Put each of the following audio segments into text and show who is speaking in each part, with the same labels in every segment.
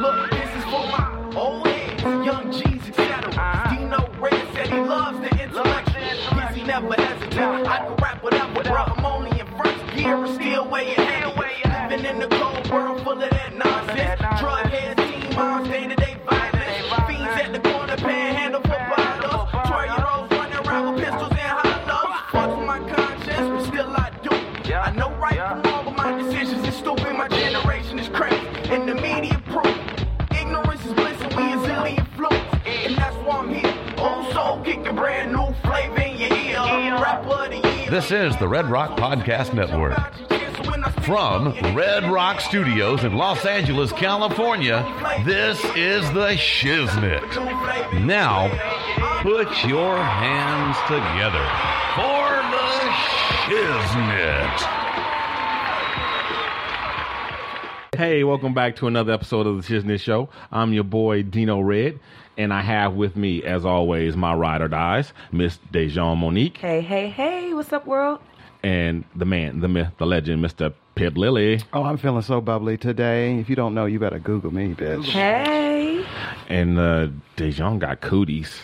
Speaker 1: Look, this is for my old heads. Young G's eternal. Dino Red said he loves the intellect. Yes, he never hesitates. I can rap whatever, bro. I'm only in first gear and still weighing heavy. Living in the cold world full of that nonsense. Drug heads, teen moms, day-to-day violence. Fiends at the corner, panhandle for bottles. Twelve-year-olds running around with pistols and hollows. Fuck with my conscience, but still I do. I know right from wrong, but my decisions is stupid. My generation is crazy, and the media proof. Ignorance is bliss, and we is illy influenced. And that's why I'm here. Old soul kicking brand new flavor in your ear. Rapper of the year.
Speaker 2: This is the Red Rock Podcast Network. From Red Rock Studios in Los Angeles, California, this is The Shiznit. Now, put your hands together for The Shiznit.
Speaker 3: Hey, welcome back to another episode of the Shiznit Show. I'm your boy Dino Red, and I have with me, as always, my ride or dies, Miss Dejan Monique,
Speaker 4: Hey, hey, hey, what's up, world?
Speaker 3: and the man, the myth, the legend, Mr. Pip Lilly.
Speaker 5: Oh, I'm feeling so bubbly today. If you don't know, you better Google me, bitch.
Speaker 4: Hey.
Speaker 3: And uh, Dejan got cooties.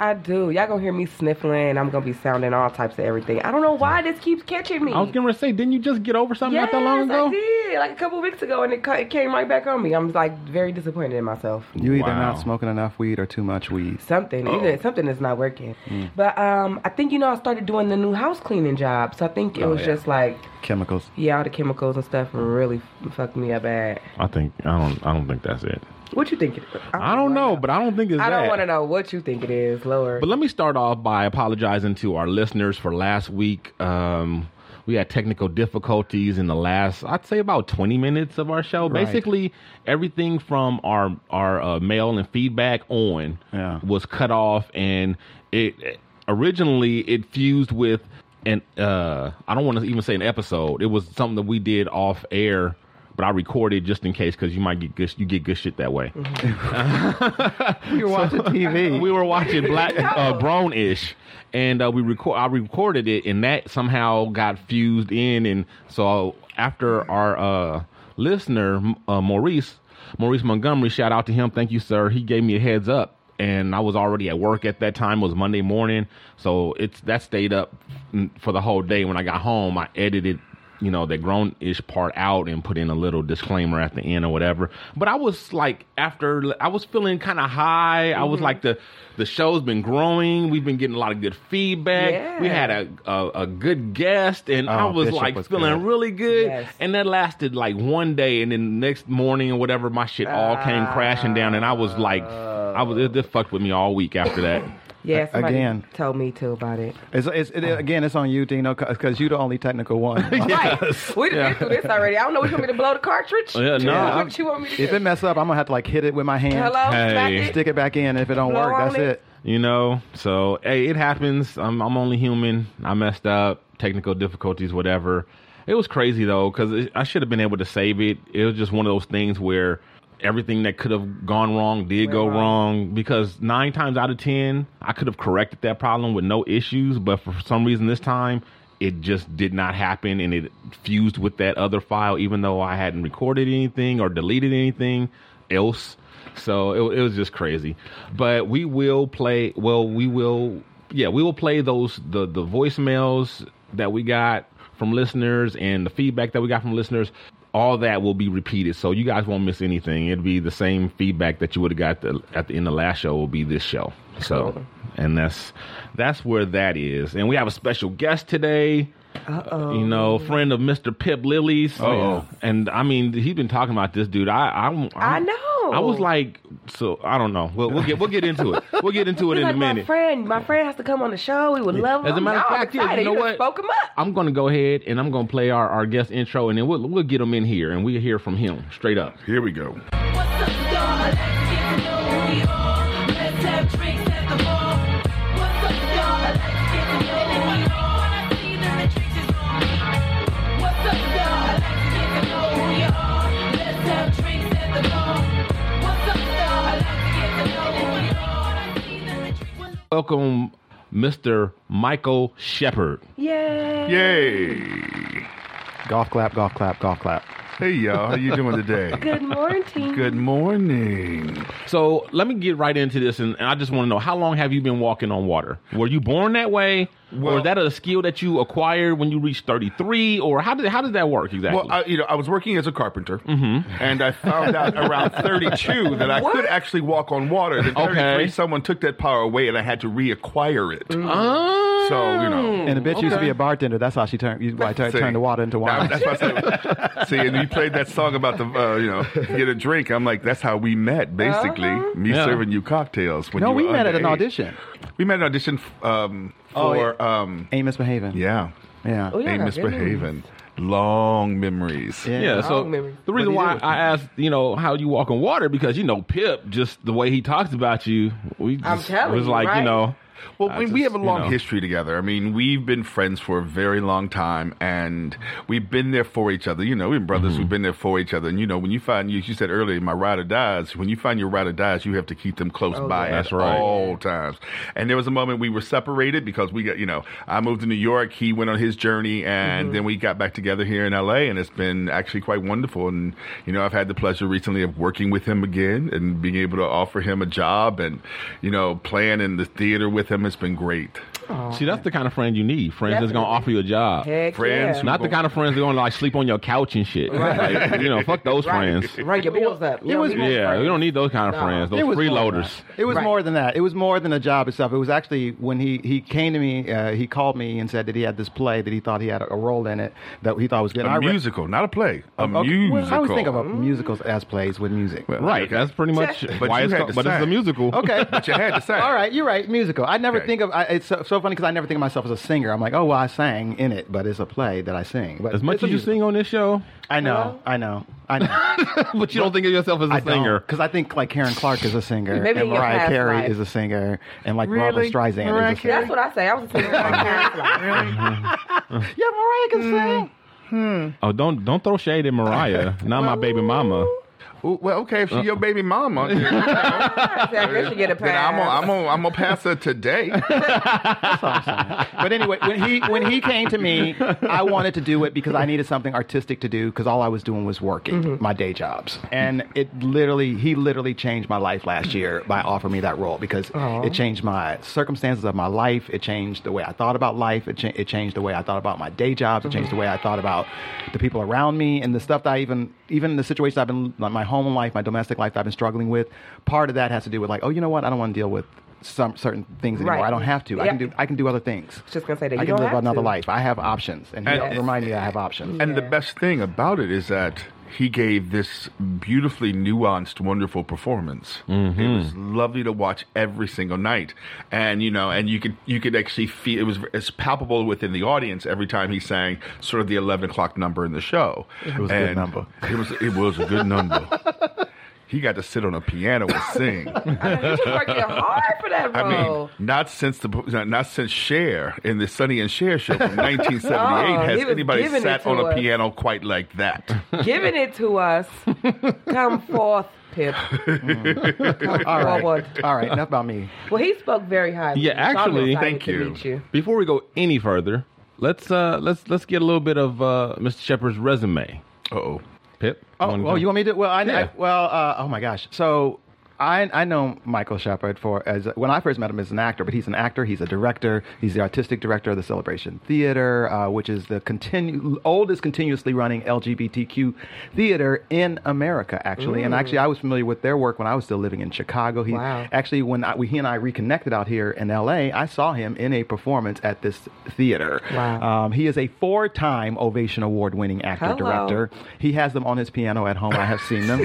Speaker 4: I do. Y'all gonna hear me sniffling. I'm gonna be sounding all types of everything. I don't know why this keeps catching me.
Speaker 3: I was gonna say, didn't you just get over something
Speaker 4: yes,
Speaker 3: not that long ago?
Speaker 4: I did. Like a couple weeks ago, and it, ca- it came right back on me. I'm like very disappointed in myself.
Speaker 5: You either
Speaker 3: Wow. Oh.
Speaker 5: not smoking enough weed or too much weed. Mm.
Speaker 4: Something, either something is not working. But um, I think you know I started doing the new house cleaning job, so I think
Speaker 3: Oh,
Speaker 4: it was just like
Speaker 5: Chemicals.
Speaker 4: yeah, all the chemicals and stuff really f- fucked me up bad.
Speaker 3: I think I don't. I don't think that's it.
Speaker 4: What you think it is?
Speaker 3: I don't know, but I don't think it's
Speaker 4: I
Speaker 3: that.
Speaker 4: don't want to know what you think it is. Lower.
Speaker 3: But let me start off by apologizing to our listeners for last week. Um, we had technical difficulties in the last, I'd say, about twenty minutes of our show.
Speaker 5: Right.
Speaker 3: Basically, everything from our our uh, mail and feedback on
Speaker 5: Yeah.
Speaker 3: was cut off, and it originally it fused with an uh, I don't want to even say an episode. It was something that we did off air. But I recorded just in case because you might get good, you get good shit that way.
Speaker 5: We were watching TV.
Speaker 3: We were watching Black uh, Brown ish, and uh, we record. I recorded it, and that somehow got fused in, and so after our uh, listener M- uh, Maurice, Maurice Montgomery, shout out to him. Thank you, sir. He gave me a heads up. And I was already at work at that time. It was Monday morning, so it's that stayed up mm, for the whole day. When I got home, I edited you know, that grown ish part out and put in a little disclaimer at the end or whatever. But I was like, after I was feeling kind of high. I
Speaker 5: Mm-hmm.
Speaker 3: was like, the the show's been growing. We've been getting a lot of good feedback. We
Speaker 4: Yeah.
Speaker 3: had a a, a good guest, and I
Speaker 5: Oh,
Speaker 3: was
Speaker 5: Bishop
Speaker 3: like
Speaker 5: was
Speaker 3: feeling
Speaker 5: good.
Speaker 3: really good.
Speaker 4: Yes.
Speaker 3: And that lasted like one day, and then the next morning or whatever, my shit all came crashing down, and I was like, I was it, it fucked with me all week after that.
Speaker 4: yeah, somebody
Speaker 5: again.
Speaker 4: told me too about it.
Speaker 5: It's, it's, it, again, it's on you, Dino, because you're the only technical one.
Speaker 4: Right. We done been through this already. I don't know what you want me to blow the cartridge.
Speaker 3: Yeah, no,
Speaker 4: What
Speaker 3: I'm-
Speaker 4: you want me to
Speaker 5: if
Speaker 4: do?
Speaker 5: it mess up, I'm going to have to like hit it with my hand,
Speaker 4: Hello?
Speaker 3: Hey.
Speaker 4: Smack it?
Speaker 5: stick it back in. If it don't
Speaker 4: Blow
Speaker 5: work,
Speaker 4: on
Speaker 5: that's
Speaker 4: it.
Speaker 5: it.
Speaker 3: You know, so hey, it happens. I'm I'm only human. I messed up, technical difficulties, whatever. It was crazy though, because I should have been able to save it. It was just one of those things where everything that could have gone wrong did go
Speaker 4: wrong.
Speaker 3: wrong. Because nine times out of ten, I could have corrected that problem with no issues, but for some reason this time. It just did not happen, and it fused with that other file, even though I hadn't recorded anything or deleted anything else. So it, it was just crazy. But we will play. Well, we will. Yeah, we will play those the the voicemails that we got from listeners and the feedback that we got from listeners. All that will be repeated, so you guys won't miss anything. It'll be the same feedback that you would have got the, at the end of last show. Will be this show. So, and that's that's where that is. And we have a special guest today. Uh-oh. You know, friend of Mr. Pip Lilly's. Oh, and I mean, he's been talking about this dude. I, I'm, I'm
Speaker 4: I know.
Speaker 3: I was like, so I don't know. We'll, we'll get we'll get into it. We'll get into it
Speaker 4: He's
Speaker 3: in
Speaker 4: like,
Speaker 3: a
Speaker 4: My
Speaker 3: minute.
Speaker 4: friend, my friend has to come on the show. We would love him.
Speaker 3: As a matter of
Speaker 4: I'm
Speaker 3: fact, yeah, you
Speaker 4: excited.
Speaker 3: know
Speaker 4: done
Speaker 3: what?
Speaker 4: Spoke him up.
Speaker 3: I'm gonna go ahead and I'm gonna play our, our guest intro, and then we'll we'll get him in here, and we'll hear from him straight up.
Speaker 6: Here we go.
Speaker 7: What's up, y'all? Let's get to know who we are. Let's have drinks at the bar. What's up, y'all? Let's get
Speaker 3: welcome Mr. Michael Shepard.
Speaker 4: Yay.
Speaker 8: Yay!
Speaker 5: Golf clap, golf clap, golf clap.
Speaker 8: Hey y'all, how you doing today?
Speaker 4: Good morning.
Speaker 8: Good morning.
Speaker 3: So let me get right into this, and, and I just want to know how long have you been walking on water? Were you born that way, or
Speaker 8: Well-
Speaker 3: is that a skill that you acquired when you reached thirty three, or how did how did that work exactly? Mm-hmm.
Speaker 8: Well, I, you know, I was working as a carpenter, and I found out around 32 that I could actually walk on water. At 33,
Speaker 3: Okay.
Speaker 8: someone took that power away, and I had to reacquire it.
Speaker 3: Oh.
Speaker 5: Mm.
Speaker 8: So you
Speaker 4: Mm.
Speaker 8: know.
Speaker 5: And the bitch used to be a bartender. That's how she turned. You why I turned
Speaker 8: See.
Speaker 5: turned the water into
Speaker 8: Now,
Speaker 5: wine.
Speaker 8: that's what I said. See, and you played that song about the, uh, you know, get a drink. I'm like, that's how we met, basically.
Speaker 4: Uh-huh.
Speaker 8: Me
Speaker 3: Yeah.
Speaker 8: serving you cocktails. When
Speaker 5: no,
Speaker 8: you
Speaker 5: we
Speaker 8: were
Speaker 5: met at an
Speaker 8: underage.
Speaker 5: audition.
Speaker 8: We met at an audition um,
Speaker 5: Oh,
Speaker 8: for, um,
Speaker 5: Amos Behaving.
Speaker 8: yeah,
Speaker 5: Yeah.
Speaker 4: Oh, yeah.
Speaker 8: Amos
Speaker 4: good news.
Speaker 8: Behaving. Long memories.
Speaker 5: Yeah.
Speaker 3: Yeah, so
Speaker 4: Long memory.
Speaker 3: the reason
Speaker 5: What do you
Speaker 3: why
Speaker 5: do?
Speaker 3: I asked, you know, how you walk on water because you know Pip, just the way he talks about you, we just,
Speaker 4: I'm telling
Speaker 3: was
Speaker 4: you,
Speaker 3: like, you
Speaker 4: right?
Speaker 3: know,
Speaker 8: Well,
Speaker 3: I
Speaker 8: we, we
Speaker 3: just,
Speaker 8: have a
Speaker 3: you
Speaker 8: long
Speaker 3: know.
Speaker 8: history together. I mean, we've been friends for a very long time, and we've been there for each other. You know, we're brothers.
Speaker 3: Mm-hmm.
Speaker 8: We've been there for each other. And you know, when you find you, you said earlier, my ride or dies. When you find your ride or dies, you have to keep them close by
Speaker 4: yeah.
Speaker 3: Oh, That's
Speaker 8: at
Speaker 3: right.
Speaker 8: all times. And there was a moment we were separated because we got, you know, I moved to New York. He went on his journey, and
Speaker 3: Mm-hmm.
Speaker 8: then we got back together here in L.A. And it's been actually quite wonderful. And you know, I've had the pleasure recently of working with him again and being able to offer him a job and you know, playing in the theater with him. It's been great.
Speaker 3: see, that's the kind of friend you need, friends that's gonna
Speaker 4: Definitely.
Speaker 3: offer you a job,
Speaker 4: Heck
Speaker 8: Friends
Speaker 4: yeah.
Speaker 8: who-
Speaker 3: not the kind of friends that gonna like sleep on your couch and shit. Like, you know, fuck those friends.
Speaker 4: Run your bills up. You
Speaker 5: It
Speaker 4: know,
Speaker 5: was-
Speaker 4: we want
Speaker 3: Yeah,
Speaker 4: friends.
Speaker 3: we don't need those kind of
Speaker 4: No.
Speaker 3: friends, those
Speaker 5: It was more than
Speaker 3: freeloaders.
Speaker 5: that. It was
Speaker 4: Right.
Speaker 5: more than that. It was more than a job itself. It was actually when he, he came to me, uh, he called me and said that he had this play that he thought he had a, a role in it that he thought was good.
Speaker 8: A
Speaker 5: And I re-
Speaker 8: musical, not a play. A
Speaker 5: Okay,
Speaker 8: musical.
Speaker 5: well, I always think about musicals as plays with music.
Speaker 8: Well,
Speaker 3: Right,
Speaker 8: okay.
Speaker 3: that's pretty much
Speaker 8: But
Speaker 3: why
Speaker 8: you
Speaker 3: it's
Speaker 8: had
Speaker 3: called,
Speaker 8: to
Speaker 3: but it's a
Speaker 8: sign.
Speaker 3: musical.
Speaker 5: Okay.
Speaker 8: But you had to say.
Speaker 5: All right, you're right. Musical. I never
Speaker 8: Okay.
Speaker 5: think of. I, it's so, so funny because I never think of myself as a singer. I'm like, oh well, I sang in it, but it's a play that I sing. But
Speaker 3: As much
Speaker 5: it's a
Speaker 3: as you
Speaker 5: musical.
Speaker 3: sing on this show,
Speaker 5: I know, I know, I know.
Speaker 3: but you don't think of yourself as a
Speaker 5: I
Speaker 3: singer.
Speaker 5: because I think like Karen Clark is a singer,
Speaker 4: Maybe
Speaker 5: and
Speaker 4: in your
Speaker 5: Mariah
Speaker 4: past
Speaker 5: Carey
Speaker 4: life.
Speaker 5: is a singer, and like Barbara
Speaker 8: Really?
Speaker 5: Streisand
Speaker 8: Mariah
Speaker 5: is a singer.
Speaker 4: That's what I say. I was thinking about Karen's life.
Speaker 5: Yeah, Mariah can
Speaker 4: Mm.
Speaker 5: sing.
Speaker 3: Oh, don't don't throw shade at Mariah, not my baby mama.
Speaker 8: Ooh, well, okay, if she's your baby mama, then,
Speaker 4: I said, I guess you get a
Speaker 8: then I'm
Speaker 4: pass.
Speaker 8: gonna I'm gonna I'm gonna pass her today.
Speaker 5: But anyway, when he when he came to me, I wanted to do it because I needed something artistic to do because all I was doing was working
Speaker 4: Mm-hmm.
Speaker 5: my day jobs, and it literally he literally changed my life last year by offering me that role because it changed my circumstances of my life, it changed the way I thought about life, it, cha- it changed the way I thought about my day jobs, it changed the way I thought about the people around me and the stuff that I even even the situations I've been like my home life, my domestic life that I've been struggling with. Part of that has to do with like, oh, you know what, I don't want to deal with. Some certain things anymore.
Speaker 4: Right.
Speaker 5: I don't have to. I
Speaker 4: Yeah.
Speaker 5: can do. I can do other things.
Speaker 4: Just gonna say that
Speaker 5: I
Speaker 4: you
Speaker 5: can
Speaker 4: don't
Speaker 5: live
Speaker 4: have
Speaker 5: another
Speaker 4: to.
Speaker 5: life. I have options, and,
Speaker 8: And-
Speaker 5: he remind me I have options.
Speaker 8: And the best thing about it is that he gave this beautifully nuanced, wonderful performance.
Speaker 5: Mm-hmm.
Speaker 8: It was lovely to watch every single night, and you know, and you could you could actually feel it was it's palpable within the audience every time he sang sort of the eleven o'clock number in the show. It
Speaker 5: was a good number.
Speaker 8: It was it was a good number. He got to sit on a piano and sing.
Speaker 4: He's working hard for that
Speaker 8: I
Speaker 4: role.
Speaker 8: mean, not since the not since Cher in the Sonny and Cher show from 1978
Speaker 4: Oh, he
Speaker 8: has
Speaker 4: was
Speaker 8: anybody
Speaker 4: giving it
Speaker 8: sat
Speaker 4: to
Speaker 8: on a
Speaker 4: us.
Speaker 8: piano quite like that.
Speaker 4: Giving it to us. Come forth, Pip.
Speaker 5: All right,
Speaker 4: forward.
Speaker 5: all right. Enough about me.
Speaker 4: Well, he spoke very highly.
Speaker 3: Yeah,
Speaker 4: so I'm
Speaker 3: actually-
Speaker 4: excited
Speaker 8: Thank
Speaker 4: to
Speaker 8: you.
Speaker 4: meet you.
Speaker 3: Before we go any further, let's uh let's let's get a little bit of uh Mr. Shepard's resume.
Speaker 8: Oh,
Speaker 3: Pip.
Speaker 5: Oh, oh, you want me to? Well, I,
Speaker 3: Yeah.
Speaker 5: I well, uh, oh my gosh. So I I know Michael Shepard for as when I first met him as an actor, but he's an actor, he's a director, he's the artistic director of the Celebration Theater, uh, which is the continu- oldest continuously running LGBTQ theater in America, actually. And actually, I was familiar with their work when I was still living in Chicago. He
Speaker 4: Mm. Wow.
Speaker 5: actually when I, we, he and I reconnected out here in L.A., I saw him in a performance at this theater.
Speaker 4: Wow.
Speaker 5: Um, he is a four-time Ovation Award-winning actor
Speaker 4: Hello.
Speaker 5: director. He has them on his piano at home. I have seen them.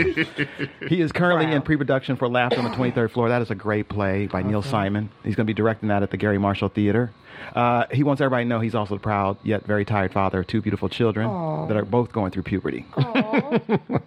Speaker 5: he is currently in pre-production for Laughter on the 23rd Floor. That is a great play by Neil Simon. He's going to be directing that at the Gary Marshall Theater. Uh, he wants everybody to know he's also the proud yet very tired father of two beautiful children that are both going through puberty.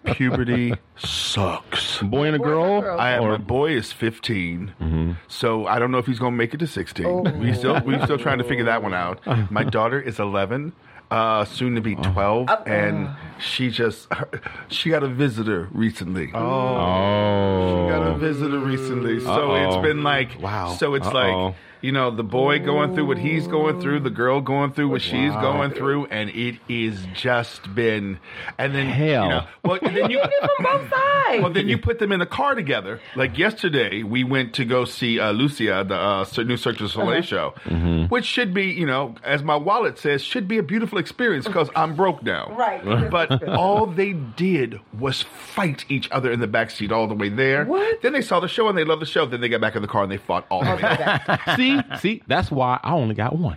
Speaker 8: puberty sucks.
Speaker 3: boy and a girl.
Speaker 4: girl.
Speaker 8: I my boy is 15, so I don't know if he's gonna make it to 16.
Speaker 3: Oh.
Speaker 8: We still we still trying to figure that one out. My daughter is 11. Uh, soon to be 12, and she just her, she got a visitor recently. Oh,
Speaker 3: Oh.
Speaker 8: got a visitor recently, so
Speaker 3: Uh-oh.
Speaker 8: it's been like
Speaker 5: Wow.
Speaker 8: So it's
Speaker 3: Uh-oh.
Speaker 8: like you know, the boy going through what he's going through, the girl going through what she's going through, and it is just been, and then
Speaker 3: Hell.
Speaker 8: you know, well, and then you.
Speaker 4: From both sides.
Speaker 8: Well, then you put them in the car together. Like yesterday, we went to go see uh, Lucia, the uh, Cir- new Cirque du Soleil show, which should be, you know, as my wallet says, should be a beautiful experience because I'm broke now.
Speaker 4: Right.
Speaker 8: But all they did was fight each other in the backseat all the way there.
Speaker 4: What?
Speaker 8: Then they saw the show and they loved the show. Then they got back in the car and they fought all the way back.
Speaker 3: see, see, that's why I only got one.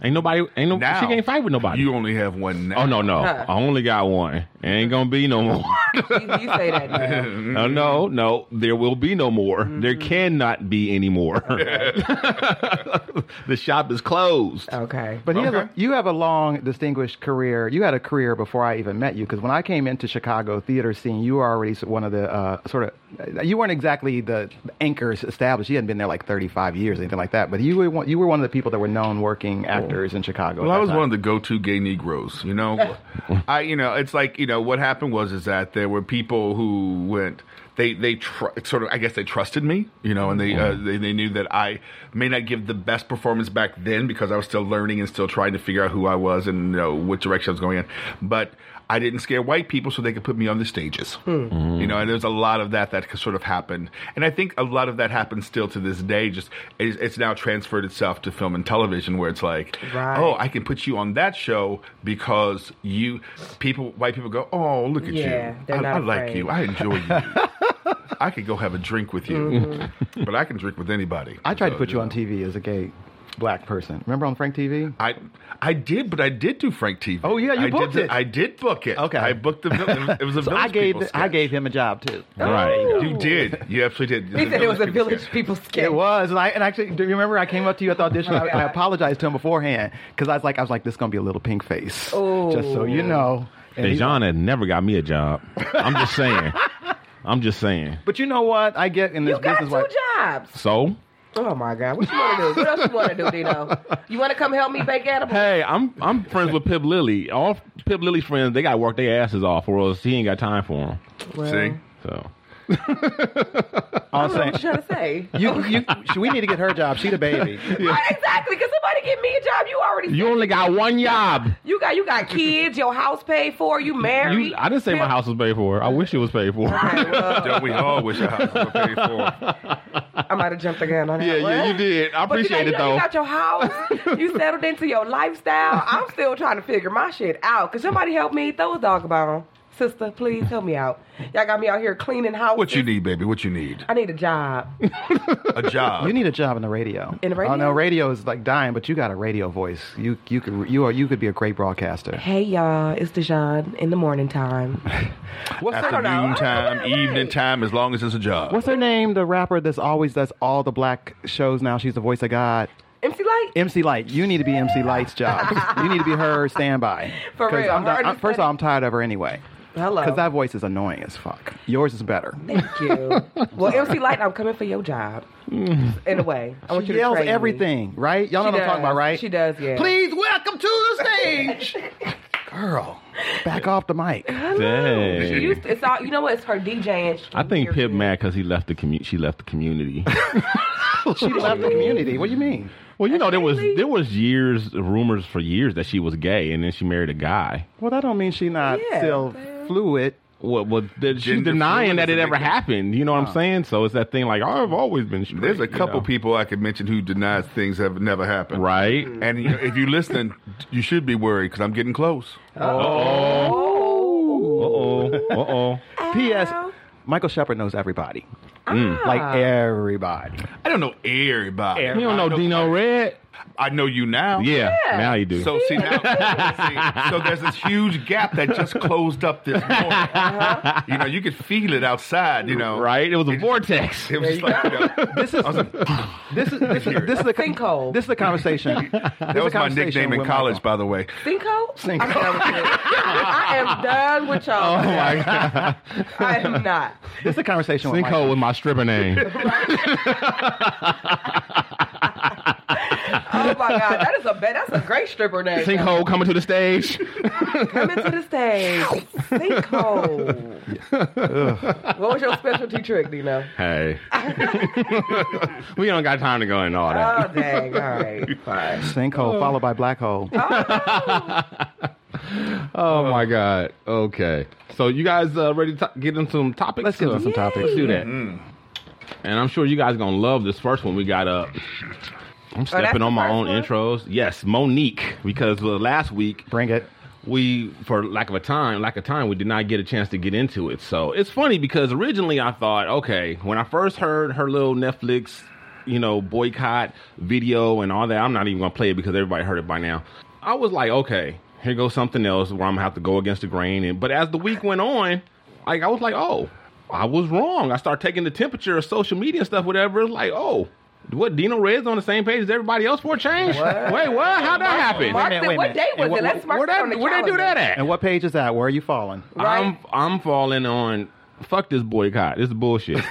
Speaker 3: Ain't nobody, ain't no,
Speaker 8: Now,
Speaker 3: she can't fight with nobody.
Speaker 8: You only have one now.
Speaker 3: oh no, no, I only got one. Ain't gonna be no more.
Speaker 4: you, you say that now.
Speaker 3: No, no, no. There will be no more. There cannot be any more. the shop is closed.
Speaker 4: Okay.
Speaker 5: But he has
Speaker 8: Okay.
Speaker 5: a, you have a long, distinguished career. You had a career before I even met you, because when I came into Chicago theater scene, you were already s- one of the uh, sort of. You weren't exactly the anchors established. You hadn't been there like 35 years, anything like that. But you were one, you were one of the people that were known working actors in Chicago.
Speaker 8: Well, I was one of the go-to gay Negroes. You know, I you know it's like you know what happened was is that there were people who went they they tr- sort of I guess they trusted me. You know, and they, uh, they they knew that I may not give the best performance back then because I was still learning and still trying to figure out who I was and you know which direction I was going in, but. I didn't scare white people so they could put me on the stages.
Speaker 4: Mm-hmm.
Speaker 8: You know, and there's a lot of that that sort of happened. And I think a lot of that happens still to this day. Just it's, it's now transferred itself to film and television where it's like,
Speaker 4: Right.
Speaker 8: oh, I can put you on that show because you people, white people go, oh, look at
Speaker 4: Yeah,
Speaker 8: you.
Speaker 4: they're
Speaker 8: I,
Speaker 4: not
Speaker 8: I like
Speaker 4: afraid."
Speaker 8: you. I enjoy you. I could go have a drink with you,
Speaker 4: Mm-hmm.
Speaker 8: but I can drink with anybody.
Speaker 5: I tried
Speaker 8: So,
Speaker 5: to put you
Speaker 8: know.
Speaker 5: on TV as a gay black person. Remember on Frank TV?
Speaker 8: I I did, but I did do Frank TV.
Speaker 5: Oh, yeah, you
Speaker 8: I
Speaker 5: booked
Speaker 8: did, the-
Speaker 5: it.
Speaker 8: I did book it.
Speaker 5: Okay.
Speaker 8: I booked the. vil- It was a
Speaker 5: So
Speaker 8: village
Speaker 5: I gave
Speaker 8: people sketch.
Speaker 5: I gave him a job too.
Speaker 3: Right.
Speaker 8: You did. You absolutely did.
Speaker 4: He said it was a village
Speaker 8: sketch.
Speaker 4: people sketch.
Speaker 5: It was, and I and actually do you remember I came up to you at the audition. I, I apologized to him beforehand because I was like, I was like, this is gonna be a little pink face, just so
Speaker 4: Oh.
Speaker 5: you know. And he-
Speaker 3: Dejana never got me a job. I'm just saying. I'm just saying.
Speaker 5: but you know what? I get in this
Speaker 4: You got
Speaker 5: business.
Speaker 4: two
Speaker 5: why-
Speaker 4: jobs.
Speaker 3: So,
Speaker 4: Oh my God. What you want to do? What else you want to do, Dino? You want to come help me bake edibles?
Speaker 3: hey, I'm I'm friends with Pip Lilly. All Pip Lilly's friends, they got to work their asses off, or else he ain't got time for them.
Speaker 8: See?
Speaker 3: So,
Speaker 5: I'm
Speaker 4: What
Speaker 5: saying,
Speaker 4: you trying to say?
Speaker 5: you, you, she- we need to get her job. She the baby.
Speaker 4: Right, exactly. Because somebody give me a job. You already
Speaker 3: you only got one job.
Speaker 4: You got you got kids, your house paid for, you married.
Speaker 3: You, I didn't say my house was paid for. I wish it was paid for.
Speaker 4: Okay, well,
Speaker 8: Don't we all wish our house was paid for?
Speaker 4: I might have jumped the gun on that. one.
Speaker 3: did. I
Speaker 4: But you, got, you, know, you got your house, you settled into your lifestyle. I'm still trying to figure my shit out. Could somebody help me? Throw a dog bone. Sister, please help me out. Y'all got me out here cleaning houses.
Speaker 8: What you need, baby? What you need?
Speaker 4: I need a job.
Speaker 8: A job.
Speaker 5: You need a job in the radio.
Speaker 4: In the radio?
Speaker 5: Oh no, radio is like dying, but you got a radio voice. You, you could, you are, you could be a great broadcaster.
Speaker 4: Hey y'all, it's Dijon in the morning time.
Speaker 8: What's
Speaker 4: I don't know.
Speaker 8: afternoon time,
Speaker 4: Right, right,
Speaker 8: evening
Speaker 4: right.
Speaker 8: time, as long as it's a job.
Speaker 5: What's her name? The rapper that's always does all the black shows now. She's the voice of God.
Speaker 4: MC Light.
Speaker 5: MC Light, you need to be MC Light's job. you need to be her standby.
Speaker 4: For
Speaker 5: 'Cause
Speaker 4: real,
Speaker 5: I'm
Speaker 4: her
Speaker 5: di- I'm- first of all, I'm tired of her anyway.
Speaker 4: Hello.
Speaker 5: Because that voice is annoying as fuck. Yours is better.
Speaker 4: Thank you. well, MC Light, I'm coming for your job. In a way, I want
Speaker 5: She
Speaker 4: you to
Speaker 5: yells
Speaker 4: train me.
Speaker 5: everything, right? Y'all know
Speaker 4: She
Speaker 5: what I'm talking
Speaker 4: does.
Speaker 5: about, right?
Speaker 4: She does, yeah.
Speaker 5: Please welcome to the stage. Girl, back off the mic.
Speaker 4: She
Speaker 3: Dang.
Speaker 4: used to- it's all, you know what? It's her DJing.
Speaker 3: I think Pip
Speaker 4: Period.
Speaker 3: mad because he left the commu- she left the community.
Speaker 5: She left the community. What do you mean?
Speaker 3: well, you know there was
Speaker 4: Really?
Speaker 3: there was years rumors for years that she was gay, and then she married a guy.
Speaker 5: Well, that don't mean she not
Speaker 4: Yeah.
Speaker 5: still fluid.
Speaker 3: Well, well th- she's
Speaker 8: Gender
Speaker 3: denying
Speaker 8: fluid
Speaker 3: that
Speaker 8: is
Speaker 3: it
Speaker 8: a
Speaker 3: ever
Speaker 8: big-
Speaker 3: happened. You know what I'm saying? So it's that thing like I've always been straight.
Speaker 8: There's a
Speaker 3: you
Speaker 8: couple
Speaker 3: know?
Speaker 8: people I could mention who denies things have never happened.
Speaker 3: right?
Speaker 8: And you know, if you're listening, you should be worried because I'm getting close.
Speaker 4: Oh,
Speaker 3: Uh oh, uh oh.
Speaker 5: P.S. Michael Shepard knows everybody.
Speaker 4: Ah.
Speaker 5: Like everybody.
Speaker 8: I don't know everybody.
Speaker 3: You don't know
Speaker 8: I
Speaker 3: Dino Red?
Speaker 8: I know you now.
Speaker 3: Yeah, now you do.
Speaker 8: So see now, see, so there's this huge gap that just closed up this morning.
Speaker 3: Uh-huh.
Speaker 8: You know, you could feel it outside. You know,
Speaker 3: right? It was a vortex.
Speaker 8: It was just like, you know,
Speaker 5: This is this is this is this is the
Speaker 4: Sinkhole.
Speaker 5: This is the conversation.
Speaker 8: that was my nickname in college, by the way.
Speaker 4: Cinco? I'm done with it. I am done with y'all. Oh my god. I am not.
Speaker 5: This is the conversation with
Speaker 3: Sinkhole
Speaker 5: Michael.
Speaker 3: was my stripper name.
Speaker 4: Oh Oh my God, that is a ba- that's a great stripper name.
Speaker 3: Sinkhole coming to the stage.
Speaker 4: Come into the stage. Sinkhole. what was your specialty trick, Dino?
Speaker 3: hey, we don't got time to go into all that.
Speaker 4: Oh dang! All right, fine.
Speaker 5: Sinkhole followed by black hole.
Speaker 3: Oh my God. Okay. So you guys uh, ready to t- get into some topics?
Speaker 5: Let's get into some
Speaker 3: Uh,
Speaker 5: topics.
Speaker 3: Let's do that.
Speaker 8: Mm-hmm.
Speaker 3: And I'm sure you guys gonna love this first one we got up. I'm stepping
Speaker 4: Oh, the
Speaker 3: on my
Speaker 4: first
Speaker 3: own
Speaker 4: one?
Speaker 3: intros. Yes, Monique, because uh, last week
Speaker 5: Bring it.
Speaker 3: we, for lack of a time, lack of time, we did not get a chance to get into it. So it's funny because originally I thought, okay, when I first heard her little Netflix, you know, boycott video and all that, I'm not even gonna play it because everybody heard it by now. I was like, okay, here goes something else where I'm gonna have to go against the grain. And but as the week went on, like I was like, oh, I was wrong. I started taking the temperature of social media and stuff, whatever. It's like, oh. What Dino Red's on the same page as everybody else for a change? Wait, what? How'd that happen?
Speaker 4: Mark
Speaker 5: minute,
Speaker 4: it.
Speaker 5: wait a
Speaker 4: What
Speaker 5: minute.
Speaker 4: day was
Speaker 5: And what-
Speaker 4: it? Let's mark
Speaker 3: Where
Speaker 4: it on
Speaker 3: they,
Speaker 4: the
Speaker 3: where they do that
Speaker 4: calendar.
Speaker 3: at?
Speaker 5: And what page is that? Where are you falling?
Speaker 4: Right.
Speaker 3: I'm I'm falling on fuck this boycott. This is bullshit.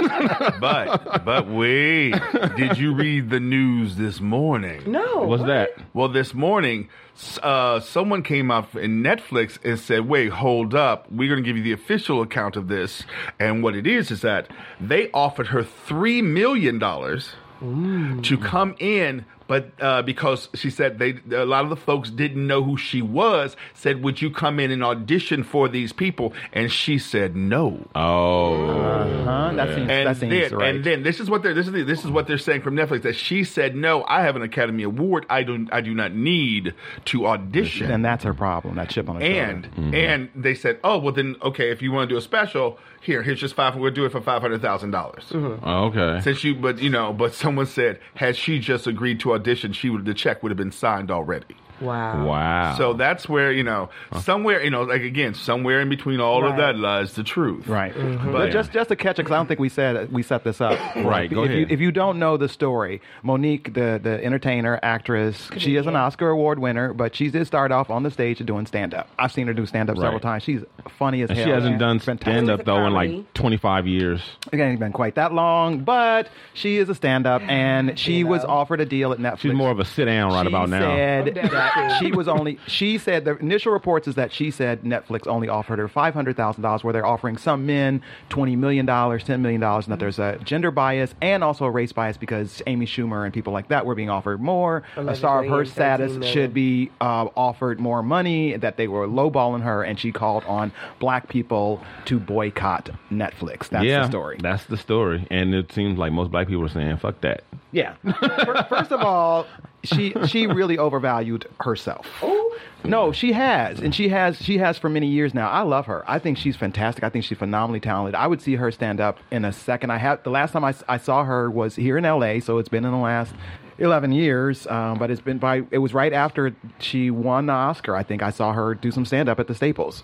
Speaker 8: But but wait, did you read the news this morning?
Speaker 4: No.
Speaker 3: What's
Speaker 4: what?
Speaker 3: that?
Speaker 8: Well, this morning, s- uh, someone came up in Netflix and said, "Wait, hold up. We're going to give you the official account of this." And what it is is that they offered her three million dollars to come in. But uh, because she said they, a lot of the folks didn't know who she was, said, "Would you come in and audition for these people?" And she said, "No."
Speaker 3: Oh,
Speaker 5: Huh? Uh-huh. That seems,
Speaker 8: and
Speaker 5: that seems
Speaker 8: then,
Speaker 5: right.
Speaker 8: and then this is what they're this is the, this is what they're saying from Netflix that she said no. I have an Academy Award. I don't. I do not need to audition.
Speaker 5: then that's her problem. That chip on her
Speaker 8: and
Speaker 3: Mm-hmm.
Speaker 8: and they said, oh well, then okay. If you want to do a special, here, here's just five. We'll do it for five dollars.
Speaker 5: Mm-hmm.
Speaker 3: Oh, okay.
Speaker 8: Since you, but you know, but someone said, had she just agreed to audition, she would the check would have been signed already.
Speaker 4: Wow.
Speaker 3: Wow.
Speaker 8: So that's where you know, somewhere you know, like again, somewhere in between all
Speaker 4: Right.
Speaker 8: of that lies the truth.
Speaker 5: Right. But
Speaker 8: But-
Speaker 5: just just to catch it, because I don't think we said we set this up.
Speaker 3: Right, go
Speaker 5: if
Speaker 3: ahead.
Speaker 5: You, if you don't know the story, Monique, the the entertainer, actress, she is an Oscar award winner, but she did start off on the stage doing stand up. I've seen her do stand up several
Speaker 3: Right.
Speaker 5: times. She's funny as
Speaker 3: and
Speaker 5: hell.
Speaker 3: she hasn't done
Speaker 5: Fantastic.
Speaker 3: stand
Speaker 4: It's
Speaker 3: up
Speaker 4: a
Speaker 3: though in
Speaker 4: comedy.
Speaker 3: like 25 years.
Speaker 5: It ain't been quite that long, but she is a stand up, and she was offered a deal at Netflix.
Speaker 3: She's more of a sit down right
Speaker 5: She
Speaker 3: about now.
Speaker 5: said
Speaker 4: I'm down
Speaker 5: that
Speaker 4: with
Speaker 5: she was only. She said the initial reports is that she said Netflix only offered her five hundred thousand dollars, where they're offering some men twenty million dollars, ten million dollars, and that
Speaker 4: Mm-hmm.
Speaker 5: there's a gender bias and also a race bias because Amy Schumer and people like that were being offered more. A star of her
Speaker 4: Allegedly,
Speaker 5: status
Speaker 4: 13 million.
Speaker 5: should be uh, offered more money. That they were lowballing her, and she called on black people to boycott Netflix. That's
Speaker 3: yeah,
Speaker 5: the story.
Speaker 3: That's the story, and it seems like most black people are saying fuck that.
Speaker 5: Yeah. Fir- First of all, she she really overvalued herself. No, she has, and she has she has for many years now. I love her. I think she's fantastic. I think she's phenomenally talented. I would see her stand up in a second. I have the last time I, s- I saw her was here in L.A., so it's been in the last. 11 years um, but it's been by it was right after she won the oscar i think i saw her do some stand-up at the staples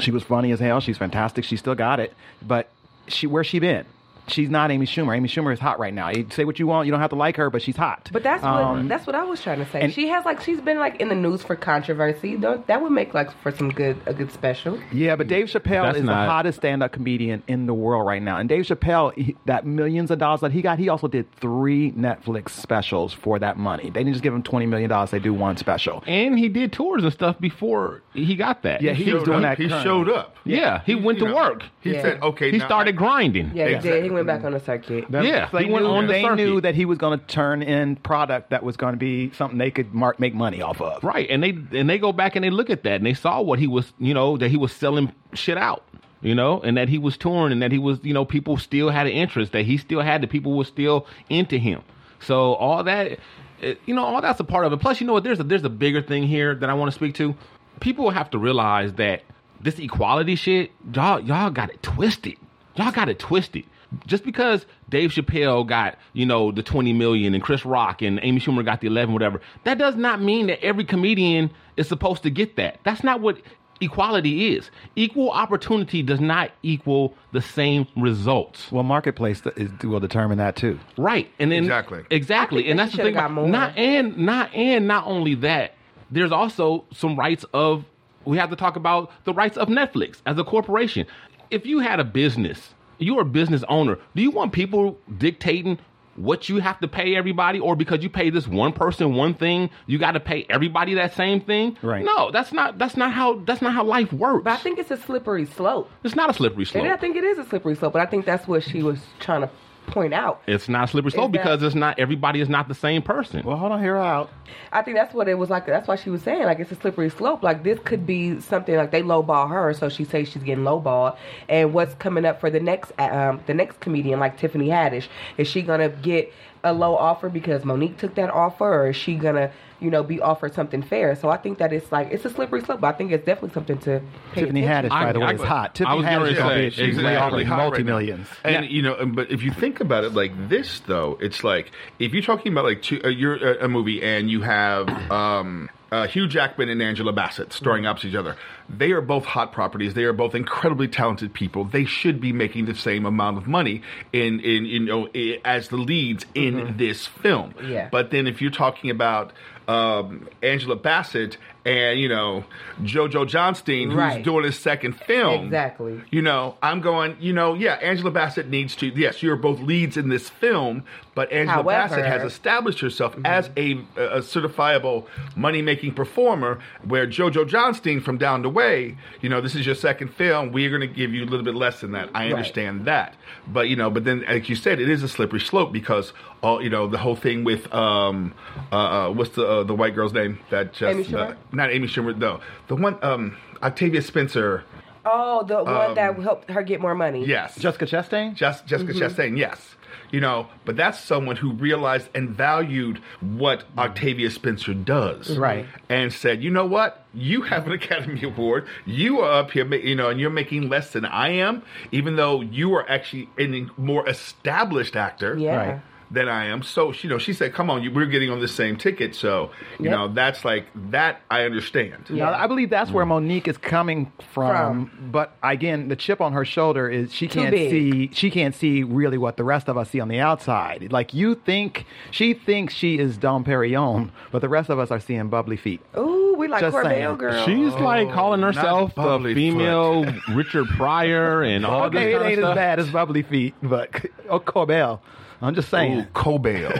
Speaker 5: she was funny as hell she's fantastic she still got it but she where's she been she's not amy schumer amy schumer is hot right now you say what you want you don't have to like her but she's hot
Speaker 4: But that's what
Speaker 5: Um,
Speaker 4: that's what I was trying to say.
Speaker 5: and-
Speaker 4: she has like she's been like in the news for controversy. Though that would make like for some good a good special.
Speaker 5: Yeah, but Dave Chappelle
Speaker 3: That's
Speaker 5: is
Speaker 3: not-
Speaker 5: the hottest stand-up comedian in the world right now. And Dave Chappelle, he, that millions of dollars that he got, he also did three Netflix specials for that money. They didn't just give him twenty million dollars; they do one special.
Speaker 3: And he did tours and stuff before he got that.
Speaker 5: Yeah, he was doing that.
Speaker 8: He
Speaker 5: current.
Speaker 8: showed up.
Speaker 3: yeah, he went to
Speaker 8: You know,
Speaker 3: work.
Speaker 8: He
Speaker 4: Yeah.
Speaker 8: said, okay.
Speaker 3: He
Speaker 8: now I-
Speaker 3: started grinding.
Speaker 4: Yeah, he
Speaker 8: Exactly.
Speaker 4: did. He went back on the circuit.
Speaker 3: Yeah,
Speaker 5: They
Speaker 3: he went
Speaker 5: knew,
Speaker 3: on the
Speaker 5: they
Speaker 3: circuit.
Speaker 5: knew that he was going to turn in product that was going to be something they could mark, make money off of.
Speaker 3: Right, and they and they go back and they look at that and they saw what he was, you know, that he was selling shit out, you know, and that he was touring and that he was, you know, people still had an interest that he still had the people were still into him. So all that, it, you know, all that's a part of it. Plus, you know what? There's a there's a bigger thing here that I want to speak to. People have to realize that this equality shit, y'all y'all got it twisted. Y'all got it twisted. Just because Dave Chappelle got, you know, the 20 million and Chris Rock and Amy Schumer got the 11, whatever, that does not mean that every comedian is supposed to get that. That's not what equality is. Equal opportunity does not equal the same results.
Speaker 5: Well, marketplace th- is, will determine that too.
Speaker 3: Right. And then
Speaker 8: Exactly.
Speaker 4: I
Speaker 3: Exactly.
Speaker 4: think
Speaker 3: And
Speaker 4: they
Speaker 3: that's the
Speaker 4: should've
Speaker 3: thing.
Speaker 4: got
Speaker 3: about-
Speaker 4: more.
Speaker 3: Not and not and not only that, there's also some rights of we have to talk about the rights of Netflix as a corporation. If you had a business, you're a business owner. Do you want people dictating what you have to pay everybody, or because you pay this one person one thing, you got to pay everybody that same thing.
Speaker 5: Right.
Speaker 3: No, that's not that's not how that's not how life works.
Speaker 4: But I think it's a slippery slope.
Speaker 3: it's not a slippery slope.
Speaker 4: And I think it is a slippery slope, but I think that's what she was trying to point out.
Speaker 3: it's not a slippery slope
Speaker 4: that-
Speaker 3: because it's not everybody is not the same person.
Speaker 5: Well, hold on, hear her out.
Speaker 4: I think that's what it was like. That's why she was saying like it's a slippery slope. Like this could be something like they lowball her, so she says she's getting lowballed. And what's coming up for the next um, the next comedian like Tiffany Haddish? Is she gonna get a low offer because Monique took that offer, or is she gonna you know be offered something fair? So I think that it's like it's a slippery slope. But I think it's definitely something to pay
Speaker 5: Tiffany
Speaker 4: attention
Speaker 5: Haddish, by
Speaker 3: I-
Speaker 5: the way,
Speaker 3: I-
Speaker 5: is hot.
Speaker 3: I
Speaker 5: Tiffany
Speaker 3: was
Speaker 5: Haddish
Speaker 3: gonna
Speaker 5: is gonna
Speaker 3: say,
Speaker 5: be- she's
Speaker 3: exactly.
Speaker 5: exactly
Speaker 8: hot right now.
Speaker 5: multi-millions.
Speaker 8: and you know, and- but if you think about it like this, though, it's like if you're talking about like two, uh, you're a, a movie and you have um, uh, Hugh Jackman and Angela Bassett starring
Speaker 5: Mm-hmm.
Speaker 8: opposite each other. They are both hot properties. They are both incredibly talented people. They should be making the same amount of money in in you know i- as the leads in
Speaker 5: Mm-hmm.
Speaker 8: this film.
Speaker 4: Yeah.
Speaker 8: But then if you're talking about um, Angela Bassett and you know JoJo Johnstein,
Speaker 4: Right.
Speaker 8: who's doing his second film,
Speaker 4: Exactly.
Speaker 8: you know, I'm going, you know, yeah, Angela Bassett needs to, yes, you're both leads in this film, but Angela
Speaker 4: However- Mm-hmm.
Speaker 8: Bassett has established herself as a, a certifiable money making performer, where JoJo Johnstein from down the way, you know, this is your second film, we're going to give you a little bit less than that. I understand that. But, you know, but then, like you said, it is a slippery slope because, all, you know, the whole thing with, um, uh, uh, what's the uh, the white girl's name? That just,
Speaker 4: Amy Schumer?
Speaker 8: uh, not Amy Schumer, though. The one, um, Octavia Spencer.
Speaker 4: Oh, the one that helped her get more money.
Speaker 8: Um, Yes.
Speaker 5: Jessica Chastain? Mm-hmm.
Speaker 8: Just, Jessica Chastain, yes. You know, but that's someone who realized and valued what Octavia Spencer does.
Speaker 5: Right.
Speaker 8: And said, you know what? You have an Academy Award. You are up here, ma- you know, and you're making less than I am, even though you are actually a more established actor
Speaker 4: Yeah.
Speaker 5: Right.
Speaker 8: than I am. So, you know, she said, come on, you, we're getting on the same ticket. So, you
Speaker 4: Yep.
Speaker 8: know, that's like, that I understand.
Speaker 5: Now, I believe that's
Speaker 3: Mm.
Speaker 5: where Monique is coming from, But again, the chip on her shoulder is she
Speaker 4: Too
Speaker 5: can't
Speaker 4: big.
Speaker 5: see. She can't see really what the rest of us see on the outside. Like you think she thinks she is Dom Perignon, but the rest of us are seeing bubbly feet.
Speaker 4: Ooh, we like
Speaker 5: Just
Speaker 4: Corbell
Speaker 5: saying. Oh,
Speaker 4: girl.
Speaker 3: She's like calling
Speaker 8: not
Speaker 3: herself the
Speaker 8: bubbly
Speaker 3: female Richard Pryor and all
Speaker 5: Okay,
Speaker 3: this
Speaker 5: it
Speaker 3: kind
Speaker 5: ain't
Speaker 3: of
Speaker 5: as
Speaker 3: stuff.
Speaker 5: bad as bubbly feet, but oh Corbell, I'm just saying.
Speaker 8: Ooh, Cobell.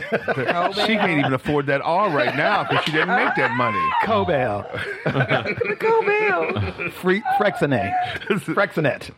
Speaker 8: she can't even afford that R right now because she didn't make that money.
Speaker 5: Cobell,
Speaker 4: Corbell.
Speaker 5: Free, Frexenet, Frexenet.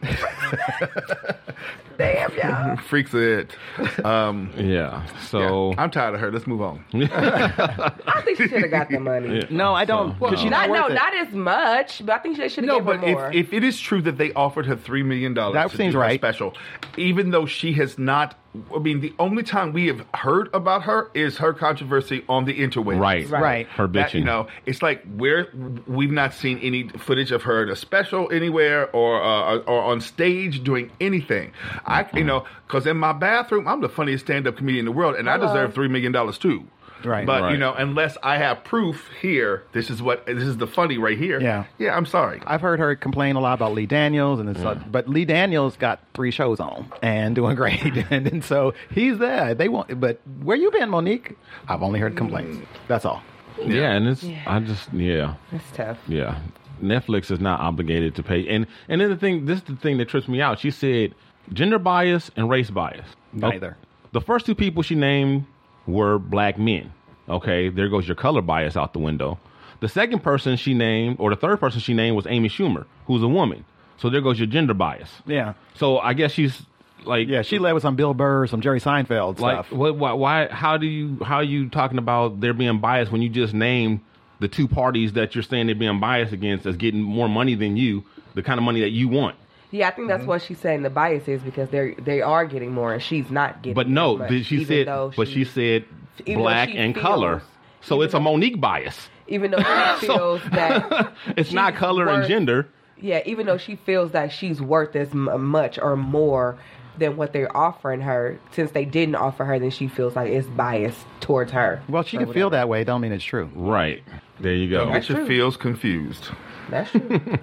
Speaker 4: Damn y'all.
Speaker 8: Freaks of it. Um,
Speaker 3: Yeah. So
Speaker 8: I'm tired of her. Let's move on.
Speaker 4: I think she should have got the money.
Speaker 5: No, I don't. Well, she's
Speaker 4: Not,
Speaker 5: worth
Speaker 4: no,
Speaker 5: it.
Speaker 4: not as much, but I think they should have
Speaker 8: No,
Speaker 4: given
Speaker 8: but
Speaker 4: her more.
Speaker 8: if, if it is true that they offered her three million dollars,
Speaker 5: That
Speaker 8: to
Speaker 5: seems
Speaker 8: do her
Speaker 5: right.
Speaker 8: Special, even though she has not. I mean, the only time we have heard about her is her controversy on the interwebs.
Speaker 3: right,
Speaker 5: Right.
Speaker 3: Her bitching.
Speaker 8: That, you know, it's like where we've not seen any footage of her in a special anywhere or uh, or on stage doing anything. I you know because in my bathroom I'm the funniest stand up comedian in the world and I deserve three million dollars too.
Speaker 5: Right.
Speaker 8: but you
Speaker 3: Right.
Speaker 8: know unless I have proof here, this is what this is the funny right here.
Speaker 5: Yeah.
Speaker 8: yeah. I'm sorry.
Speaker 5: I've heard her complain a lot about Lee Daniels, and it's like, but Lee Daniels got three shows on and doing great, and, and so he's there. They want, but where you been, Monique? I've only heard complaints. That's all.
Speaker 3: yeah. and it's
Speaker 4: Yeah.
Speaker 3: I just yeah.
Speaker 4: That's tough.
Speaker 3: Yeah. Netflix is not obligated to pay. And and then the thing this is the thing that trips me out. She said gender bias and race bias.
Speaker 5: Neither.
Speaker 3: The first two people she named were black men. Okay, there goes your color bias out the window. The second person she named, or the third person she named, was Amy Schumer, who's a woman. So there goes your gender bias.
Speaker 5: Yeah,
Speaker 3: So I guess she's like,
Speaker 5: yeah. She led with some Bill Burr, some Jerry Seinfeld
Speaker 3: like,
Speaker 5: stuff.
Speaker 3: what, why, why? How do you? How are you talking about there being bias when you just named the two parties that you're saying they're being biased against as getting more money than you, the kind of money that you want?
Speaker 4: Yeah, I think that's what she's saying the bias is because they they are getting more and she's not getting.
Speaker 3: But
Speaker 4: as
Speaker 3: no,
Speaker 4: much,
Speaker 3: did she
Speaker 4: even
Speaker 3: said,
Speaker 4: though
Speaker 3: but she said
Speaker 4: even though
Speaker 3: black
Speaker 4: she
Speaker 3: and
Speaker 4: feels-
Speaker 3: color. So it's a Monique bias.
Speaker 4: even though she feels that
Speaker 3: It's not
Speaker 4: she's
Speaker 3: color and
Speaker 4: worth-
Speaker 3: gender.
Speaker 4: Yeah, even though she feels that she's worth as m- much or more than what they're offering her, since they didn't offer her, then she feels like it's biased towards her.
Speaker 5: well, she can feel that way. Don't mean it's true.
Speaker 3: Right. There you go.
Speaker 8: Don't get your feels confused.
Speaker 4: That's true.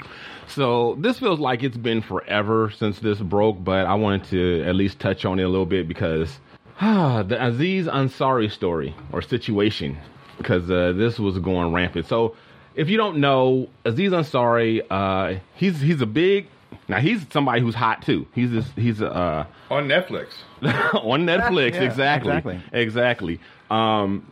Speaker 3: So this feels like it's been forever since this broke, but I wanted to at least touch on it a little bit because the Aziz Ansari story or situation, because uh, this was going rampant. So if you don't know, Aziz Ansari, uh, he's he's a big Now he's somebody who's hot too. He's this. He's uh,
Speaker 8: On Netflix.
Speaker 3: on Netflix.
Speaker 5: Yeah,
Speaker 3: exactly.
Speaker 5: exactly.
Speaker 3: Exactly. Um,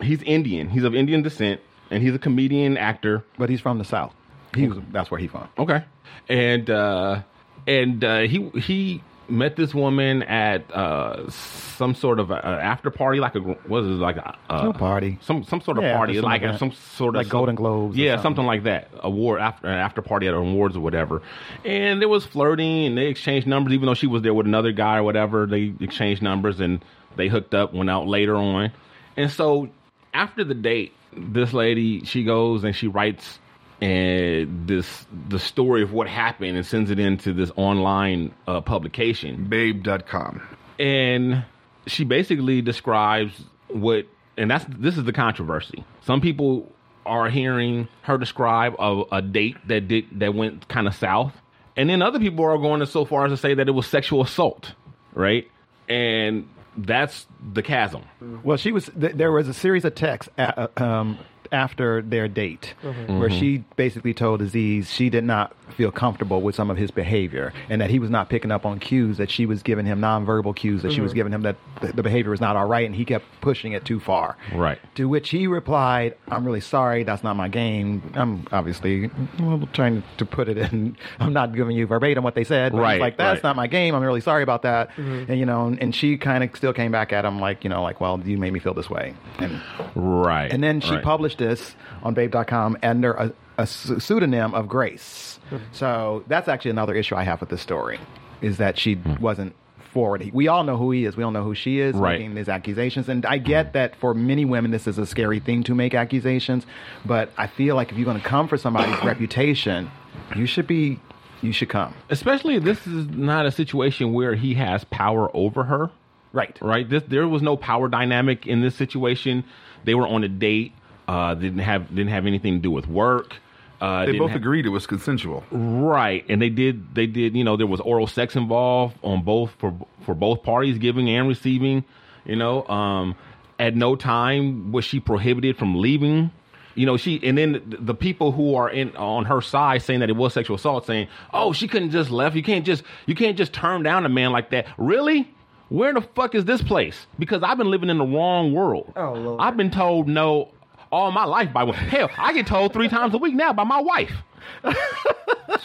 Speaker 3: he's Indian. He's of Indian descent, and he's a comedian actor.
Speaker 5: But he's from the South. He was, that's where he's from.
Speaker 3: Okay. And uh, and uh, he he met this woman at uh, some sort of a, a after party, like a was it like a, uh,
Speaker 5: No party.
Speaker 3: some some sort of
Speaker 5: Yeah,
Speaker 3: party,
Speaker 5: something
Speaker 3: like
Speaker 5: like
Speaker 3: a-
Speaker 5: that.
Speaker 3: some sort
Speaker 5: Like
Speaker 3: of
Speaker 5: Golden Globes or
Speaker 3: yeah,
Speaker 5: something.
Speaker 3: something like that. Award after an after party at awards or whatever. And there was flirting, and they exchanged numbers, even though she was there with another guy or whatever. They exchanged numbers and they hooked up. Went out later on, and so after the date, this lady she goes and she writes and this the story of what happened and sends it into this online uh, publication
Speaker 8: Babe.com.
Speaker 3: and she basically describes what and that's this is the controversy some people are hearing her describe a, a date that did that went kind of south and then other people are going so far as to say that it was sexual assault right and that's the chasm
Speaker 5: Well, she was. Th- there was a series of texts a- uh, um, after their date, where she basically told Aziz she did not feel comfortable with some of his behavior, and that he was not picking up on cues that she was giving him, nonverbal cues that she was giving him that th- the behavior was not all right, and he kept pushing it too far.
Speaker 3: Right.
Speaker 5: To which he replied, "I'm really sorry. That's not my game. I'm obviously well, trying to put it in. I'm not giving you verbatim what they said. But he's
Speaker 3: Right,
Speaker 5: Like that's
Speaker 3: right.
Speaker 5: not." my game. I'm really sorry about that. And you know, and she kind of still came back at him like, you know, like, well, you made me feel this way. And
Speaker 3: right
Speaker 5: and then she
Speaker 3: right.
Speaker 5: published this on Babe.com under a, a s- pseudonym of Grace. So that's actually another issue I have with this story, is that she wasn't forward. We all know who he is. We all know who she is
Speaker 3: Hmm. Right.
Speaker 5: making these accusations. And I get that for many women, this is a scary thing to make accusations. But I feel like if you're going to come for somebody's reputation, you should be, you should come.
Speaker 3: especially this is not a situation where he has power over her
Speaker 5: Right.
Speaker 3: right? This there was no power dynamic in this situation. They were on a date. Uh, didn't have didn't have anything to do with work. Uh,
Speaker 8: They
Speaker 3: didn't
Speaker 8: both
Speaker 3: ha-
Speaker 8: agreed it was consensual.
Speaker 3: right? And they did they did you know there was oral sex involved on both for for both parties giving and receiving. You know, um, at no time was she prohibited from leaving. You know, she and then th- the people who are in on her side saying that it was sexual assault, saying, "Oh, she couldn't just left. You can't just you can't just turn down a man like that." Really? Where the fuck is this place? Because I've been living in the wrong world.
Speaker 4: Oh, Lord.
Speaker 3: I've been told no all my life by women. Hell, I get told three times a week now by my wife.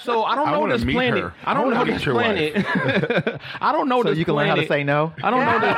Speaker 3: So I don't
Speaker 8: I
Speaker 3: know
Speaker 8: wanna
Speaker 3: this
Speaker 8: meet
Speaker 3: planet.
Speaker 8: her.
Speaker 3: I
Speaker 8: I
Speaker 3: don't
Speaker 8: wanna
Speaker 3: know
Speaker 8: meet
Speaker 3: this
Speaker 8: your wife.
Speaker 3: planet. I don't know
Speaker 5: So
Speaker 3: this
Speaker 5: you can learn how to
Speaker 3: planet.
Speaker 5: say no?
Speaker 3: I don't know the,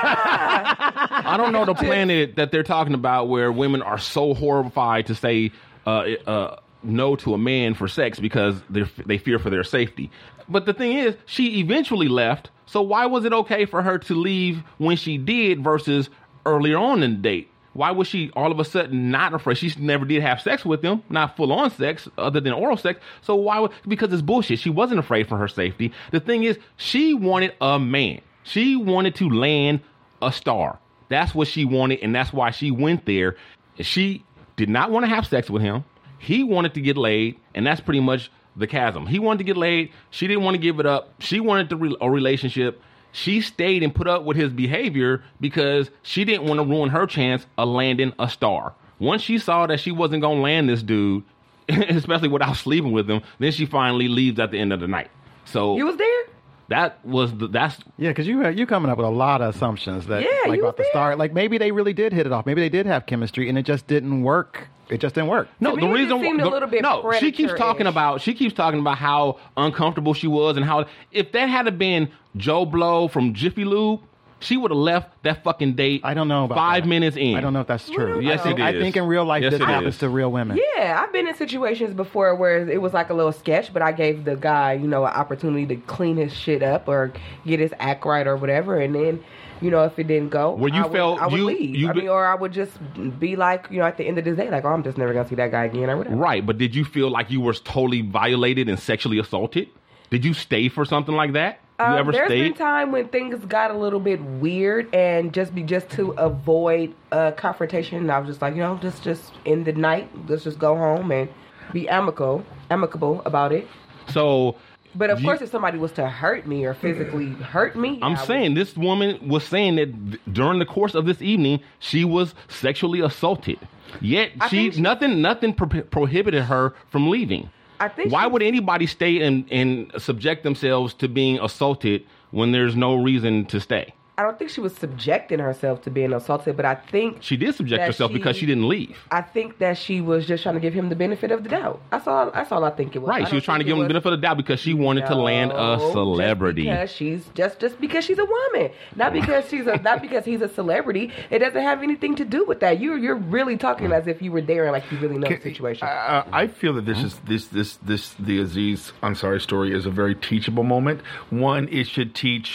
Speaker 3: I don't know the planet that they're talking about where women are so horrified to say uh, uh, no to a man for sex because they they fear for their safety. But the thing is, she eventually left. So why was it okay for her to leave when she did versus earlier on in the date? Why was she all of a sudden not afraid? She never did have sex with him, not full on sex, other than oral sex. So why? would- Because it's bullshit. She wasn't afraid for her safety. The thing is, she wanted a man. She wanted to land a star. That's what she wanted, and that's why she went there. She did not want to have sex with him. He wanted to get laid, and that's pretty much the chasm. He wanted to get laid. She didn't want to give it up. She wanted to re- a relationship. She stayed and put up with his behavior because she didn't want to ruin her chance of landing a star. Once she saw that she wasn't going to land this dude, especially without sleeping with him, then she finally leaves at the end of the night. So
Speaker 4: You was there?
Speaker 3: that was the, that's
Speaker 5: Yeah, because you uh, you coming up with a lot of assumptions that
Speaker 4: Yeah,
Speaker 5: like
Speaker 4: you
Speaker 5: about the
Speaker 4: did.
Speaker 5: star. Like maybe they really did hit it off. Maybe they did have chemistry, and it just didn't work. It just didn't work.
Speaker 3: No,
Speaker 4: To me,
Speaker 3: the
Speaker 4: it
Speaker 3: reason
Speaker 4: just seemed a
Speaker 3: the-
Speaker 4: little bit
Speaker 3: no, she keeps
Speaker 4: predator-ish.
Speaker 3: talking about she keeps talking about how uncomfortable she was and how if that had been Joe Blow from Jiffy Lube, she would have left that fucking date.
Speaker 5: I don't know about
Speaker 3: five
Speaker 5: that.
Speaker 3: minutes in.
Speaker 5: I don't know if that's true.
Speaker 3: Yes,
Speaker 5: I think,
Speaker 3: it
Speaker 5: I
Speaker 3: is.
Speaker 5: think in real life
Speaker 3: Yes,
Speaker 5: this
Speaker 3: it
Speaker 5: happens
Speaker 3: is.
Speaker 5: to real women.
Speaker 4: Yeah, I've been in situations before where it was like a little sketch, but I gave the guy, you know, an opportunity to clean his shit up or get his act right or whatever, and then, you know, if it didn't go,
Speaker 3: Well, you
Speaker 4: I would,
Speaker 3: felt-
Speaker 4: I would
Speaker 3: you-
Speaker 4: leave.
Speaker 3: you
Speaker 4: I
Speaker 3: be-
Speaker 4: mean, or I would just be like, you know, at the end of this day, like, oh, I'm just never gonna see that guy again or whatever.
Speaker 3: Right, but did you feel like you were totally violated and sexually assaulted? Did you stay for something like that? You
Speaker 4: Um,
Speaker 3: ever
Speaker 4: there's
Speaker 3: stayed?
Speaker 4: been time when things got a little bit weird, and just be just to avoid uh, confrontation, I was just like, you know, just just in the night, let's just go home and be amicable, amicable about it.
Speaker 3: so
Speaker 4: But of
Speaker 3: You-
Speaker 4: course, if somebody was to hurt me or physically hurt me,
Speaker 3: I'm
Speaker 4: I would-
Speaker 3: saying this woman was saying that th- during the course of this evening, she was sexually assaulted. Yet
Speaker 4: I
Speaker 3: she,
Speaker 4: think she-
Speaker 3: nothing nothing pro- prohibited her from leaving.
Speaker 4: I think
Speaker 3: Why
Speaker 4: she-
Speaker 3: would anybody stay and, and subject themselves to being assaulted when there's no reason to stay?
Speaker 4: I don't think she was subjecting herself to being assaulted, but I think
Speaker 3: She did subject
Speaker 4: That
Speaker 3: herself because
Speaker 4: she-
Speaker 3: she didn't leave.
Speaker 4: I think that she was just trying to give him the benefit of the doubt. That's all. That's all I think it was. I
Speaker 3: Right.
Speaker 4: don't
Speaker 3: She was trying to
Speaker 4: think
Speaker 3: give
Speaker 4: it
Speaker 3: him the
Speaker 4: was-
Speaker 3: benefit of the doubt because she wanted to land a
Speaker 4: No,
Speaker 3: celebrity.
Speaker 4: Just because she's just just because she's a woman, not because she's a not because he's a celebrity. It doesn't have anything to do with that. You're you're really talking as if you were there and like you really know the situation.
Speaker 8: I, Uh, I- I feel that this is this this this the Aziz Ansari story is a very teachable moment. One, it should teach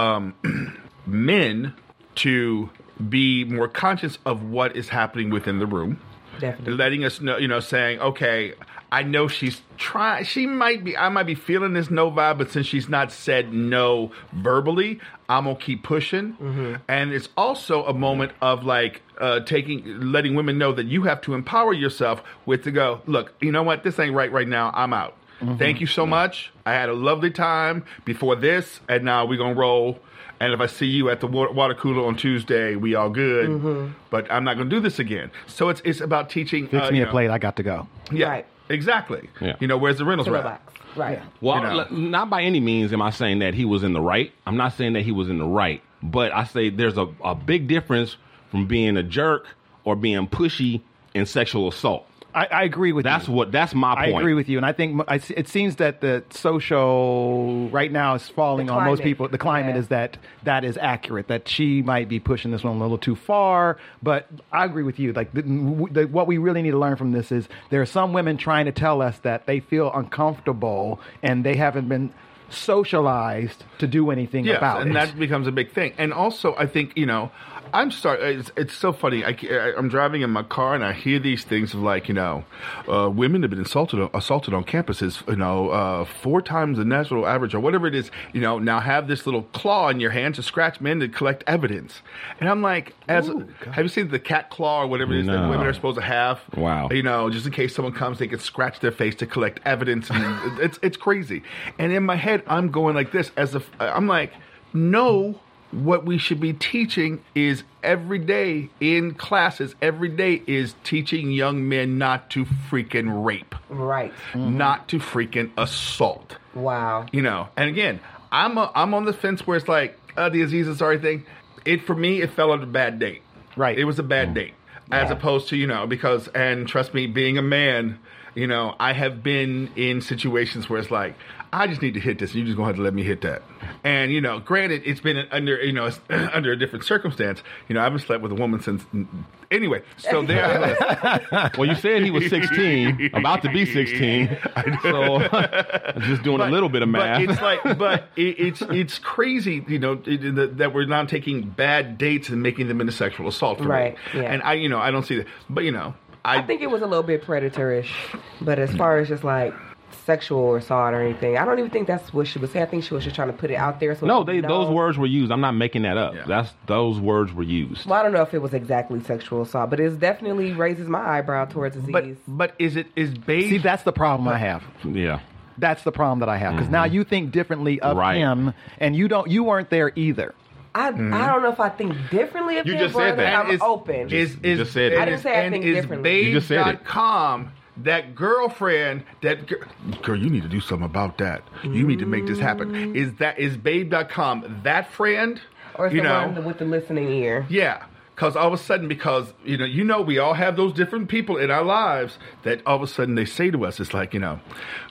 Speaker 8: um, men to be more conscious of what is happening within the room.
Speaker 4: Definitely.
Speaker 8: letting us know, you know, saying, okay, I know she's trying. She might be, I might be feeling this no vibe, but since she's not said no verbally, I'm gonna keep pushing. And it's also a moment of like uh, taking, letting women know that you have to empower yourself with to go. Look, you know what? This ain't right right now. I'm out.
Speaker 4: Mm-hmm.
Speaker 8: Thank you so much. I had a lovely time before this, and now we're gonna roll. And if I see you at the wa- water cooler on Tuesday, we all good.
Speaker 4: Mm-hmm.
Speaker 8: But I'm not going to do this again. So it's it's about teaching.
Speaker 5: Fix
Speaker 8: uh,
Speaker 5: me
Speaker 8: you
Speaker 5: a
Speaker 8: know-
Speaker 5: plate. I got to go.
Speaker 8: Yeah,
Speaker 4: Right.
Speaker 8: exactly.
Speaker 3: Yeah.
Speaker 8: You know, where's the Reynolds
Speaker 4: To
Speaker 8: rap?
Speaker 4: relax. Right.
Speaker 3: Well,
Speaker 8: You know.
Speaker 3: l- not by any means am I saying that he was in the right. I'm not saying that he was in the right, but I say there's a, a big difference from being a jerk or being pushy in sexual assault.
Speaker 5: I, I agree with
Speaker 3: That's
Speaker 5: you.
Speaker 3: what that's my
Speaker 5: I
Speaker 3: point.
Speaker 5: agree with you, and I think mo- I s it seems that the social right now is falling
Speaker 4: The
Speaker 5: on most
Speaker 4: climate.
Speaker 5: people. The climate
Speaker 4: Yeah.
Speaker 5: is that that is accurate. That she might be pushing this one a little too far, but I agree with you. Like the, w- the, what we really need to learn from this is there are some women trying to tell us that they feel uncomfortable and they haven't been socialized to do anything
Speaker 8: Yes,
Speaker 5: about
Speaker 8: and
Speaker 5: it.
Speaker 8: that becomes a big thing. And also, I think you know, I'm sorry. It's, it's so funny. I, am driving in my car and I hear these things of like you know, uh, women have been insulted assaulted on campuses. You know, uh, four times the national average or whatever it is. You know, now have this little claw in your hand to scratch men to collect evidence. And I'm like, as have you seen the cat claw or whatever it is that
Speaker 3: No.
Speaker 8: women are supposed to have?
Speaker 3: Wow.
Speaker 8: You know, just in case someone comes, they can scratch their face to collect evidence. And it's it's crazy. And in my head, I'm going like this as if I'm like, no. What we should be teaching is every day in classes, every day is teaching young men not to freaking rape,
Speaker 4: Right.
Speaker 8: not to freaking assault
Speaker 4: Mm-hmm. Wow.
Speaker 8: you know. And again, I'm a, I'm on the fence where it's like uh, the Aziz Ansari thing. It for me, it fell on a bad date.
Speaker 5: Right.
Speaker 8: It was a bad date, as opposed to you know because and trust me, being a man, you know, I have been in situations where it's like. I just need to hit this, and you just gonna have to let me hit that. And you know, granted, it's been under you know it's under a different circumstance. You know, I haven't slept with a woman since anyway. So there,
Speaker 3: Well, you said he was 16, about to be 16, so just doing a little bit of math.
Speaker 8: But it's like, but it, it's it's crazy, you know, it- that- that we're not taking bad dates and making them into sexual assault, for me.
Speaker 4: Right, yeah.
Speaker 8: And I, you know, I don't see that, but you know, I,
Speaker 4: I think it was a little bit predatorish, but as far as just like sexual assault or anything, I don't even think that's what she was saying. I think she was just trying to put it out there. So
Speaker 3: no,
Speaker 4: people
Speaker 3: they,
Speaker 4: know.
Speaker 3: those words were used. I'm not making that up.
Speaker 8: Yeah.
Speaker 3: That's those words were used.
Speaker 4: Well, I don't know if it was exactly sexual assault, but it definitely raises my eyebrow towards disease.
Speaker 8: but but is it is beige?
Speaker 5: See, that's the problem I have.
Speaker 3: Yeah.
Speaker 5: That's the problem that I have because now you think differently of
Speaker 3: Mm-hmm. Right.
Speaker 5: him, and you don't. You weren't there either. Mm-hmm.
Speaker 4: I, I don't know if I think differently of
Speaker 8: you
Speaker 4: him,
Speaker 8: just
Speaker 4: or
Speaker 8: said that.
Speaker 4: I'm
Speaker 8: is,
Speaker 4: open.
Speaker 8: Is,
Speaker 3: You
Speaker 8: is-
Speaker 3: just said it.
Speaker 8: and
Speaker 3: I
Speaker 4: didn't
Speaker 8: is-
Speaker 4: say I
Speaker 8: and
Speaker 4: think
Speaker 8: is
Speaker 4: differently.
Speaker 3: You just said it.
Speaker 8: beige.com, That girlfriend, that gir- girl, you need to do something about that. You need to make this happen. Is that is babe.com that friend?
Speaker 4: Mm. or
Speaker 8: you know,
Speaker 4: someone with the listening ear.
Speaker 8: Yeah. Cause all of a sudden, because you know, you know, we all have those different people in our lives that all of a sudden they say to us, it's like you know,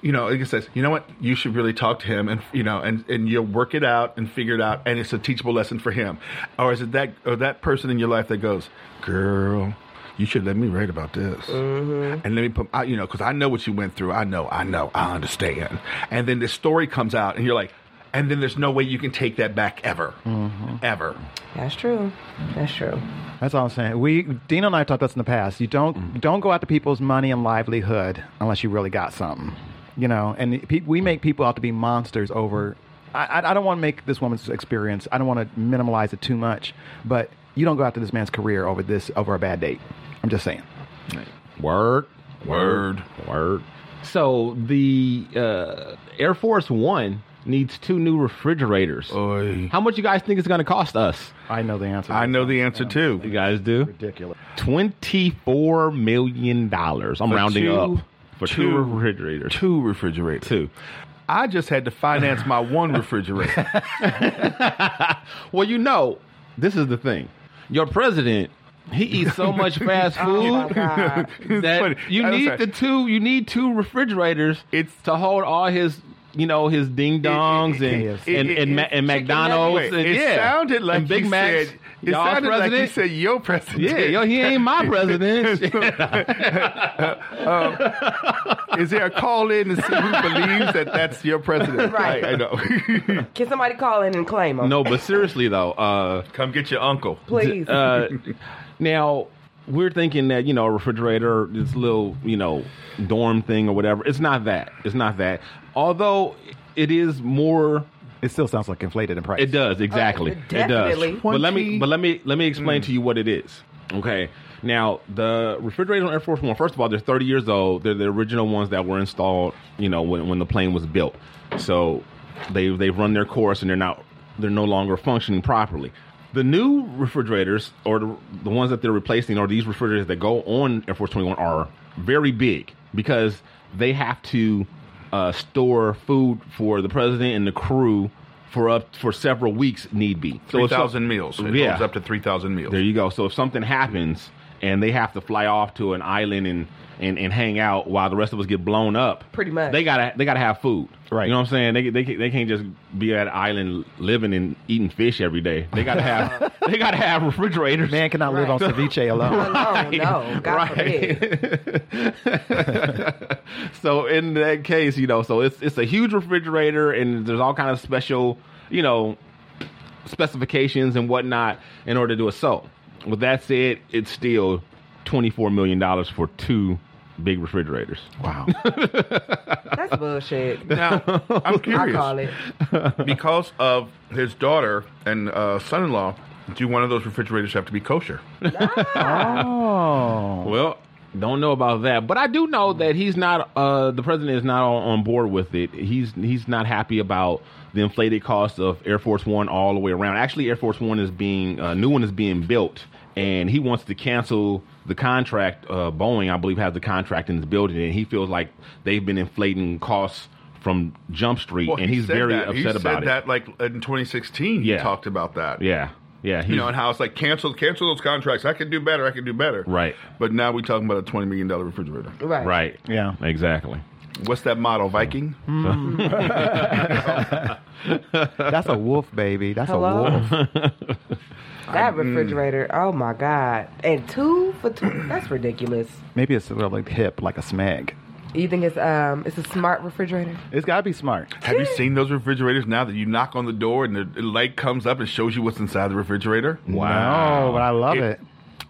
Speaker 8: you know, it says, you know what, you should really talk to him, and you know, and and you'll work it out and figure it out, and it's a teachable lesson for him, or is it that or that person in your life that goes, girl, you should let me write about this, and let me put, I, you know, because I know what you went through, I know, I know, I understand, and then this story comes out, and you're like, and then there's no way you can take that back ever, ever.
Speaker 4: That's true. That's true.
Speaker 5: Mm-hmm. That's all I'm saying. We Dino and I talked about this in the past. You don't
Speaker 3: Mm-hmm.
Speaker 5: don't go after people's money and livelihood unless you really got something, you know. And the pe- we make people out to be monsters over. I, I, I don't want to make this woman's experience. I don't want to minimalize it too much, but you don't go after this man's career over this over a bad date. I'm just saying.
Speaker 3: Word.
Speaker 8: Word.
Speaker 3: Word. So the uh, Air Force One needs two new refrigerators.
Speaker 8: Oy.
Speaker 3: How much you guys think it's going to cost us?
Speaker 5: I know the answer.
Speaker 8: I know the answer
Speaker 3: You
Speaker 8: too.
Speaker 3: guys do
Speaker 5: Ridiculous.
Speaker 3: twenty four million dollars. I'm rounding
Speaker 8: two
Speaker 3: up for two, refrigerators.
Speaker 8: Two refrigerators.
Speaker 3: Two.
Speaker 8: I just had to finance my one refrigerator.
Speaker 3: Well, you know, this is the thing. Your president, he eats so much fast
Speaker 4: Oh, my
Speaker 3: food
Speaker 4: God.
Speaker 8: It's funny.
Speaker 3: that you
Speaker 8: I'm
Speaker 3: need
Speaker 8: sorry.
Speaker 3: the two. You need two refrigerators.
Speaker 8: It's-
Speaker 3: to hold all his, you know, his ding dongs
Speaker 8: it-
Speaker 3: and
Speaker 8: it-
Speaker 3: and
Speaker 8: it-
Speaker 3: and, Ma-
Speaker 8: it-
Speaker 3: and McDonald's.
Speaker 8: Wait,
Speaker 3: and,
Speaker 8: it
Speaker 3: yeah.
Speaker 8: sounded like
Speaker 3: and Big
Speaker 8: you
Speaker 3: Macs.
Speaker 8: said. It
Speaker 3: y'all
Speaker 8: sounded
Speaker 3: president.
Speaker 8: like you said your president.
Speaker 3: yeah, yo, he ain't my president.
Speaker 8: um, Is there a call in to see who believes that that's your president?
Speaker 4: Right.
Speaker 8: I, I know.
Speaker 4: Can somebody call in and claim them?
Speaker 3: no, but seriously though, uh,
Speaker 8: Come get your uncle.
Speaker 4: please.
Speaker 3: uh, now we're thinking that you know a refrigerator, this little you know dorm thing or whatever. It's not that. It's not that. Although it is more.
Speaker 5: It still sounds like inflated in price.
Speaker 3: It does exactly. it does.
Speaker 4: definitely.
Speaker 3: But let me but let me let me explain to you what it is. Okay. Now the refrigerators on Air Force One. First of all, they're 30 years old. They're the original ones that were installed. You know when when the plane was built. So they they've run their course and they're not they're no longer functioning properly. The new refrigerators or the, the ones that they're replacing or these refrigerators that go on Air Force 21 are very big because they have to uh, store food for the president and the crew for up for several weeks need be. So
Speaker 8: Three
Speaker 3: if so-
Speaker 8: thousand meals. It
Speaker 3: yeah.
Speaker 8: goes up to three thousand meals.
Speaker 3: There you go. So if something happens and they have to fly off to an island and and, and hang out while the rest of us get blown up,
Speaker 4: Pretty much.
Speaker 3: they gotta they gotta have food.
Speaker 5: Right.
Speaker 3: You know what I'm saying? They they can't- they can't just be at an island living and eating fish every day. They gotta have they gotta have refrigerators.
Speaker 5: Man cannot live on
Speaker 4: Right.
Speaker 5: ceviche alone.
Speaker 4: Oh, no, God forbid.
Speaker 3: so in that case, you know, so it's it's a huge refrigerator, and there's all kind of special, you know, specifications and whatnot in order to do it. So with that said, it's still twenty four million dollars for two big refrigerators.
Speaker 5: wow.
Speaker 4: That's bullshit.
Speaker 8: Now, I'm
Speaker 4: I
Speaker 8: curious.
Speaker 4: call it.
Speaker 8: because of his daughter and uh, son-in-law, do one of those refrigerators have to be kosher?
Speaker 5: Oh.
Speaker 3: Well, don't know about that, but I do know that he's not. Uh, the president is not on, on board with it. He's he's not happy about the inflated cost of Air Force One all the way around. Actually, Air Force One is being a new one is being built, and he wants to cancel the contract. Uh, Boeing, I believe, has the contract and is building it. And he feels like they've been inflating costs from Jump Street,
Speaker 8: Well,
Speaker 3: and
Speaker 8: he
Speaker 3: he's
Speaker 8: said
Speaker 3: very
Speaker 8: that.
Speaker 3: upset
Speaker 8: he said
Speaker 3: about
Speaker 8: that like in 2016, he
Speaker 3: Yeah.
Speaker 8: talked about that.
Speaker 3: it. Yeah, yeah. He's,
Speaker 8: You know, and how it's like cancel, cancel those contracts. I can do better. I can do better.
Speaker 3: Right.
Speaker 8: But now we're talking about a twenty million dollar refrigerator.
Speaker 4: Right.
Speaker 3: right.
Speaker 5: Yeah. Hmm.
Speaker 3: exactly.
Speaker 8: What's that model, Viking?
Speaker 5: That's a wolf, baby. That's a
Speaker 4: Hello?
Speaker 5: wolf.
Speaker 4: That
Speaker 8: mm.
Speaker 4: refrigerator. Oh my God. And two for two. That's ridiculous.
Speaker 5: Maybe it's sort of like hip, like a smeg.
Speaker 4: You think it's um it's a smart refrigerator?
Speaker 5: It's got to be smart.
Speaker 8: Have you seen those refrigerators now that you knock on the door and the the light comes up and shows you what's inside the refrigerator?
Speaker 5: Wow. No, but I love
Speaker 8: It-
Speaker 5: it.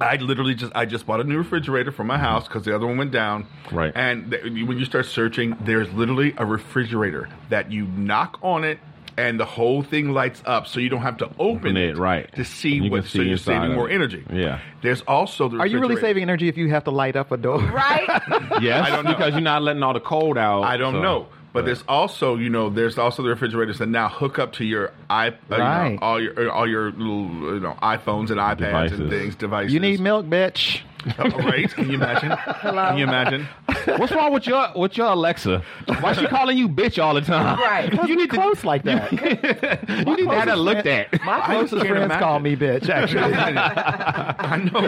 Speaker 8: I literally just I just bought a new refrigerator for my house because the other one went down.
Speaker 3: Right.
Speaker 8: And th- when you start searching, there's literally a refrigerator that you knock on it. And the whole thing lights up, so you don't have to open,
Speaker 3: it, right.
Speaker 8: To see
Speaker 3: You can
Speaker 8: what,
Speaker 3: see
Speaker 8: so you're
Speaker 3: inside
Speaker 8: saving
Speaker 3: of
Speaker 8: more
Speaker 3: it.
Speaker 8: energy.
Speaker 3: Yeah.
Speaker 8: There's also the.
Speaker 5: Are you really
Speaker 8: refrigerator-
Speaker 5: saving energy if you have to light up a door?
Speaker 4: Right.
Speaker 3: Yes,
Speaker 8: I don't know.
Speaker 3: because you're not letting all the cold out.
Speaker 8: I don't
Speaker 3: so-
Speaker 8: know. But there's also, you know, there's also the refrigerators that now hook up to your i, uh, you know,
Speaker 5: Right.
Speaker 8: all your uh, all your little, you know, iPhones and iPads and
Speaker 3: Devices.
Speaker 8: things, devices.
Speaker 5: You need milk, bitch.
Speaker 8: Oh, right? Can you imagine? Can you imagine?
Speaker 3: What's wrong with your with your Alexa? Why she calling you bitch all the time?
Speaker 4: Right.
Speaker 3: You need to
Speaker 5: close like that.
Speaker 3: you need to have that looked at.
Speaker 5: My closest
Speaker 8: can't
Speaker 5: friends
Speaker 8: imagine.
Speaker 5: call me bitch, actually.
Speaker 8: I know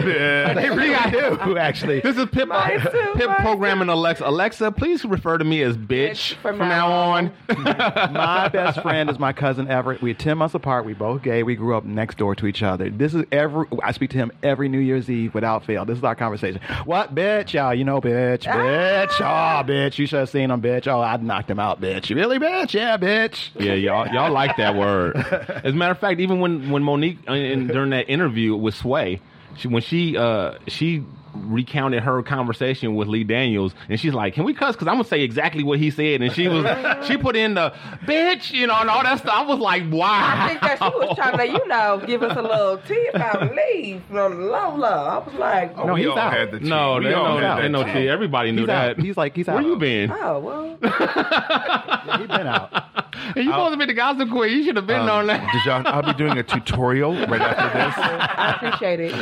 Speaker 8: that.
Speaker 5: they really do, actually.
Speaker 3: This is Pip
Speaker 4: Mine too,
Speaker 3: Pip
Speaker 4: mine
Speaker 3: programming Alexa. Alexa, please refer to me as bitch
Speaker 4: Bitch
Speaker 3: from, now, on.
Speaker 5: My best friend is my cousin Everett. We're 10 months apart. We both gay. We grew up next door to each other. This is every, I speak to him every New Year's Eve without fail. This is our conversation. What, bitch? Oh, you know, bitch, bitch.
Speaker 3: Ah.
Speaker 5: Oh, bitch. You should have seen him, bitch. Oh, I knocked him out, bitch. Really, bitch? Yeah, bitch.
Speaker 3: Yeah, y'all y'all like that word. As a matter of fact, even when when Monique uh, in, during that interview with Sway, she when she uh she recounted her conversation with Lee Daniels, and she's like, "Can we cuss? Because I'm gonna say exactly what he said." And she was she put in the bitch, you know, and all that stuff. I was like,
Speaker 4: I
Speaker 3: "Why?"
Speaker 4: think that she was trying to, you know, give us a little tea about leave from Lola. I was like,
Speaker 8: Oh,
Speaker 4: oh,
Speaker 8: we
Speaker 5: he's
Speaker 8: all
Speaker 5: out.
Speaker 8: had the tea.
Speaker 3: No,
Speaker 8: we
Speaker 3: they
Speaker 8: all
Speaker 3: know,
Speaker 8: had that
Speaker 3: they know
Speaker 8: tea.
Speaker 3: tea. Everybody knew
Speaker 5: He's
Speaker 3: that.
Speaker 4: Oh,
Speaker 5: out. He's like, he's out.
Speaker 3: Where you been?
Speaker 4: well,
Speaker 5: He's been out.
Speaker 3: And you supposed to be the gossip queen. You should have
Speaker 8: Um,
Speaker 3: been on that.
Speaker 8: Dijon, I'll be doing a tutorial right after this.
Speaker 4: I appreciate it.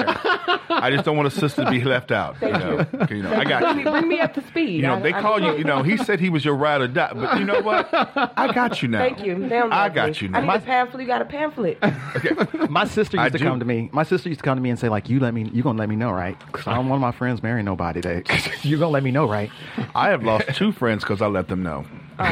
Speaker 8: I just don't want a sister to be left out.
Speaker 4: Thank
Speaker 8: you know, you. know, I got
Speaker 4: Bring
Speaker 8: you.
Speaker 4: me, bring me up to speed.
Speaker 8: You know,
Speaker 4: I-
Speaker 8: they
Speaker 4: I-
Speaker 8: call you. You know, he said he was your ride or die, but you know what? I got you now.
Speaker 4: Thank you. They don't
Speaker 8: I
Speaker 4: love
Speaker 8: got
Speaker 4: me.
Speaker 8: you
Speaker 4: I
Speaker 8: now.
Speaker 4: need
Speaker 8: My-
Speaker 4: a pamphlet. You got a pamphlet.
Speaker 5: My sister
Speaker 8: I
Speaker 5: used to
Speaker 8: do.
Speaker 5: come to me. My sister used to come to me and say, like, you let me, you gonna let me know, right? 'Cause I don't want my friends marrying nobody. They, you gonna let me know, right?
Speaker 8: I have lost two friends because I let them know. I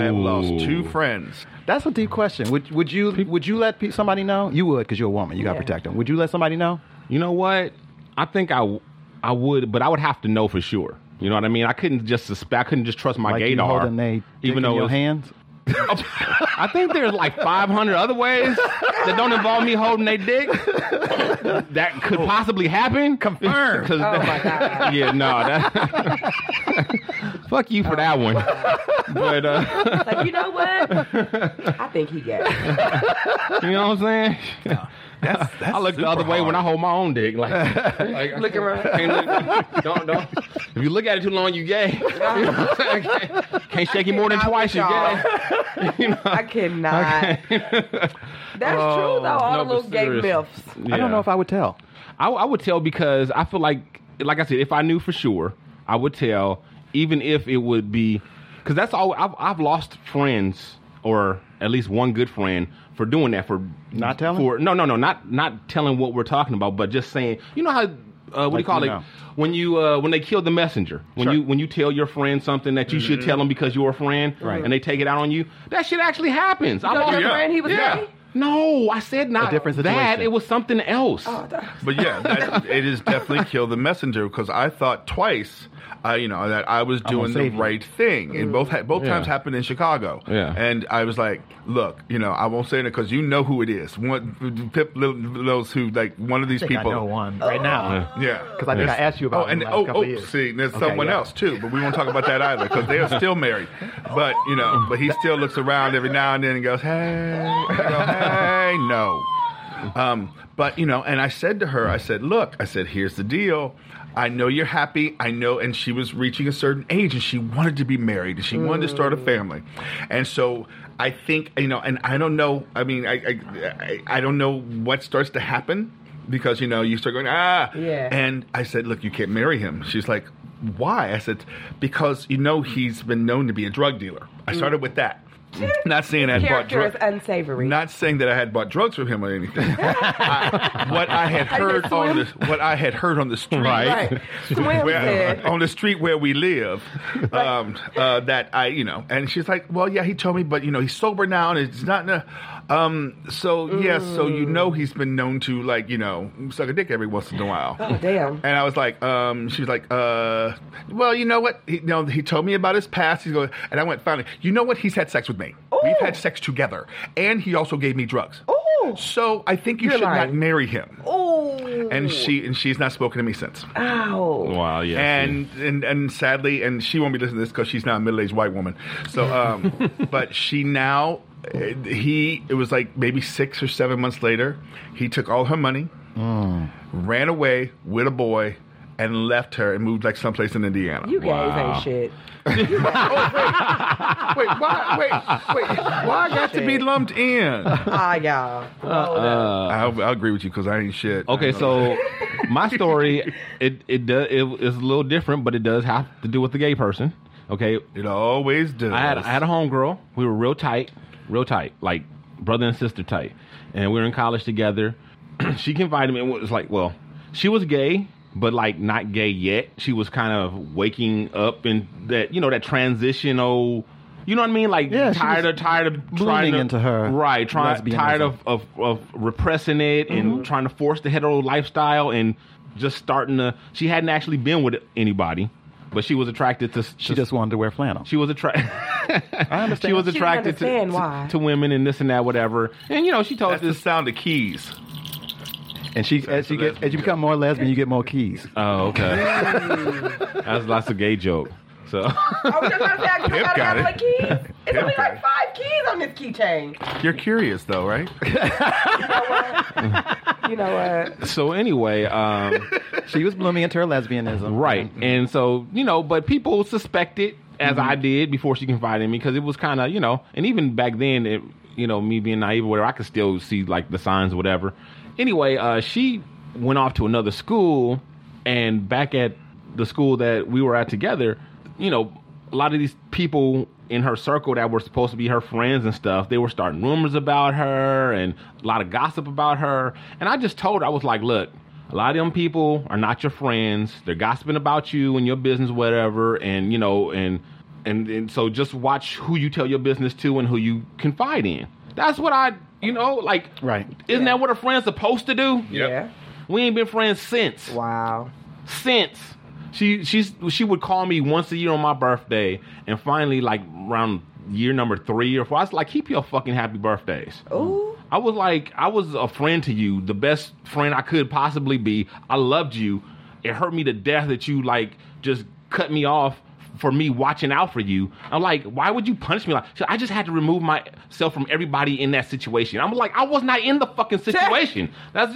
Speaker 8: have lost two friends.
Speaker 5: That's a deep question. Would would you would you let pe- somebody know? You would, because you're a woman. You gotta
Speaker 4: Yeah.
Speaker 5: protect them. Would you let somebody know?
Speaker 3: You know what? I think I, w- I would, but I would have to know for sure. You know what I mean? I couldn't just suspect. I couldn't just trust my
Speaker 5: like you
Speaker 3: gaydar.
Speaker 5: holding they
Speaker 3: even though
Speaker 5: your
Speaker 3: it's-
Speaker 5: hands.
Speaker 3: I think there's like 500 other ways that don't involve me holding a dick that could possibly happen. Confirm.
Speaker 4: Oh my god.
Speaker 3: yeah, no. That, fuck you for that one. But uh,
Speaker 4: Oh. Like you know what? I think he got. It.
Speaker 3: you know what I'm saying?
Speaker 8: That's, that's
Speaker 3: I look the other way when I hold my own dick. Like, like I
Speaker 4: Look
Speaker 3: can't-
Speaker 4: around.
Speaker 3: can't look- don't don't. If you look at it too long, you gay. You know what I'm saying? can't, can't shake it more than
Speaker 4: cannot
Speaker 3: twice, you
Speaker 4: with
Speaker 3: gay. You know?
Speaker 4: I cannot. That's
Speaker 8: Oh,
Speaker 4: true though. All
Speaker 3: No,
Speaker 4: the
Speaker 3: but
Speaker 4: little gay
Speaker 3: seriously.
Speaker 4: milfs.
Speaker 5: Oh. I don't know if I would tell.
Speaker 3: I, I would tell because I feel like, like I said, if I knew for sure, I would tell, even if it would be, because that's all. I've, I've lost friends, or at least one good friend, for doing that. For
Speaker 5: Not telling?
Speaker 3: For no, no, no, not not telling what we're talking about, but just saying. You know how uh, what do you
Speaker 5: Like,
Speaker 3: call
Speaker 5: you
Speaker 3: it?
Speaker 5: know.
Speaker 3: When you uh, when they kill the messenger, when you when you tell your friend something that you
Speaker 5: Mm-hmm.
Speaker 3: should tell them because you're a friend, right. and they take it out on you, that shit actually happens. I
Speaker 4: You told
Speaker 3: lost-
Speaker 4: your
Speaker 8: yeah.
Speaker 4: friend he was
Speaker 8: Yeah.
Speaker 4: gay.
Speaker 3: no, I said not
Speaker 5: different
Speaker 3: that.
Speaker 5: situation.
Speaker 3: It was something else.
Speaker 4: Oh, that-
Speaker 8: But yeah, that, it is definitely kill the messenger because I thought twice, uh, you know, that I was doing the
Speaker 5: save you.
Speaker 8: right thing, and both ha- both
Speaker 3: Yeah.
Speaker 8: times happened in Chicago.
Speaker 3: Yeah.
Speaker 8: and I was like, look, you know, I won't say it because you know who it is. One Pip Lil- those who like one of these
Speaker 5: I think
Speaker 8: people. Oh,
Speaker 5: I know one right now.
Speaker 8: Yeah,
Speaker 5: Because I think I asked you
Speaker 8: Oh,
Speaker 5: about.
Speaker 8: and
Speaker 5: it
Speaker 8: oh,
Speaker 5: couple
Speaker 8: oh,
Speaker 5: of years.
Speaker 8: see, there's
Speaker 5: Okay,
Speaker 8: someone
Speaker 5: yeah.
Speaker 8: else too, but we won't talk about that either because they are still married. But you know, but he still looks around every now and then and goes, "Hey, I go, hey, no." Um, but you know, and I said to her, I said, "Look, I said, here's the deal. I know you're happy. I know." And she was reaching a certain age, and she wanted to be married, and she wanted to start a family, and so. I think you know, and I don't know. I mean, I I, I I don't know what starts to happen because you know you start going ah,
Speaker 4: Yeah.
Speaker 8: and and I said, Look, you can't marry him. She's like, Why? I said, Because you know he's been known to be a drug dealer. I started with that. Not saying I had bought
Speaker 4: Character is
Speaker 8: drugs.
Speaker 4: unsavory.
Speaker 8: Not saying that I had bought drugs from him or anything. I- what I had
Speaker 4: did
Speaker 8: heard on the
Speaker 4: swim.
Speaker 8: what I had heard on the street
Speaker 4: right. Swim said.
Speaker 8: where, on the street where we live, um, uh, that I, you know, and she's like, well, yeah, he told me, but you know, he's sober now, and it's not. na- Um, so yes, so you know,
Speaker 4: Mm.
Speaker 8: he's been known to like, you know, suck a dick every once in a while.
Speaker 4: Oh, damn.
Speaker 8: And I was like, um, she was like, uh, well, you know what? He, you know, he told me about his past. He's going, and I went finally. You know what? He's had sex with me. We've had sex together, and he also gave me drugs.
Speaker 4: Ooh.
Speaker 8: So I think you
Speaker 4: You're
Speaker 8: should not
Speaker 4: lying.
Speaker 8: marry him.
Speaker 4: Ooh.
Speaker 8: And she and she's not spoken to me since
Speaker 4: Ow.
Speaker 3: Wow, yeah.
Speaker 8: and, and and sadly, and she won't be listening to this because she's now a middle aged white woman. So, um, but she now, uh, he, it was like maybe six or seven months later, he took all her money,
Speaker 3: Mm.
Speaker 8: ran away with a boy, and left her and moved like someplace in Indiana.
Speaker 4: You gays
Speaker 3: Wow.
Speaker 4: ain't shit.
Speaker 8: wait, why? Wait, wait, why I got to be Uh, lumped in?
Speaker 4: Ah, y'all.
Speaker 3: Uh,
Speaker 8: I, I agree with you because I ain't shit.
Speaker 3: Okay,
Speaker 8: I don't know.
Speaker 3: so my story it it does it is a little different, but it does have to do with the gay person. Okay,
Speaker 8: it always does.
Speaker 3: I had I had a homegirl. We were real tight, real tight, like brother and sister tight, and we were in college together. she confided in me and was like, well, she was gay, but like not gay yet. She was kind of waking up in that you know that transitional. You know what I mean? Like
Speaker 5: Yeah, she
Speaker 3: tired
Speaker 5: was
Speaker 3: of tired of trying
Speaker 5: blooming
Speaker 3: to,
Speaker 5: into her
Speaker 3: right? Trying
Speaker 5: lesbianism.
Speaker 3: tired of of, of repressing it
Speaker 5: Mm-hmm.
Speaker 3: and trying to force the hetero lifestyle and just starting to. She hadn't actually been with anybody, but she was attracted to.
Speaker 5: She just wanted to wear flannel.
Speaker 3: She was attracted. I understand. She was
Speaker 4: She didn't
Speaker 3: attracted to,
Speaker 4: understand
Speaker 3: to-
Speaker 4: why.
Speaker 3: to women and this and that, whatever. And you know, she told
Speaker 8: That's the
Speaker 3: this.
Speaker 8: sound of keys.
Speaker 5: and she as
Speaker 8: so
Speaker 5: you get
Speaker 8: lesbian,
Speaker 5: as you become more lesbian, you get more keys.
Speaker 3: Oh, okay.
Speaker 8: uh,
Speaker 3: That's lots of gay joke. So
Speaker 4: I was just about to say, I
Speaker 8: Pip
Speaker 4: got a
Speaker 8: got
Speaker 4: couple
Speaker 8: it.
Speaker 4: of keys. It's
Speaker 8: Pip
Speaker 4: only
Speaker 8: got
Speaker 4: like
Speaker 8: it.
Speaker 4: five keys on this keychain.
Speaker 8: You're curious though, right?
Speaker 4: You know what?
Speaker 3: so anyway, um,
Speaker 5: she was blooming into her lesbianism.
Speaker 3: right. And so you know, but people suspected as
Speaker 5: Mm-hmm.
Speaker 3: I did before she confided in me because it was kind of you know, and even back then, it, you know, me being naive or whatever, I could still see like the signs or whatever. Anyway, uh, she went off to another school, and back at the school that we were at together, you know, a lot of these people in her circle that were supposed to be her friends and stuff, they were starting rumors about her and a lot of gossip about her. And I just told her, I was like, look, a lot of them people are not your friends. They're gossiping about you and your business, whatever. And, you know, and, and, and so just watch who you tell your business to and who you confide in. That's what I, you know, like,
Speaker 5: Right.
Speaker 3: Isn't that what a friend's supposed to do?
Speaker 4: Yeah.
Speaker 3: We ain't been friends since
Speaker 4: Wow.
Speaker 3: since she she's she would call me once a year on my birthday and finally like around year number three or four i was like keep your fucking happy birthdays
Speaker 4: Ooh.
Speaker 3: i was like i was a friend to you the best friend i could possibly be i loved you it hurt me to death that you like just cut me off for me watching out for you i'm like why would you punish me like so i just had to remove myself from everybody in that situation i'm like i was not in the fucking situation that's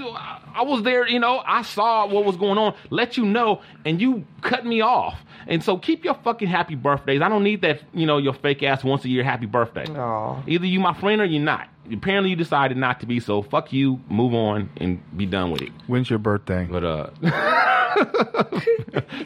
Speaker 3: i was there you know i saw what was going on let you know and you cut me off and so keep your fucking happy birthdays i don't need that you know your fake ass once a year happy birthday
Speaker 4: Aw.
Speaker 3: either you my friend or you're not apparently you decided not to be so fuck you move on and be done with it
Speaker 8: When's your birthday?
Speaker 3: but uh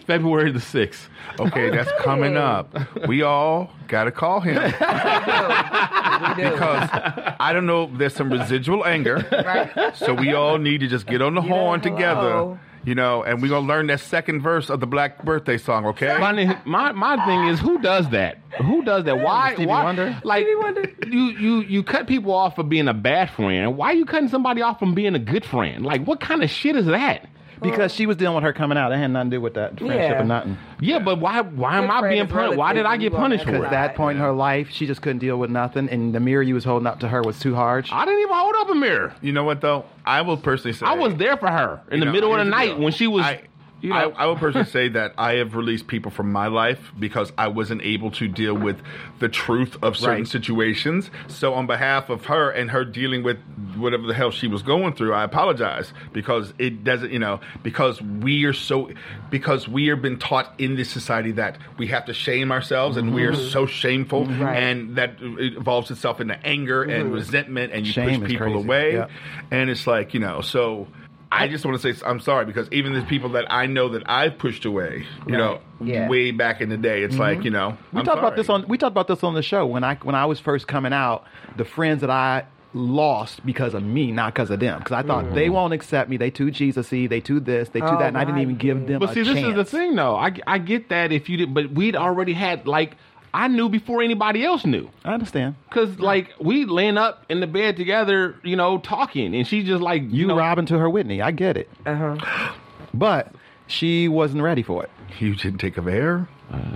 Speaker 3: february the 6th
Speaker 8: Okay, that's coming up. We all gotta call him
Speaker 4: We do.
Speaker 8: because I don't know. There's some residual anger,
Speaker 4: right.
Speaker 8: so we all need to just get on the
Speaker 4: know,
Speaker 8: horn
Speaker 4: hello.
Speaker 8: together. You know, and we're gonna learn that second verse of the Black Birthday song. Okay.
Speaker 3: My, my my thing is who does that? Who does that? Why?
Speaker 5: Stevie
Speaker 3: why-
Speaker 5: Wonder?
Speaker 3: Like
Speaker 4: Stevie Wonder.
Speaker 3: you you you cut people off for being a bad friend. Why are you cutting somebody off from being a good friend? Like what kind of shit is that?
Speaker 5: Because she was dealing with her coming out. It had nothing to do with that friendship
Speaker 4: Yeah.
Speaker 5: or nothing.
Speaker 3: Yeah, but why why am
Speaker 4: Good
Speaker 3: I
Speaker 4: friend
Speaker 3: being
Speaker 4: is
Speaker 3: punished? Why did I
Speaker 4: relative.
Speaker 3: get
Speaker 4: You are
Speaker 3: punished
Speaker 4: not
Speaker 3: for
Speaker 5: Because
Speaker 3: it?
Speaker 4: that-
Speaker 5: that point in her life, she just couldn't deal with nothing, and the mirror you was holding up to her was too hard.
Speaker 3: I didn't even hold up a mirror.
Speaker 8: You know what though? I will personally say
Speaker 3: I was there for her in
Speaker 8: You
Speaker 3: the
Speaker 8: know,
Speaker 3: middle of the
Speaker 8: here's
Speaker 3: night
Speaker 8: deal.
Speaker 3: when she was.
Speaker 8: I,
Speaker 3: you know,
Speaker 8: I, I would personally say that I have released people from my life because I wasn't able to deal with the truth of certain
Speaker 5: Right.
Speaker 8: situations. So, on behalf of her and her dealing with whatever the hell she was going through, I apologize because it doesn't, you know, because we are so, because we have been taught in this society that we have to shame ourselves and we are
Speaker 3: Mm-hmm.
Speaker 8: so shameful,
Speaker 5: Mm-hmm.
Speaker 4: Right.
Speaker 8: and that uh, it evolves itself into anger and resentment, and you
Speaker 5: Shame
Speaker 8: push
Speaker 5: is
Speaker 8: people
Speaker 5: crazy.
Speaker 8: away,
Speaker 5: Yeah.
Speaker 8: and it's like you know, so. I just want to say I'm sorry because even the people that I know that I've pushed away, you know,
Speaker 4: Yeah.
Speaker 8: way back in the day, it's like you know.
Speaker 5: Mm-hmm. We
Speaker 8: I'm
Speaker 5: talked about
Speaker 8: sorry.
Speaker 5: this on we talked about this on the show when I when I was first coming out. The friends that I lost because of me, not because of them, because I thought they won't accept me. They too Jesus-y, they too this, they too
Speaker 4: Mm. Oh,
Speaker 5: that, and I didn't
Speaker 4: my
Speaker 5: even give them.
Speaker 3: But
Speaker 5: a
Speaker 3: see, this is the
Speaker 5: chance.
Speaker 3: thing, though. I, I get that if you did, but we'd already had like I knew before anybody else knew.
Speaker 5: I understand.
Speaker 3: Cause like we laying up in the bed together, you know, talking, and she just like you,
Speaker 5: You
Speaker 3: know,
Speaker 5: robbing to her Whitney. I get it,
Speaker 4: Uh huh.
Speaker 5: but she wasn't ready for it.
Speaker 8: You didn't take of air.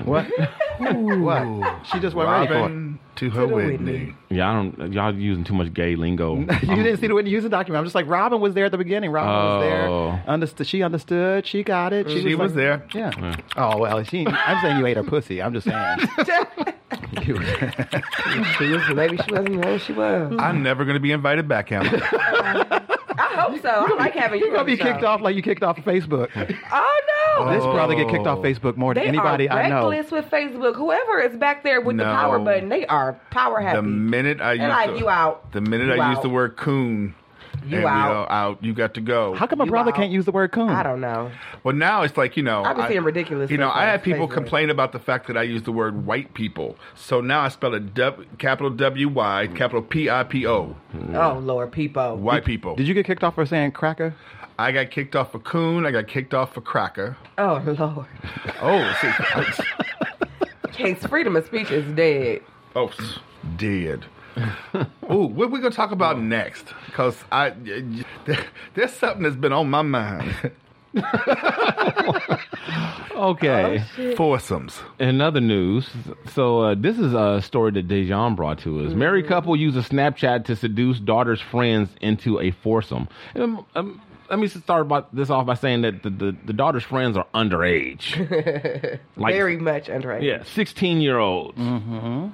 Speaker 5: What? what? She just wasn't ready
Speaker 8: Robin to her
Speaker 4: the
Speaker 8: Whitney.
Speaker 4: Whitney.
Speaker 3: yeah, I don't, y'all using too much gay lingo.
Speaker 5: for it. You didn't see the Whitney Houston document. I'm just like Robin was there at the beginning. Robin
Speaker 3: Oh.
Speaker 5: was there. Understood. She understood. She got it.
Speaker 8: She was
Speaker 5: like-
Speaker 8: there.
Speaker 5: Yeah. Oh well, she. I'm saying you ate her pussy. I'm just saying. You-
Speaker 4: She was, maybe she wasn't where she was.
Speaker 8: I'm never going to be invited back, Emma.
Speaker 4: I hope so. I like having you.
Speaker 5: You're gonna be kicked off like you kicked off of Facebook.
Speaker 4: Oh no.
Speaker 5: This probably get kicked
Speaker 8: Oh.
Speaker 5: off Facebook more than
Speaker 4: They
Speaker 5: anybody
Speaker 4: are
Speaker 5: I know.
Speaker 4: reckless with Facebook. Whoever is back there with the power
Speaker 8: No.
Speaker 4: button, they are power happy.
Speaker 8: The minute I used
Speaker 4: like,
Speaker 8: the,
Speaker 4: you out.
Speaker 8: The minute
Speaker 4: You
Speaker 8: I used
Speaker 4: out.
Speaker 8: the word coon,
Speaker 4: You
Speaker 8: and we
Speaker 4: out.
Speaker 8: all out. You got to go.
Speaker 5: How come my
Speaker 4: You
Speaker 5: brother
Speaker 4: out.
Speaker 5: can't use the word coon?
Speaker 4: I don't know.
Speaker 8: Well, now it's like you know.
Speaker 4: I've been seeing ridiculous
Speaker 8: You know,
Speaker 4: stuff
Speaker 8: I
Speaker 4: on
Speaker 8: had people
Speaker 4: Facebook.
Speaker 8: complain about the fact that I use the word white people, so now I spell it w, capital W Y, capital P I P O,
Speaker 4: Oh Lord, people.
Speaker 8: white people.
Speaker 5: Did you get kicked off for saying cracker?
Speaker 8: I got kicked off for coon. I got kicked off for cracker.
Speaker 4: Oh Lord.
Speaker 8: Oh, see,
Speaker 4: Case freedom of speech is dead.
Speaker 8: oh, s- dead. Ooh, what we gonna talk about next? Cause I, there- there's something that's been on my mind.
Speaker 5: Oh,
Speaker 3: Okay.
Speaker 8: Foursomes.
Speaker 3: In other news, so uh, this is a story that Dejan brought to us. Married
Speaker 5: Mm-hmm.
Speaker 3: couple uses Snapchat to seduce daughter's friends into a foursome. Um, um, let me start about this off by saying that the, the, the daughter's friends are underage. like,
Speaker 4: Very much underage.
Speaker 3: Yeah, 16 year olds.
Speaker 5: Mm-hmm.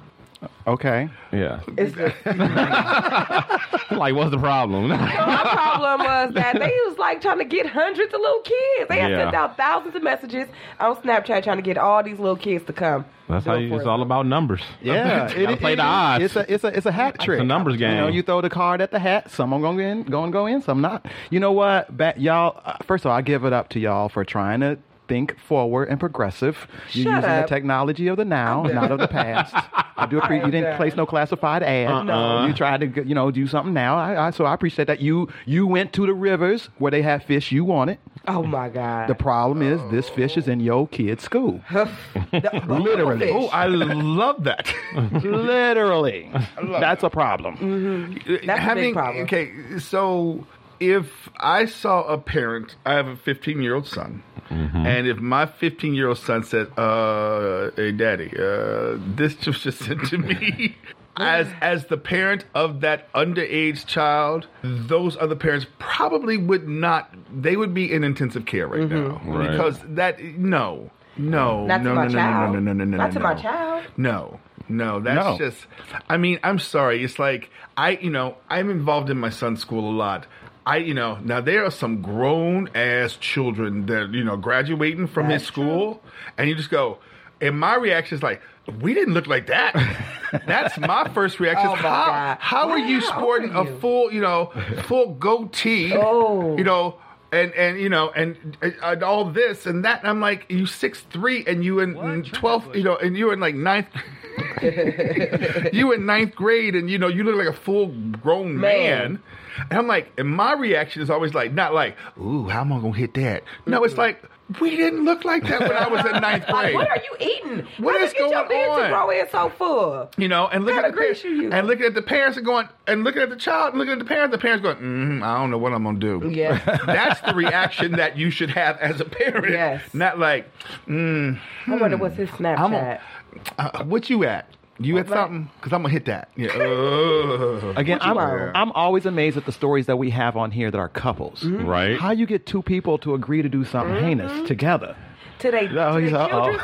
Speaker 5: Okay.
Speaker 3: Yeah.
Speaker 4: It's just,
Speaker 3: like, what's the problem?
Speaker 4: my problem was that they was like trying to get hundreds of little kids. They had
Speaker 3: Yeah.
Speaker 4: sent out thousands of messages on Snapchat trying to get all these little kids to come.
Speaker 3: That's
Speaker 4: Do
Speaker 3: how
Speaker 4: it
Speaker 3: you,
Speaker 4: for
Speaker 3: it's
Speaker 4: us.
Speaker 3: all about numbers.
Speaker 5: Yeah,
Speaker 3: Gotta play the odds.
Speaker 5: It's a it's a it's a hat trick.
Speaker 3: numbers
Speaker 5: You know,
Speaker 3: game.
Speaker 5: you throw the card at the hat. Some are going in, going to go in. Some not. You know what? Back, y'all. Uh, first of all, I give it up to y'all for trying to think forward and progressive. You're
Speaker 4: Shut
Speaker 5: using
Speaker 4: up.
Speaker 5: the technology of the now, not of the past. I do appreciate you didn't
Speaker 4: done.
Speaker 5: place no classified ad.
Speaker 3: No.
Speaker 5: You tried to you know do something now. I, I so I appreciate that you you went to the rivers where they have fish you wanted.
Speaker 4: Oh my god.
Speaker 5: The problem is this fish is in your kid's school. Literally.
Speaker 8: Oh, I love that.
Speaker 5: Literally. That's a problem.
Speaker 4: big problem.
Speaker 8: Mm-hmm. Okay, so if I saw a parent, I have a 15 year old son, and if my 15 year old son said, uh, "Hey, daddy, uh, this just just sent to me." As as the parent of that underage child, those other parents probably would not. They would be in intensive care right
Speaker 4: Mm-hmm.
Speaker 8: now
Speaker 3: Right.
Speaker 8: because that no, no,
Speaker 4: Not to
Speaker 8: Oh, no,
Speaker 4: my
Speaker 8: no,
Speaker 4: child.
Speaker 8: no, no, no, no, no,
Speaker 4: Not to
Speaker 8: no.
Speaker 4: my child.
Speaker 8: No, no, that's
Speaker 5: No.
Speaker 8: just. I mean, I'm sorry. It's like I, you know, I'm involved in my son's school a lot. I, you know, now there are some grown ass children that you know graduating from his
Speaker 4: That's
Speaker 8: school, and you just go. And my reaction is like, we didn't look like that. that's my first reaction.
Speaker 4: Oh, my
Speaker 8: how
Speaker 4: God.
Speaker 8: how are you
Speaker 4: Wow,
Speaker 8: sporting
Speaker 4: how are
Speaker 8: a
Speaker 4: you?
Speaker 8: full, you know, full goatee?
Speaker 4: Oh.
Speaker 8: you know. And, and you know and, and all this and that and I'm like you six three and you in twelfth you know and you in like ninth you in ninth grade and you know you look like a full grown man.
Speaker 4: Man.
Speaker 8: and i'm like and my reaction is always like not like ooh how am i gonna hit that no it's like we didn't look like that when i was in ninth
Speaker 4: Like,
Speaker 8: grade
Speaker 4: what are you eating?
Speaker 8: What
Speaker 4: How
Speaker 8: is
Speaker 4: you get
Speaker 8: going
Speaker 4: your beard
Speaker 8: on?
Speaker 4: to grow in so full?
Speaker 8: you know, and looking
Speaker 4: Kinda
Speaker 8: at the parents,
Speaker 4: grease you use.
Speaker 8: and looking at the parents and going and looking at the child and looking at the parents, the parents going, mm, I don't know what I'm gonna do.
Speaker 4: Yeah.
Speaker 8: that's the reaction that you should have as a parent.
Speaker 4: Yes.
Speaker 8: not like "Mm-hmm."
Speaker 4: I wonder what's his
Speaker 8: I'm
Speaker 4: Snapchat.
Speaker 8: on, uh, what you at? You at
Speaker 4: Right.
Speaker 8: something? Because I'm gonna hit that. Yeah. Ugh.
Speaker 5: Again, I'm,
Speaker 4: want?
Speaker 5: I'm always amazed at the stories that we have on here that are couples.
Speaker 4: Mm-hmm.
Speaker 3: Right.
Speaker 5: How you get two people to agree to do something heinous together?
Speaker 4: Today,
Speaker 5: Oh, he's- uh-oh.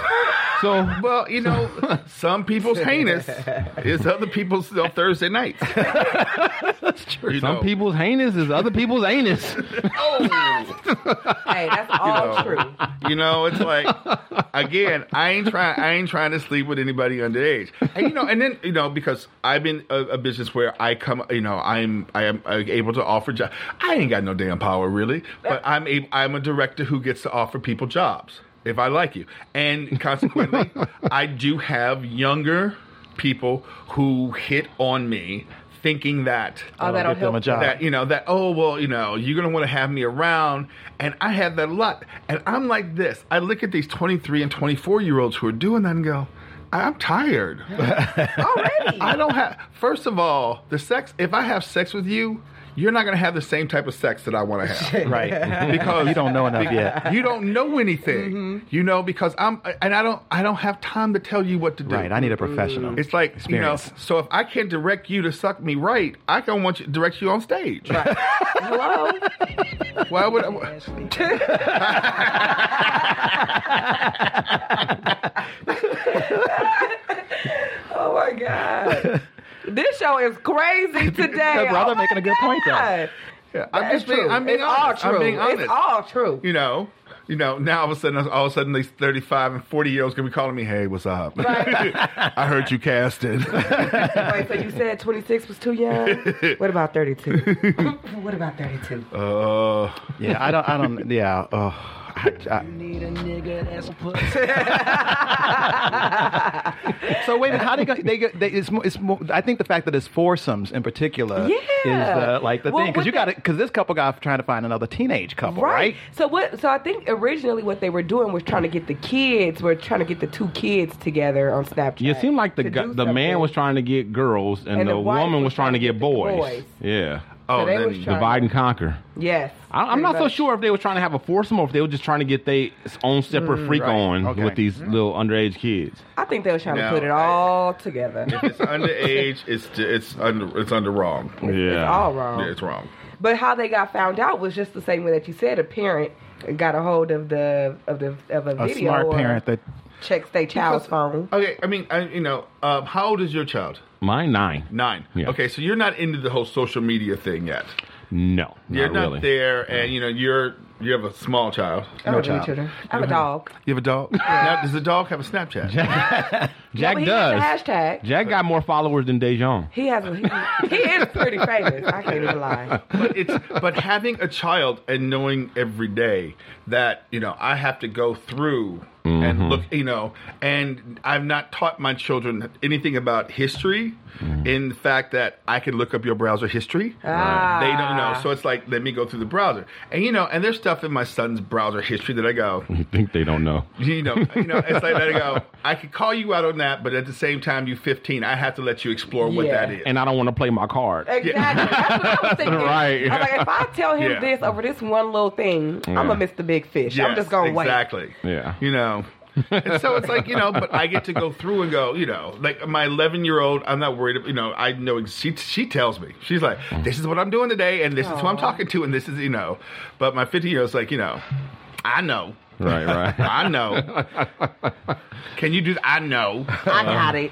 Speaker 8: So,
Speaker 5: oh.
Speaker 8: well, you know, some people's heinous is other people's on Thursday nights. That's true.
Speaker 3: Some people's heinous is other people's anus.
Speaker 4: Oh. hey, that's all
Speaker 8: know.
Speaker 4: Oh, true.
Speaker 8: You know, it's like again, I ain't trying. I ain't trying to sleep with anybody underage. And you know, and then you know, because I've been a, a business where I come, you know, I'm I am uh, able to offer jobs. I ain't got no damn power really, but I'm a I'm a director who gets to offer people jobs if I like you, and consequently, I do have younger people who hit on me thinking that
Speaker 4: Oh, that'll
Speaker 5: get them a
Speaker 4: help.
Speaker 5: job.
Speaker 8: that you know that oh well you know you're gonna want to have me around and i have that a lot and i'm like this i look at these 23 and 24 year olds who are doing that and go "I- i'm tired
Speaker 4: Already.
Speaker 8: i don't have first of all the sex if i have sex with you you're not gonna have the same type of sex that i want to have
Speaker 5: Right.
Speaker 8: because
Speaker 5: you don't know enough yet.
Speaker 8: you don't know anything you know because i'm and i don't i don't have time to tell you what to do
Speaker 5: Right. I need a professional.
Speaker 8: it's like you know.
Speaker 5: Experience.
Speaker 8: So if I can't direct you to suck me right, I can want you, direct you on stage.
Speaker 4: Hello.
Speaker 8: Why would I?
Speaker 4: Oh my god. This show is crazy today.
Speaker 5: brother
Speaker 4: oh my
Speaker 5: making a good point, though.
Speaker 4: God.
Speaker 8: Yeah, I'm
Speaker 4: It's
Speaker 8: just being,
Speaker 4: true.
Speaker 8: I'm being
Speaker 4: it's
Speaker 8: honest.
Speaker 4: all true.
Speaker 8: I'm being honest.
Speaker 4: It's all true.
Speaker 8: you know, you know. Now all of a sudden, all of a sudden, these thirty-five and forty-year-olds gonna be calling me, "Hey, what's up? I heard you casted."
Speaker 4: Wait, so you said 26 was too young? What about 32? what about 32?
Speaker 8: uh,
Speaker 5: yeah. I don't. I don't. Yeah. Oh, I, I, so wait a minute. How they go? They, go- they it's, more, it's more, I think the fact that it's foursomes in particular is
Speaker 4: Yeah.
Speaker 5: the, like the
Speaker 4: Well,
Speaker 5: thing because
Speaker 4: what
Speaker 5: you got
Speaker 4: the-
Speaker 5: to because this couple got trying to find another teenage couple, right?
Speaker 4: So what? So I think originally what they were doing was trying to get the kids. Were trying to get the two kids together on Snapchat.
Speaker 3: You seem like the
Speaker 4: to
Speaker 3: gu-
Speaker 4: do
Speaker 3: the man
Speaker 4: something.
Speaker 3: was trying to get girls and,
Speaker 4: And
Speaker 3: the,
Speaker 4: the wife
Speaker 3: woman was trying to get boys.
Speaker 4: boys.
Speaker 3: Yeah.
Speaker 8: oh,
Speaker 4: they
Speaker 8: then-
Speaker 4: was trying-
Speaker 3: Divide and conquer.
Speaker 4: Yes.
Speaker 3: I, I'm
Speaker 4: pretty
Speaker 3: not so
Speaker 4: much.
Speaker 3: sure if they were trying to have a foursome or if they were just trying to get their own separate
Speaker 4: Mm,
Speaker 3: freak on
Speaker 5: Okay.
Speaker 3: with these
Speaker 4: Mm-hmm.
Speaker 3: little underage kids.
Speaker 4: I think they were trying
Speaker 8: No,
Speaker 4: to put it
Speaker 8: I-
Speaker 4: all together.
Speaker 8: it's underage. It's it's under it's under wrong.
Speaker 3: Yeah.
Speaker 4: It's all wrong.
Speaker 8: Yeah, it's wrong.
Speaker 4: But how they got found out was just the same way that you said. A parent got a hold of the of the of a,
Speaker 5: A
Speaker 4: video
Speaker 5: smart
Speaker 4: or
Speaker 5: parent that
Speaker 4: checks their child's phone.
Speaker 8: Okay, I mean, I, you know, um, how old is your child?
Speaker 3: Mine nine.
Speaker 8: Nine.
Speaker 3: Yeah.
Speaker 8: Okay, so you're not into the whole social media thing yet.
Speaker 3: No,
Speaker 8: You're
Speaker 3: not,
Speaker 8: not
Speaker 3: really.
Speaker 8: there, and you know, you're you have a small child.
Speaker 4: I don't have
Speaker 5: child.
Speaker 4: any children. I have a dog.
Speaker 8: You have a dog. now, does the dog have a Snapchat?
Speaker 3: Jack
Speaker 4: no, but he
Speaker 3: does.
Speaker 4: Has the hashtag.
Speaker 3: Jack got more followers than Dejon.
Speaker 4: He has. A, he, he is pretty famous. I can't even lie.
Speaker 8: but it's but having a child and knowing every day that you know I have to go through
Speaker 3: Mm-hmm.
Speaker 8: and look, you know, and I've not taught my children anything about history.
Speaker 3: Mm-hmm.
Speaker 8: In the fact that I can look up your browser history.
Speaker 4: Ah.
Speaker 8: They don't know. So it's like, let me go through the browser. And, you know, and there's stuff in my son's browser history that I go,
Speaker 3: You think they don't know?
Speaker 8: you know, you know, it's like, let it go. I could call you out on that, but at the same time, you're 15. I have to let you explore what
Speaker 4: Yeah.
Speaker 8: that is.
Speaker 3: And I don't want to play my card.
Speaker 4: Exactly. That's what I was thinking.
Speaker 3: Right.
Speaker 4: I'm like, if I tell him
Speaker 8: Yeah.
Speaker 4: this over this one little thing, I'm
Speaker 3: Yeah.
Speaker 4: gonna miss the big fish. I'm
Speaker 8: Yes,
Speaker 4: just gonna
Speaker 8: exactly.
Speaker 3: Yeah.
Speaker 8: You know. and so it's like you know, but I get to go through and go, you know, like my 11 year old. I'm not worried. You know, I know she. She tells me she's like, this is what I'm doing today, and this is who I'm talking to, and this is you know. But my 15 year old's like, you know, I know,
Speaker 3: Right, right.
Speaker 8: I know. Can you do? I know. Um,
Speaker 4: wait. I got it.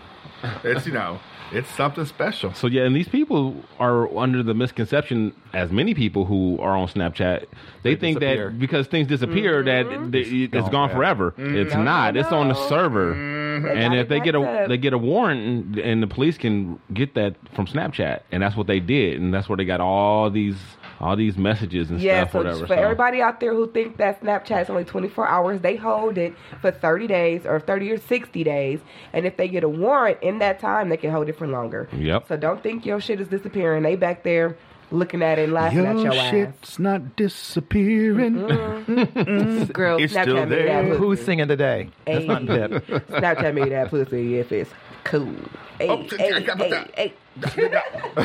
Speaker 8: It's you know, it's something special.
Speaker 3: So yeah, and these people are under the misconception, as many people who are on Snapchat, they, think
Speaker 5: disappear.
Speaker 3: that because things disappear
Speaker 4: Mm-hmm.
Speaker 3: that th- th- it's gone forever. It's not. It's on the
Speaker 4: no.
Speaker 3: server. And
Speaker 4: Mm-hmm. got
Speaker 3: if
Speaker 4: it
Speaker 3: they get a
Speaker 4: backed up.
Speaker 3: they get a warrant, and- and the police can get that from Snapchat, and that's what they did, and that's where they got all these all these messages and
Speaker 4: Yeah,
Speaker 3: stuff,
Speaker 4: so
Speaker 3: whatever.
Speaker 4: for
Speaker 3: so-
Speaker 4: everybody out there who think that Snapchat's only 24 hours, they hold it for 30 days or 30 or 60 days. And if they get a warrant in that time, they can hold it for longer.
Speaker 3: Yep.
Speaker 4: So don't think your shit is disappearing. They back there looking at it and laughing at your ass.
Speaker 8: not disappearing.
Speaker 3: Mm,
Speaker 4: Girl,
Speaker 8: It's
Speaker 4: Snapchat
Speaker 8: still
Speaker 4: me
Speaker 8: there.
Speaker 4: Mm-hmm. that pussy.
Speaker 5: who's singing today? That's not
Speaker 4: Hey.
Speaker 5: Pip.
Speaker 4: Snapchat me that pussy if it's cool. Hey,
Speaker 8: Oh,
Speaker 4: hey,
Speaker 8: I got my
Speaker 4: hey,
Speaker 8: time.
Speaker 4: hey.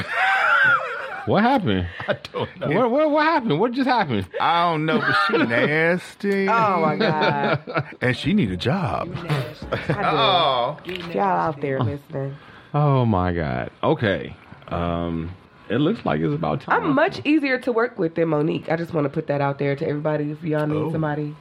Speaker 3: what
Speaker 4: Mm-hmm.
Speaker 3: happened? What, what what happened? What just happened?
Speaker 8: I don't know, but she nasty,
Speaker 4: Oh my God.
Speaker 8: and she need a job.
Speaker 4: I
Speaker 8: Oh,
Speaker 4: do. Y'all out there listening.
Speaker 3: Oh my god. Okay. Um, it looks like it's about time.
Speaker 4: I'm much easier to work with than Monique. I just want to put that out there to everybody if y'all need
Speaker 8: Oh.
Speaker 4: somebody.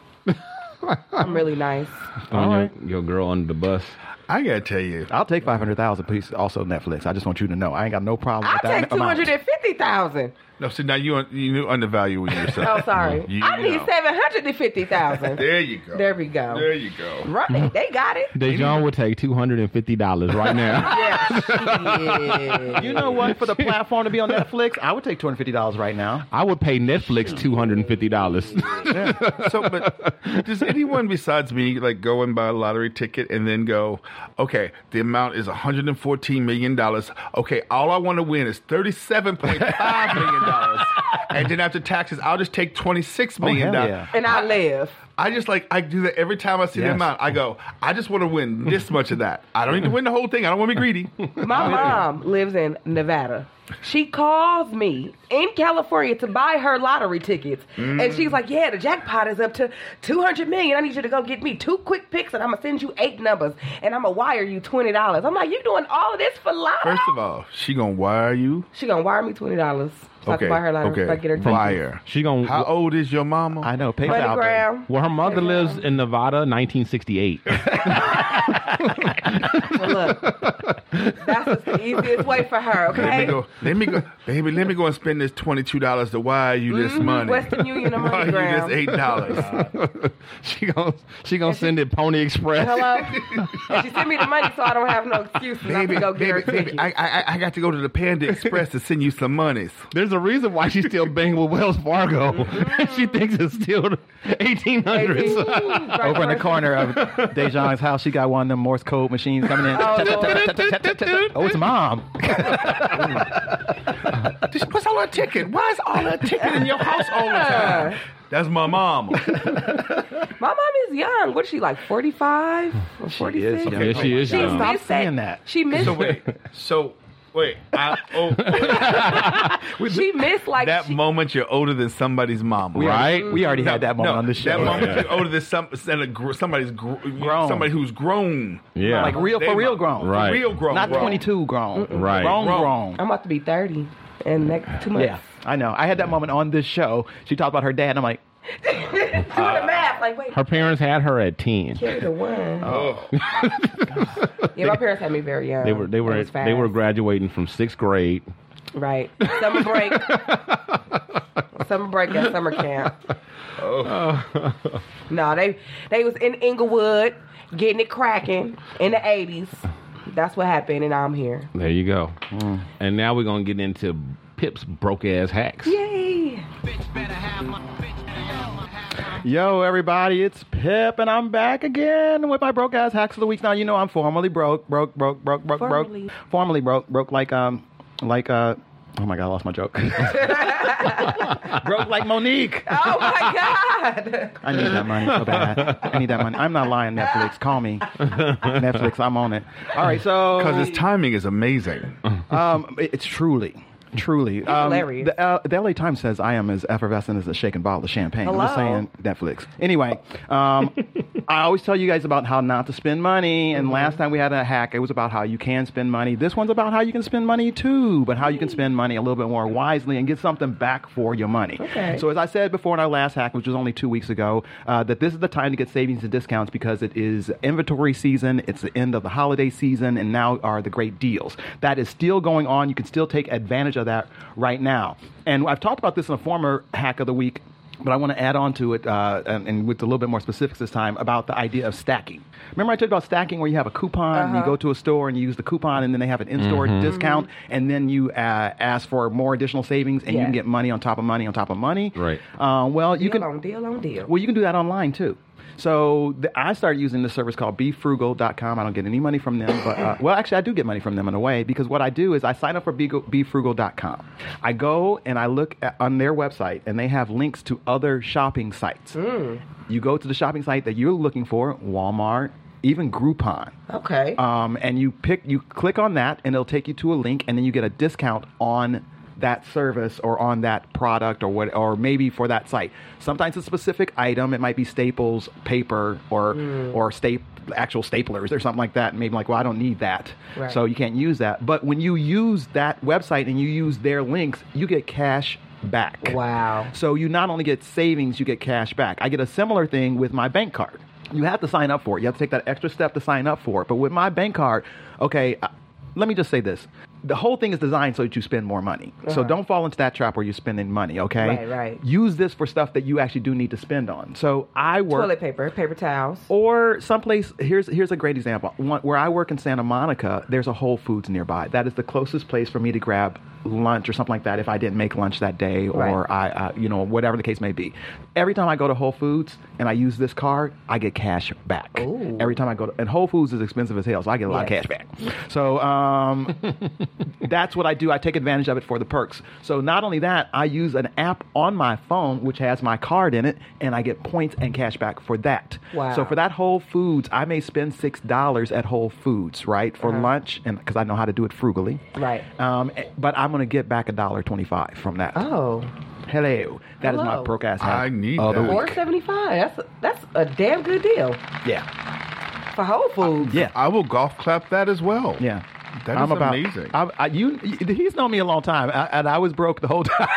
Speaker 4: I'm really nice.
Speaker 3: Throwing
Speaker 5: All
Speaker 3: your-
Speaker 5: right.
Speaker 3: your, girl under the bus.
Speaker 8: I gotta tell you,
Speaker 5: I'll take 500,000, please. Also, Netflix. I just want you to know. I ain't got no problem
Speaker 4: I
Speaker 5: with that
Speaker 4: take two
Speaker 5: amount.
Speaker 4: hundred and fifty thousand.
Speaker 8: No, see now you you undervaluing yourself.
Speaker 4: Oh, sorry.
Speaker 8: You
Speaker 4: I need
Speaker 8: know.
Speaker 4: seven hundred and fifty thousand.
Speaker 8: There you go.
Speaker 4: There we go.
Speaker 8: There you go.
Speaker 4: Run it. They got it.
Speaker 3: Dejon would take two hundred and fifty dollars right now.
Speaker 4: Yeah.
Speaker 5: You know what? For the platform to be on Netflix, I would take $250 right now.
Speaker 3: I would pay Netflix two hundred and fifty dollars.
Speaker 8: Hmm. So, but does anyone besides me like go and buy a lottery ticket and then go, okay, the amount is 114 million dollars. Okay, all I want to win is 37.5 million dollars, and then after taxes, I'll just take 26 million
Speaker 5: Oh, hell
Speaker 8: dollars.
Speaker 5: yeah.
Speaker 4: And I live.
Speaker 8: I just like I do that every time I see the
Speaker 5: Yes.
Speaker 8: amount. I go, I just want to win this much of that. I don't need to win the whole thing. I don't want to be greedy.
Speaker 4: My mom lives in Nevada. She calls me in California to buy her lottery tickets. And she's like, Yeah, the jackpot is up to 200 million. I need you to go get me two quick picks and I'm going to send you eight numbers and I'm going to wire you $20. I'm like, You doing all of this for lotto?
Speaker 8: First of all, she gonna wire you.
Speaker 4: she going to wire me $20 so I
Speaker 8: Okay.
Speaker 4: can buy her lottery
Speaker 8: okay.
Speaker 4: so I get her tickets.
Speaker 8: wire.
Speaker 3: She gonna
Speaker 8: How old is your mama?
Speaker 5: I know. PayPal. baby.
Speaker 4: Moneygram.
Speaker 3: well, her mother lives in Nevada, nineteen sixty eight.
Speaker 4: Well, look, that's just the easiest way for her,
Speaker 8: Let me
Speaker 4: okay?
Speaker 8: go. Let me go, baby. Let me go and spend this twenty two dollars to wire you this
Speaker 4: Mm-hmm.
Speaker 8: money.
Speaker 4: Western Union and
Speaker 8: Wire you this
Speaker 4: MoneyGram.
Speaker 8: eight dollars.
Speaker 3: she gonna she gonna send it Pony Express.
Speaker 4: Hello? and she sent me the money so I don't have no excuses. I
Speaker 8: baby,
Speaker 4: can go get her
Speaker 8: baby,
Speaker 4: a ticket.
Speaker 8: baby. I, I I got to go to the Panda Express to send you some monies.
Speaker 3: There's a reason why she's still banging with Wells Fargo.
Speaker 4: Mm-hmm.
Speaker 3: she thinks it's still eighteen hundreds.
Speaker 5: uh, Over in the corner of Dejon's house, she got one of them Morse code machines coming in.
Speaker 4: Oh,
Speaker 5: Oh, it's mom.
Speaker 8: Just What's all her ticket? Why is all her ticket in your house all the time? That's my mama.
Speaker 4: My mom is young. What is she like? Forty five or forty
Speaker 5: is
Speaker 4: six?
Speaker 5: young.
Speaker 3: yeah, she is.
Speaker 4: She
Speaker 3: young.
Speaker 5: Stop
Speaker 4: missed
Speaker 5: saying that.
Speaker 4: She missed.
Speaker 8: So wait. So wait. I, oh,
Speaker 4: she missed like
Speaker 8: that
Speaker 4: she,
Speaker 8: moment you're older than somebody's mama.
Speaker 5: We already-
Speaker 3: Right?
Speaker 5: We already had that moment
Speaker 8: no,
Speaker 5: on the show.
Speaker 8: That moment you're older than some, than a gr- somebody's gr-
Speaker 5: Grown.
Speaker 8: somebody who's grown.
Speaker 3: Yeah.
Speaker 5: Like real,
Speaker 8: They
Speaker 5: for real
Speaker 8: mom.
Speaker 5: grown.
Speaker 3: Right.
Speaker 8: Real grown.
Speaker 5: Not
Speaker 8: grown.
Speaker 5: 22 grown.
Speaker 3: Right.
Speaker 5: Grown,
Speaker 8: Grown.
Speaker 5: grown.
Speaker 4: I'm about to be thirty in next two months.
Speaker 5: Yeah, I know. I had that moment on this show. She talked about her dad, and I'm like,
Speaker 4: Doing the math, like wait,
Speaker 3: Her parents had her at ten.
Speaker 4: carry the one. Oh, yeah, my parents had me very young.
Speaker 3: They were they
Speaker 4: It
Speaker 3: were
Speaker 4: was fast.
Speaker 3: they were graduating from sixth grade.
Speaker 4: right summer break. Summer break at summer camp.
Speaker 5: Oh.
Speaker 4: no, they they was in Inglewood getting it cracking in the eighties. That's what happened, and I'm here.
Speaker 3: There you go. And now we're gonna get into Pip's broke ass hacks.
Speaker 4: Yay!
Speaker 5: Yo, everybody, it's Pip, and I'm back again with my broke ass hacks of the week. Now you know I'm formally broke, broke, broke, broke, broke,
Speaker 4: Formally.
Speaker 5: broke, formally broke, broke like um, like uh, oh my god, I lost my joke. broke like Monique.
Speaker 4: Oh my God!
Speaker 5: I need that money so bad. I need that money. I'm not lying, Netflix. Call me, Netflix. I'm on it. All right, so
Speaker 8: Because his timing is amazing.
Speaker 5: um, it- it's truly. Truly, um,
Speaker 4: hilarious.
Speaker 5: The, uh, the LA Times says I am as effervescent as a shaken bottle of champagne. I'm just
Speaker 4: Hello.
Speaker 5: saying Netflix. Anyway, um, I always tell you guys about how not to spend money,
Speaker 4: Mm-hmm.
Speaker 5: and last time we had a hack, it was about how you can spend money. This one's about how you can spend money too, but how you can spend money a little bit more wisely and get something back for your money.
Speaker 4: Okay.
Speaker 5: So as I said before in our last hack, which was only two weeks ago, uh, that this is the time to get savings and discounts because it is inventory season. It's the end of the holiday season, and now are the great deals. That is still going on. You can still take advantage of that right now. And I've talked about this in a former hack of the week. But I want to add on to it, uh, and, and with a little bit more specifics this time, about the idea of stacking. Remember, I talked about stacking where you have a coupon, and you go to a store and you use the coupon, and then they have an in store discount, and then you uh, ask for more additional savings, and you
Speaker 4: Yeah.
Speaker 5: can get money on top of money on top of money.
Speaker 3: Right.
Speaker 5: Uh, well, you
Speaker 4: Deal
Speaker 5: can
Speaker 4: on deal on deal.
Speaker 5: well you can do that online too. So the, I started using this service called BeFrugal.com. I don't get any money from them, but uh, well, actually, I do get money from them in a way because what I do is I sign up for Be- BeFrugal.com. I go and I look at, on their website, and they have links to other shopping sites.
Speaker 4: Mm.
Speaker 5: You go to the shopping site that you're looking for, Walmart, even Groupon
Speaker 4: okay.
Speaker 5: um, and you pick you click on that and it'll take you to a link and then you get a discount on that service or on that product or what or maybe for that site sometimes a specific item it might be staples paper or
Speaker 4: Hmm.
Speaker 5: or sta- actual staplers or something like that and maybe like well i don't need that
Speaker 4: Right.
Speaker 5: so you can't use that but when you use that website and you use their links you get cash back
Speaker 4: Wow.
Speaker 5: so you not only get savings, you get cash back. I get a similar thing with my bank card. You have to sign up for it. You have to take that extra step to sign up for it. But with my bank card, okay, uh, let me just say this. The whole thing is designed so that you spend more money. So don't fall into that trap where you're spending money, okay?
Speaker 4: Uh-huh. Right, right.
Speaker 5: Use this for stuff that you actually do need to spend on. So I work
Speaker 4: Toilet paper, paper towels.
Speaker 5: or someplace here's here's a great example One, where i work in santa monica there's a whole foods nearby that is the closest place for me to grab lunch or something like that if i didn't make lunch that day or
Speaker 4: Right.
Speaker 5: i uh, you know whatever the case may be every time i go to whole foods and i use this card i get cash back
Speaker 4: Ooh.
Speaker 5: every time i go to and whole foods is expensive as hell so i get a lot
Speaker 4: Yes.
Speaker 5: of cash back so um, that's what I do. I take advantage of it for the perks. So not only that, I use an app on my phone which has my card in it, and I get points and cash back for that.
Speaker 4: Wow.
Speaker 5: So for that Whole Foods, I may spend six dollars at Whole Foods, right,
Speaker 4: Uh-huh.
Speaker 5: for lunch, and because I know how to do it frugally.
Speaker 4: Right.
Speaker 5: Um, eh, but I'm gonna get back a dollar twenty-five from that.
Speaker 4: Oh,
Speaker 5: Hello, that is my
Speaker 4: Hello.
Speaker 5: broke ass.
Speaker 8: I need
Speaker 5: of the
Speaker 8: that.
Speaker 5: week.
Speaker 4: four seventy five. That's a, that's a damn good deal
Speaker 5: Yeah,
Speaker 4: for Whole Foods.
Speaker 5: yeah,
Speaker 8: I will golf clap that as well.
Speaker 5: yeah.
Speaker 8: That
Speaker 5: I'm
Speaker 8: is
Speaker 5: about,
Speaker 8: amazing.
Speaker 5: I'm, I, you, he's known me a long time, I, and I was broke the whole time.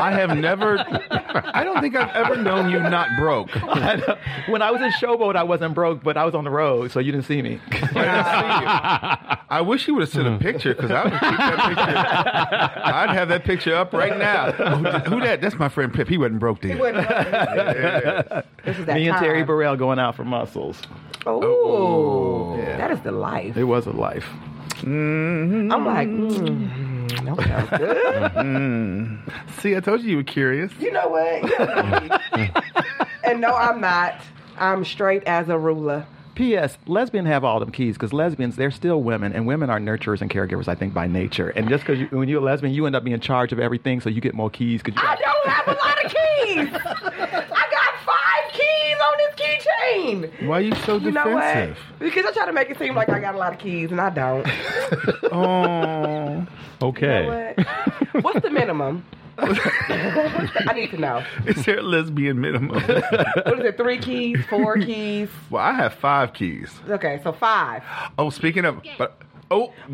Speaker 8: I have never, I don't think I've ever known you not broke. I
Speaker 5: when I was in Showboat, I wasn't broke, but I was on the road, so you didn't see me.
Speaker 8: didn't see you. I wish you would have sent a picture because I would keep that picture. I'd have that picture up right now. Who, who that? That's my friend Pip. He wasn't broke then.
Speaker 4: This is that
Speaker 5: me and Terry
Speaker 4: time.
Speaker 5: Burrell going out for muscles.
Speaker 4: Oh, that is the life.
Speaker 5: It was a life.
Speaker 4: I'm like, mm, that was not good.
Speaker 8: See, I told you you were curious.
Speaker 4: You know what? and no, I'm not. I'm straight as a ruler.
Speaker 5: P.S. Lesbian have all them keys because lesbians, they're still women, and women are nurturers and caregivers, I think, by nature. And just because you, when you're a lesbian, you end up being in charge of everything, so you get more keys. Cause you
Speaker 4: I don't have a lot of keys. I got five keys on this keychain.
Speaker 8: Why are you so
Speaker 4: You know what?
Speaker 8: defensive?
Speaker 4: Because I try to make it seem like I got a lot of keys, and I don't.
Speaker 8: Oh,
Speaker 3: Okay.
Speaker 4: What? What's the minimum? I need to know.
Speaker 8: is there a lesbian minimum?
Speaker 4: What is it? Three keys, four keys.
Speaker 8: well, I have five keys.
Speaker 4: Okay, so five.
Speaker 8: Oh, speaking of, but oh,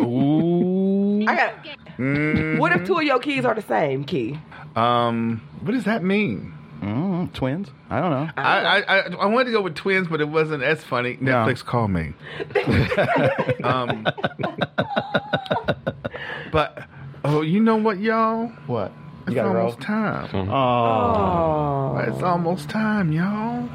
Speaker 8: ooh,
Speaker 4: I got.
Speaker 8: Mm-hmm.
Speaker 4: What if two of your keys are the same key?
Speaker 8: um, what does that mean?
Speaker 5: Mm, twins? I don't know.
Speaker 8: I, I, I, I wanted to go with twins, but it wasn't as funny.
Speaker 5: No.
Speaker 8: Netflix, call me. um, but oh, you know what, y'all?
Speaker 5: What? You
Speaker 8: It's
Speaker 5: got a roll?
Speaker 8: almost time. Oh.
Speaker 4: Oh.
Speaker 8: It's almost time, y'all.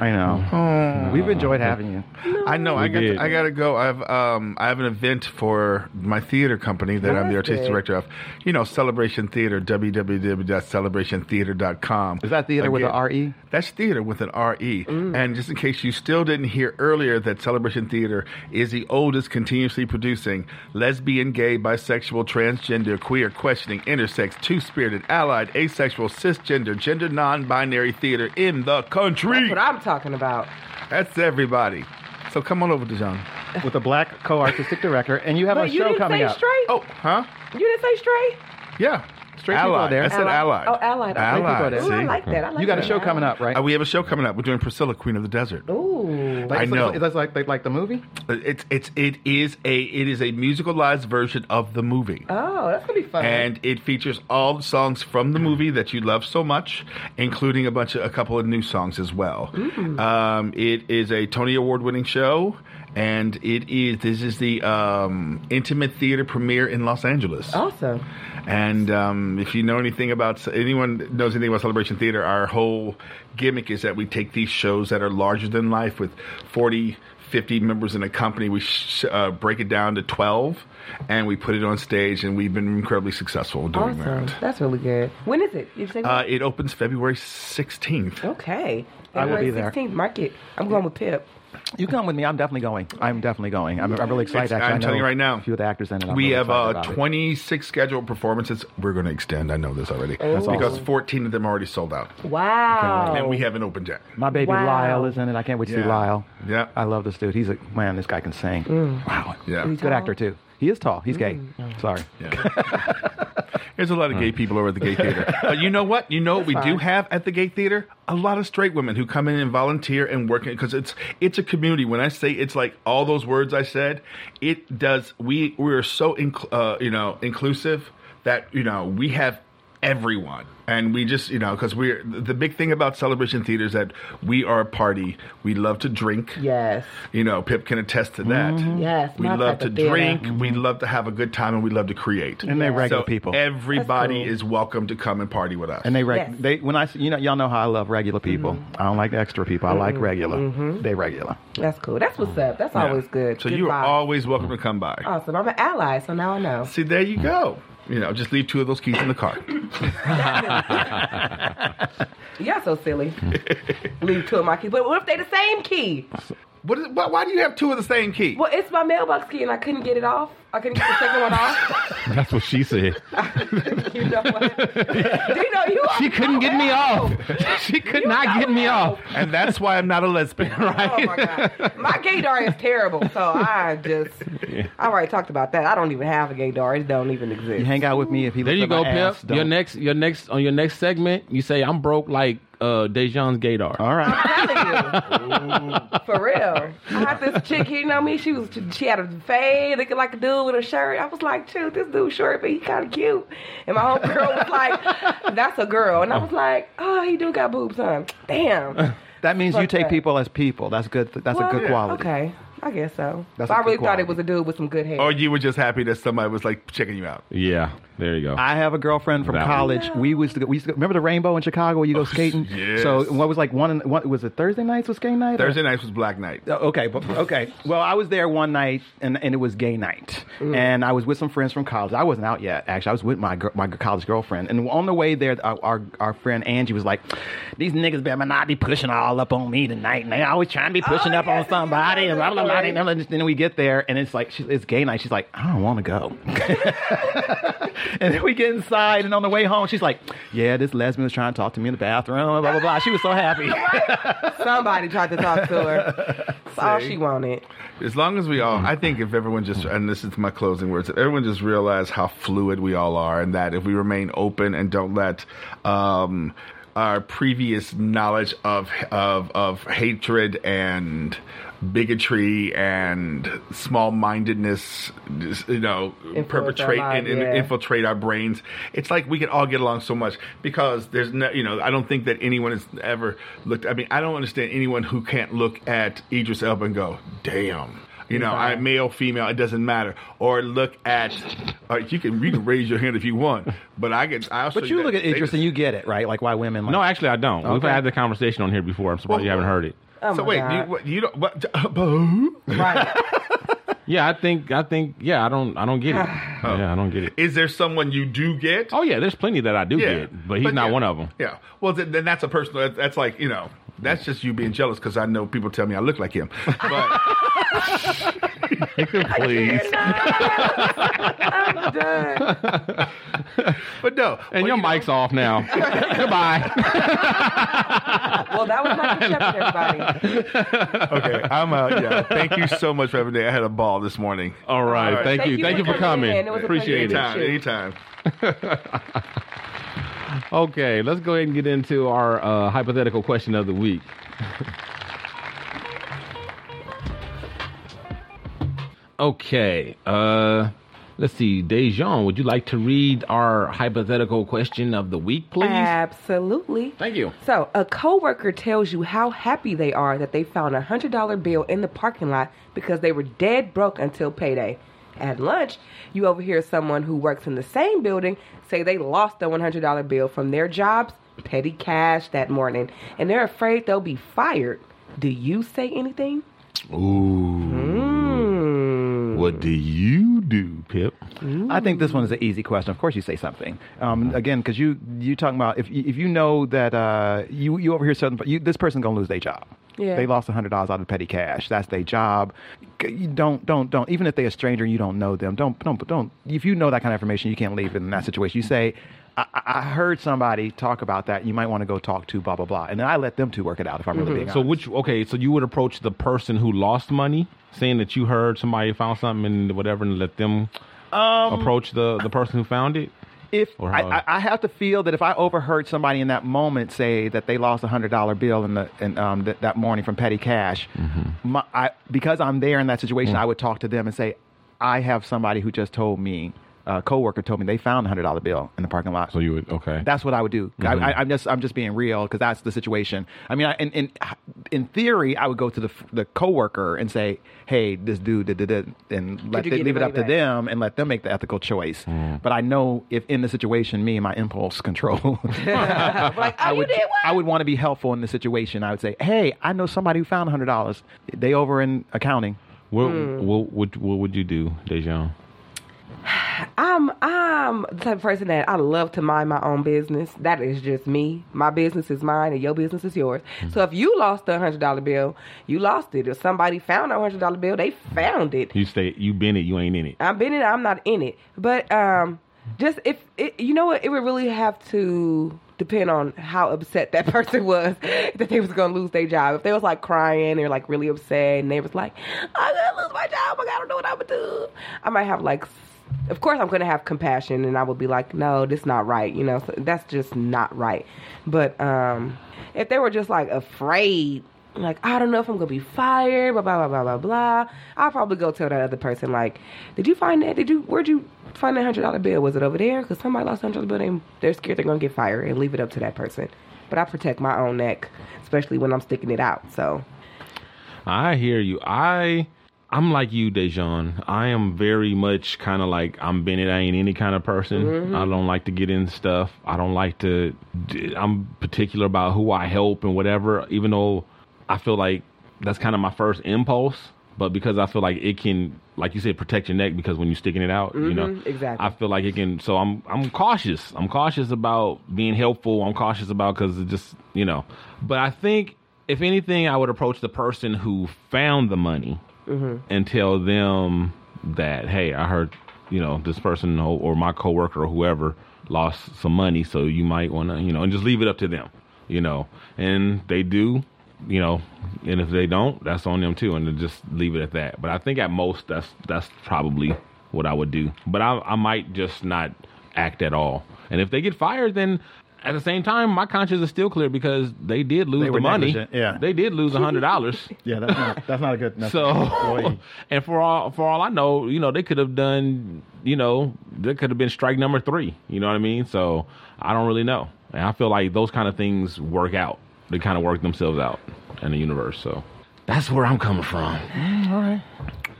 Speaker 5: I know.
Speaker 8: Oh.
Speaker 5: We've enjoyed having you.
Speaker 8: I know. I got.
Speaker 3: did.
Speaker 8: To, I got to go. I've um. I have an event for my theater company that I'm the
Speaker 4: That's
Speaker 8: artistic
Speaker 4: good.
Speaker 8: director of. You know, Celebration Theater. www.celebrationtheater.com.
Speaker 5: Is that theater with a
Speaker 8: Again,
Speaker 5: R-E?
Speaker 4: E?
Speaker 8: That's theater with an R E.
Speaker 4: Mm.
Speaker 8: And just in case you still didn't hear earlier, that Celebration Theater is the oldest continuously producing lesbian, gay, bisexual, transgender, queer, questioning, intersex, two spirited, allied, asexual, cisgender, gender non binary theater in the country.
Speaker 4: That's what I'm talking about.
Speaker 8: That's everybody. So come on over, Dijon.
Speaker 5: With a black co-artistic director, and you have
Speaker 4: But
Speaker 5: a
Speaker 4: you
Speaker 5: show
Speaker 4: didn't
Speaker 5: coming
Speaker 4: say
Speaker 5: up.
Speaker 4: straight.
Speaker 8: Oh, huh?
Speaker 4: You didn't say straight.
Speaker 8: Yeah.
Speaker 5: Straight people
Speaker 8: allied.
Speaker 5: there.
Speaker 8: I said allied.
Speaker 4: Oh, allied. Okay.
Speaker 8: Allied.
Speaker 5: People
Speaker 4: Ooh, I
Speaker 8: see? Hmm.
Speaker 4: like that. I like
Speaker 5: You got a
Speaker 4: that.
Speaker 5: show coming up, right?
Speaker 8: Uh, we have a show coming up. We're doing Priscilla, Queen of the Desert.
Speaker 4: Ooh.
Speaker 8: I know.
Speaker 5: Is that like, like like the movie?
Speaker 8: It's it's it is a it is a musicalized version of the movie.
Speaker 4: Oh, that's gonna be fun.
Speaker 8: and it features all the songs from the movie that you love so much, including a bunch of a couple of new songs as well.
Speaker 4: Mm.
Speaker 8: Um, it is a Tony Award winning show, and it is this is the um, intimate theater premiere in Los Angeles.
Speaker 4: awesome.
Speaker 8: And um, if you know anything about anyone knows anything about Celebration Theater, our whole gimmick is that we take these shows that are larger than life with 40, 50 members in a company. We sh- uh, break it down to 12 and we put it on stage, and we've been incredibly successful doing
Speaker 4: Awesome.
Speaker 8: that.
Speaker 4: That's really good. When is it? You say
Speaker 8: Uh, it opens February 16th.
Speaker 4: okay.
Speaker 5: I will be there.
Speaker 4: 16th market. I'm going with Pip.
Speaker 5: You come with me. I'm definitely going. I'm definitely going. I'm, I'm really excited.
Speaker 8: It's-
Speaker 5: actually.
Speaker 8: I'm
Speaker 5: I know
Speaker 8: telling you right now.
Speaker 5: a few of the actors in it. I'm
Speaker 8: we
Speaker 5: really
Speaker 8: have
Speaker 5: excited
Speaker 8: uh,
Speaker 5: about it.
Speaker 8: 26 scheduled performances. We're going to extend. I know this already. because 14 of them are already sold out.
Speaker 4: Oh. Wow.
Speaker 8: And we haven't opened yet.
Speaker 5: My baby
Speaker 4: Wow.
Speaker 5: Lyle is in it. I can't wait to see
Speaker 8: Yeah.
Speaker 5: Lyle.
Speaker 8: Yeah.
Speaker 5: I love this dude. He's a man. This guy can sing.
Speaker 4: Mm.
Speaker 5: Wow.
Speaker 8: Yeah.
Speaker 5: He's a good actor too. He is tall. He's gay. Sorry.
Speaker 8: Yeah. There's a lot of gay people over at the gay theater. But you know what? You know what we do have at the gay theater? A lot of straight women who come in and volunteer and work because it's it's a community. When I say it's like all those words I said, it does. We we are so inc- uh, you know inclusive that you know we have everyone and we just you know because we're the big thing about celebration theater is that we are a party we love to drink
Speaker 4: Yes.
Speaker 8: you know pip can attest to that
Speaker 4: Yes,
Speaker 8: we
Speaker 4: my type
Speaker 8: love to
Speaker 4: of theater.
Speaker 8: drink we
Speaker 9: Mm-hmm.
Speaker 8: love to have a good time and we love to create
Speaker 5: And they're regular
Speaker 8: so
Speaker 5: people.
Speaker 8: Everybody
Speaker 4: That's cool.
Speaker 8: is welcome to come and party with us.
Speaker 5: and they, reg-
Speaker 4: Yes. Mm.
Speaker 5: they when I s- you know y'all know how I love regular people. I don't like extra people. I
Speaker 4: Mm-hmm.
Speaker 5: like regular. They regular.
Speaker 4: That's cool. That's what's up. That's
Speaker 8: Yeah.
Speaker 4: always good.
Speaker 8: So
Speaker 4: Good
Speaker 8: you are
Speaker 4: vibes.
Speaker 8: always welcome to come by.
Speaker 4: awesome. I'm an ally, so now I know.
Speaker 8: See, there you go. You know, just leave two of those keys in the car.
Speaker 4: Y'all so silly. Leave two of my keys. But what if they the same key?
Speaker 8: What is, why, why do you have two of the same key?
Speaker 4: Well, it's my mailbox key, and I couldn't get it off. I couldn't get the second one off.
Speaker 3: That's what she said.
Speaker 4: You know what? Dino, you are-
Speaker 9: She couldn't get me off. She could not get me off.
Speaker 8: And that's why I'm not a lesbian, right?
Speaker 4: Oh my god, my gaydar is terrible. So I just, I already talked about that. I don't even have a gaydar. It don't even
Speaker 5: You
Speaker 4: exist.
Speaker 5: hang out with me if he.
Speaker 9: There
Speaker 5: looks
Speaker 9: you
Speaker 5: at
Speaker 9: go,
Speaker 5: my ass,
Speaker 9: Pip.
Speaker 5: don't-
Speaker 9: Your next, your next, on your next segment, you say I'm broke like uh Dejan's Gator.
Speaker 5: All right.
Speaker 4: I'm telling you. For real. I had this chick here, you know me? She was she had a fade, looking like a dude with a shirt. I was like, shoot, this dude short, but he kind of cute. And my whole girl was like, that's a girl. And I was like, oh, he do got boobs, huh? Damn.
Speaker 5: That means you
Speaker 4: Fuck
Speaker 5: take
Speaker 4: that.
Speaker 5: people as people. That's good. That's
Speaker 4: Well,
Speaker 5: a good quality.
Speaker 4: Okay. I guess so.
Speaker 5: That's
Speaker 4: But I
Speaker 5: a good
Speaker 4: really thought
Speaker 5: quality.
Speaker 4: it was a dude with some good hair.
Speaker 9: Oh,
Speaker 8: Or you were just happy that somebody was like checking you out.
Speaker 3: Yeah, there you go.
Speaker 5: I have a girlfriend from
Speaker 3: That one.
Speaker 5: college. We used to go, we used to go, remember the Rainbow in Chicago where you go skating.
Speaker 8: yes.
Speaker 5: So what was like one? What was it? Thursday nights was gay night. or-
Speaker 8: Thursday nights was Black Night.
Speaker 5: Oh, Okay, but, okay. Well, I was there one night, and, and it was gay night, and I was with some friends from college. I wasn't out yet, actually. I was with my gir- my college girlfriend, and on the way there, our our, our friend Angie was like, "These niggas better not be pushing all up on me tonight, and they always trying to be pushing
Speaker 4: Oh,
Speaker 5: up
Speaker 4: yes,
Speaker 5: on somebody." And blah blah blah.
Speaker 4: right.
Speaker 5: And then- then we get there, and it's like she, it's gay night. She's like, "I don't want to go." and then we get inside, and on the way home, she's like, "Yeah, this lesbian was trying to talk to me in the bathroom." Blah blah blah. She was so happy.
Speaker 4: Somebody tried to talk to her. That's all she wanted.
Speaker 8: As long as we all, I think if everyone just, and this is my closing words, if everyone just realize how fluid we all are and that if we remain open and don't let, um, our previous knowledge of, of, of hatred and bigotry and small mindedness, you know,
Speaker 4: Influence
Speaker 8: perpetrate
Speaker 4: our
Speaker 8: and,
Speaker 4: lives,
Speaker 8: and
Speaker 4: yeah.
Speaker 8: infiltrate our brains. It's like we can all get along so much because there's no, you know, I don't think that anyone has ever looked. I mean, I don't understand anyone who can't look at Idris Elba and go, damn. You know, I, male, female, it doesn't matter. Or look at, or you can you can raise your hand if you want, but I can. I also
Speaker 5: But you look at Idris and you get it, right? Like why women like
Speaker 3: No, actually, I don't. We've
Speaker 5: Okay.
Speaker 3: had the conversation on here before. I'm surprised
Speaker 8: Well,
Speaker 3: you haven't heard it.
Speaker 4: Oh
Speaker 8: so
Speaker 4: my
Speaker 8: wait,
Speaker 4: God.
Speaker 8: you, what, you don't. What, who?
Speaker 4: right.
Speaker 3: Yeah, I think. I think. Yeah, I don't. I don't get it. Yeah, I don't get it.
Speaker 8: Oh. Is there someone you do get?
Speaker 3: Oh yeah, there's plenty that I do get, but he's not
Speaker 8: yeah.
Speaker 3: one of them.
Speaker 8: Yeah. Well, then, then that's a personal. that- That's like you know. That's just you being jealous because I know people tell me I look like him. But
Speaker 2: Please.
Speaker 4: I'm done.
Speaker 8: but
Speaker 3: And
Speaker 8: no. Well,
Speaker 3: your
Speaker 8: you know,
Speaker 3: mic's off now. Goodbye.
Speaker 4: Well, that was not accepted, everybody.
Speaker 8: okay. I'm out. Yeah. Thank you so much for everything. I had a ball this morning.
Speaker 3: All right.
Speaker 8: All right.
Speaker 3: Thank,
Speaker 4: Thank
Speaker 3: you.
Speaker 4: you
Speaker 3: Thank you
Speaker 4: for
Speaker 3: for
Speaker 4: coming
Speaker 3: coming.
Speaker 4: in. It was a pleasure
Speaker 3: Appreciate it.
Speaker 4: meeting
Speaker 8: anytime.
Speaker 4: you.
Speaker 8: Anytime.
Speaker 3: Okay, let's go ahead and get into our uh, hypothetical question of the week. okay, uh, let's see. Dejan, would you like to read our hypothetical question of the week, please?
Speaker 5: Uh,
Speaker 4: Absolutely.
Speaker 3: Thank you.
Speaker 4: So, a coworker tells you how happy they are that they found a hundred dollar bill in the parking lot because they were dead broke until payday. At lunch, you overhear someone who works in the same building say they lost the one hundred dollar bill from their jobs, petty cash that morning, and they're afraid they'll be fired. Do you say anything?
Speaker 3: What do you do, Pip?
Speaker 5: I think this one is an easy question. Of course, you say something. Um, again, because you you talking about if you- if you know that uh, you you overhear certain you, this person gonna lose their job.
Speaker 4: Yeah.
Speaker 5: They lost hundred dollars out of petty cash. That's their job. C- You don't don't don't. Even if they're a stranger, and you don't know them. Don't don't don't. If you know that kind of information, you can't leave in that situation. You say. I, I I heard somebody talk about that. You might want to go talk to blah blah blah, and then I let them two work it out. If I'm really being
Speaker 3: Mm-hmm. So
Speaker 5: honest.
Speaker 3: which okay, so you would approach the person who lost money, saying that you heard somebody found something and whatever, and let them approach the the person who found it.
Speaker 5: Um, if
Speaker 3: Or
Speaker 5: I,
Speaker 3: how-
Speaker 5: I, I have to feel that if I overheard somebody in that moment say that they lost a hundred dollar bill in the in, um, th- that morning from petty cash,
Speaker 3: Mm-hmm.
Speaker 5: my, I, because I'm there in that
Speaker 3: Mm.
Speaker 5: situation, I would talk to them and say, I have somebody who just told me, a coworker told me they found a hundred dollar bill in the parking lot.
Speaker 3: So you would okay. Mm-hmm.
Speaker 5: That's what I would do. I, I, I'm just I'm just being real because that's the situation. I mean, I, in, in in theory, I would go to the f- the coworker and say, "Hey, this dude did, did, did and let
Speaker 4: you
Speaker 5: they,
Speaker 4: get
Speaker 5: leave it
Speaker 4: your
Speaker 5: up
Speaker 4: money
Speaker 5: to
Speaker 4: back?
Speaker 5: them and let them make the ethical choice."
Speaker 3: Mm.
Speaker 5: But I know if in the situation, me and my impulse control,
Speaker 4: Like, oh,
Speaker 5: I
Speaker 4: you
Speaker 5: would
Speaker 4: did what?
Speaker 5: I would want to be helpful in the situation. I would say, "Hey, I know somebody who found hundred dollars. They over in accounting."
Speaker 3: What,
Speaker 4: Hmm.
Speaker 3: what would what would you do, Dejan?
Speaker 4: I'm I'm the type of person that I love to mind my own business. That is just me. My business is mine and your business is yours. So if you lost a hundred dollar bill, you lost it. If somebody found a hundred dollar bill, they found it.
Speaker 3: You stay you been it, you ain't in it.
Speaker 4: I've been in it, I'm not in it. But um just if it, you know what, it would really have to depend on how upset that person was that they was gonna lose their job. If they was like crying or like really upset and they was like, I'm gonna lose my job, I don't know what I'm gonna do. I might have like of course I'm gonna have compassion and I would be like, No, this not right, you know, so that's just not right. But um if they were just like afraid like I don't know if I'm gonna be fired, blah blah blah blah blah blah. I'll probably go tell that other person like, did you find that? Did you where'd you find that hundred dollar bill? Was it over there? Because somebody lost hundred dollar bill. They, they're scared they're gonna get fired and leave it up to that person. But I protect my own neck, especially when I'm sticking it out. So
Speaker 3: I hear you. I I'm like you, Dejan. I am very much kind of like I'm Bennett. I ain't any kind of person. I don't like to get in stuff. I don't like to. d- I'm particular about who I help and whatever. Even though I feel like that's kind of my first impulse, but because I feel like it can, like you said, protect your neck because when you're sticking it out, you know,
Speaker 4: Mhm, exactly.
Speaker 3: I feel like it can. So I'm I'm cautious. I'm cautious about being helpful. I'm cautious about because it just you know. But I think if anything, I would approach the person who found the money and tell them that hey, I heard you know this person or or my coworker or whoever lost some money, so you might want to you know and just leave it up to them, you know. And they do. You know, and if they don't, that's on them too, and then just leave it at that. But I think at most, that's that's probably what I would do. But I, I might just not act at all. And if they get fired, then at the same time, my conscience is still clear because they did lose
Speaker 5: They
Speaker 3: the
Speaker 5: were
Speaker 3: money.
Speaker 5: negligent, yeah.
Speaker 3: They did lose a hundred dollars.
Speaker 5: Yeah, that's not, that's not a good enough
Speaker 3: so
Speaker 5: employee.
Speaker 3: and for all for all I know, you know, they could have done, you know, there could have been strike number three. You know what I mean? So I don't really know. And I feel like those kind of things work out. They kind of work themselves out in the universe. So that's where I'm coming from. all right.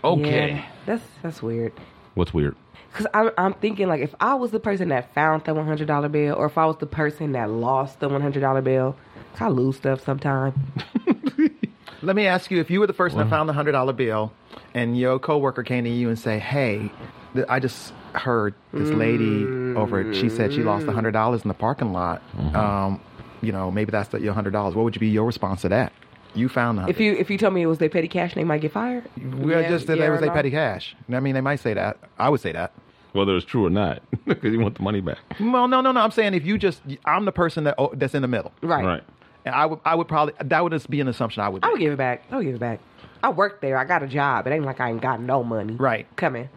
Speaker 3: Okay.
Speaker 4: Yeah, that's that's weird.
Speaker 3: What's weird?
Speaker 4: Cause I'm, I'm thinking like if I was the person that found the one hundred dollar bill, or if I was the person that lost the one hundred dollar bill, 'cause I lose stuff sometime.
Speaker 5: Let me ask you: If you were the person that found the hundred dollar bill, and your coworker came to you and say, "Hey, th- I just heard this lady over. She said she lost hundred dollars in the parking lot. Um, you know, maybe that's the, your hundred dollars. What would you be your response to that? You found the
Speaker 4: If you if you told me it was their petty cash, they might get fired.
Speaker 5: we
Speaker 4: Yeah,
Speaker 5: just said
Speaker 4: yeah
Speaker 5: they
Speaker 4: or
Speaker 5: was a
Speaker 4: no?
Speaker 5: petty cash. I mean, they might say that. I would say that.
Speaker 3: Whether it's true or not, because you want the money back.
Speaker 5: Well, no, no, no. I'm saying if you just, I'm the person that oh, that's in the middle.
Speaker 4: Right.
Speaker 3: Right.
Speaker 5: And I would, I would probably that would just be an assumption I would.
Speaker 4: I
Speaker 5: Make.
Speaker 4: would give it back. I would give it back. I worked there. I got a job. It ain't like I ain't got no money.
Speaker 5: Right.
Speaker 4: Coming.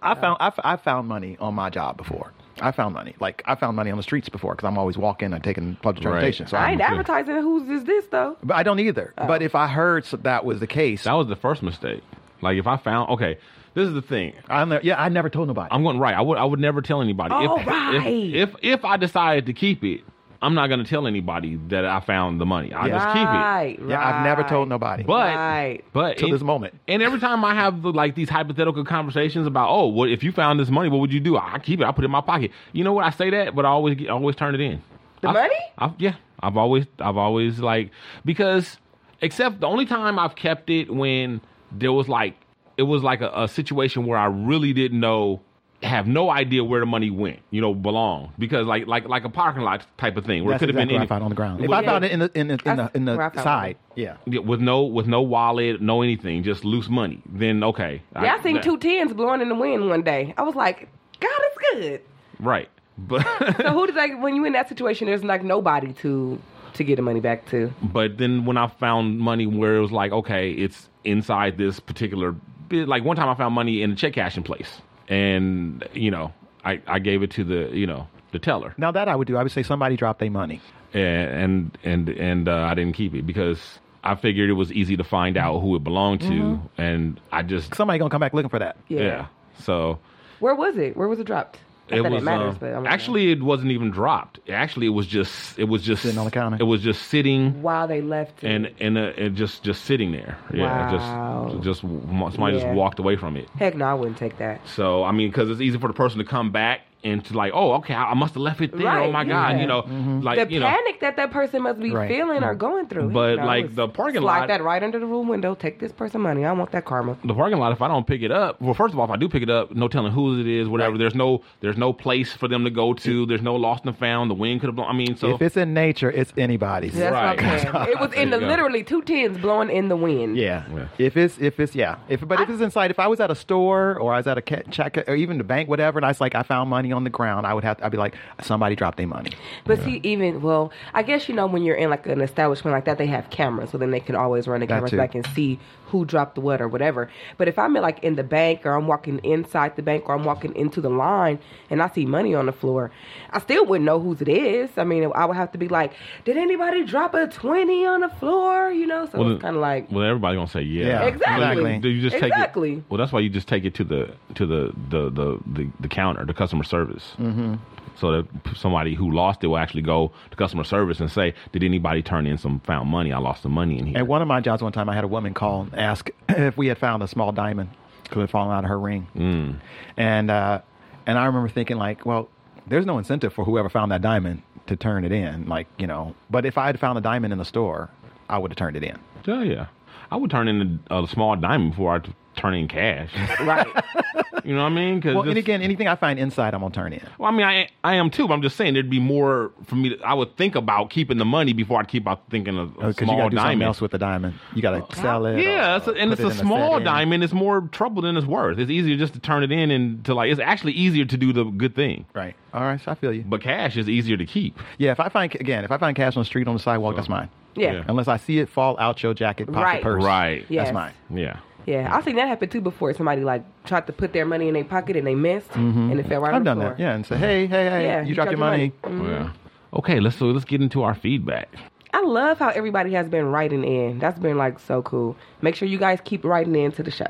Speaker 5: I found I, f- I found money on my job before. I found money. Like I found money on the streets before because I'm always walking and taking public transportation. So
Speaker 4: I
Speaker 5: I,
Speaker 4: ain't advertising Oh. whose is this though.
Speaker 5: but I don't either. But if I heard so that was the case,
Speaker 3: That was the first mistake. Like if I found okay, this is the thing.
Speaker 5: I ne- yeah, I never told nobody. Oh,
Speaker 3: I'm going right. I would I would never tell anybody.
Speaker 4: All
Speaker 3: if,
Speaker 4: right.
Speaker 3: if if if I decided to keep it, I'm not going to tell anybody that I found the money. I just keep it.
Speaker 4: Right.
Speaker 5: yeah, I've never
Speaker 4: right.
Speaker 5: told nobody.
Speaker 3: But
Speaker 4: Right.
Speaker 3: but
Speaker 5: Till
Speaker 3: in-
Speaker 5: this moment.
Speaker 3: And every time I have the, like these hypothetical conversations about, oh, what if you found this money? What would you do? I keep it. I put it in my pocket. You know what? I say that, but I always get, I always turn it in.
Speaker 4: The
Speaker 3: I-
Speaker 4: money?
Speaker 3: I've, yeah, I've always I've always like because except the only time I've kept it when there was like it was like a, a situation where I really didn't know have no idea where the money went, you know, belonged because like like like a parking lot type of thing where
Speaker 5: that's
Speaker 3: it could have
Speaker 5: exactly what I
Speaker 3: been
Speaker 5: found
Speaker 3: any,
Speaker 5: on the ground. If I found it in the in the in the, in
Speaker 4: Where I
Speaker 5: the
Speaker 4: found
Speaker 5: side, yeah.
Speaker 3: yeah, with no with no wallet, no anything, just loose money. Then okay,
Speaker 4: Yeah, I, seen
Speaker 3: that-
Speaker 4: two tens blowing in the wind one day. I was like, God, it's good.
Speaker 3: Right, but
Speaker 4: So who did like when you in that situation? There's like nobody to to get the money back to.
Speaker 3: but then when I found money where it was like, okay, it's inside this particular bit. Like one time I found money in a check cashing place, and you know, I I gave it to the you know the teller,
Speaker 5: Now that I would do, I would say somebody dropped their money.
Speaker 3: and and and, and uh, I didn't keep it because. I figured it was easy to find out who it belonged to, and I just
Speaker 5: Somebody gonna come back looking for that.
Speaker 4: Mm-hmm. Yeah.
Speaker 3: yeah. So
Speaker 4: Where was it? Where was it dropped? Not that it matters,
Speaker 5: uh,
Speaker 3: um,
Speaker 4: but I'm like,
Speaker 3: actually it wasn't even dropped. Actually, it was just it was just
Speaker 5: Sitting on the counter.
Speaker 3: It was just sitting
Speaker 4: while they left, it.
Speaker 3: and and, uh, and just just sitting there. Yeah,
Speaker 4: Wow.
Speaker 3: just just somebody
Speaker 4: Yeah.
Speaker 3: just walked away from it.
Speaker 4: heck no, I wouldn't take that.
Speaker 3: So I mean, because it's easy for the person to come back and to like, oh, okay, I, I must have left it there.
Speaker 4: Right,
Speaker 3: oh my god,
Speaker 4: yeah.
Speaker 3: you know,
Speaker 5: Mm-hmm.
Speaker 3: like
Speaker 4: the
Speaker 3: you know.
Speaker 4: panic that that person must be
Speaker 5: Right.
Speaker 4: feeling or going through.
Speaker 3: But,
Speaker 4: Heck no, I
Speaker 3: like,
Speaker 4: would
Speaker 3: the parking
Speaker 4: slide
Speaker 3: lot-
Speaker 4: that right under the room window. Take this person money. I want that karma.
Speaker 3: the parking lot if I don't pick it up. Well, first of all, if I do pick it up, no telling whose it is, whatever. There's no there's no place for them to go to. There's no lost and found. The wind could have blown. I mean, so
Speaker 5: if it's in nature, it's anybody's.
Speaker 4: That's
Speaker 3: Right.
Speaker 4: what I'm saying. It was in the
Speaker 3: There you go.
Speaker 4: literally two tens blowing in the wind.
Speaker 5: Yeah.
Speaker 3: Yeah.
Speaker 5: If it's if it's yeah. If but if it's inside, if I was at a store or I was at a ca- check or even the bank, whatever, and I was like, I found money on the ground, I would have. I'd be like, somebody dropped their money.
Speaker 4: But see, even well, I guess you know when you're in like an establishment like that, they have cameras, so then they can always run the
Speaker 5: That
Speaker 4: cameras
Speaker 5: too.
Speaker 4: back and see who dropped the what or whatever. But if I'm in, like in the bank or I'm walking inside the bank or I'm walking into the line and I see money on the floor, I still wouldn't know whose it is. I mean, I would have to be like, did anybody drop a twenty on the floor? You know, so
Speaker 3: Well,
Speaker 4: it's kind of like
Speaker 3: well, everybody gonna say yeah.
Speaker 5: Yeah.
Speaker 4: exactly,
Speaker 5: Exactly.
Speaker 3: Do you just take
Speaker 4: exactly.
Speaker 3: it? Well, that's why you just take it to the to the the the the, the counter, the customer service.
Speaker 5: Mm.
Speaker 3: Mm-hmm. So that somebody who lost it will actually go to customer service and say, "Did anybody turn in some found money? I lost some money in here."
Speaker 5: At one of my jobs, one time, I had a woman call and ask if we had found a small diamond because it had fallen out of her ring. Mm. And uh, and I remember thinking like, well, there's no incentive for whoever found that diamond to turn it in, like you know. But if I had found the diamond in the store, I would have turned it in.
Speaker 3: Oh yeah, I would turn in a, a small diamond before I t- turn in cash.
Speaker 4: Right.
Speaker 3: you know what I mean? 'Cause
Speaker 5: Well, and
Speaker 3: this-
Speaker 5: again, anything I find inside, I'm gonna turn in.
Speaker 3: well, I mean, I I am too. But I'm just saying, there'd be more for me. To, I would think about keeping the money before I keep out thinking of a
Speaker 5: Because
Speaker 3: small
Speaker 5: Oh, you gotta do something
Speaker 3: diamond. Uh,
Speaker 5: else with the diamond. You gotta sell it.
Speaker 3: Yeah,
Speaker 5: or
Speaker 3: it's a, and
Speaker 5: put
Speaker 3: it's
Speaker 5: it
Speaker 3: a
Speaker 5: in
Speaker 3: small
Speaker 5: set-in.
Speaker 3: diamond. It's more trouble than it's worth. It's easier just to turn it in and to like. It's actually easier to do the good thing,
Speaker 5: Right. All right. So I feel you.
Speaker 3: but cash is easier to keep.
Speaker 5: Yeah. If I find again, if I find cash on the street on the sidewalk, that's mine.
Speaker 4: Yeah.
Speaker 3: Yeah.
Speaker 5: Unless I see it fall out your jacket pocket
Speaker 4: Right.
Speaker 5: purse.
Speaker 3: Right.
Speaker 4: Yes.
Speaker 5: That's mine.
Speaker 3: Yeah.
Speaker 4: Yeah, I've seen that happen too before. Somebody like tried to put their money in their pocket Mm-hmm. and they missed, and it fell right on
Speaker 5: Mm-hmm. I've
Speaker 4: the
Speaker 5: done
Speaker 4: floor.
Speaker 5: that. Yeah. And say, hey, hey, hey,
Speaker 4: Yeah, Mm-hmm.
Speaker 5: you, dropped your money.
Speaker 3: Yeah. Okay, let's so let's get into our feedback.
Speaker 4: I love how everybody has been writing in. That's been like so cool. Make sure you guys keep writing in to the show.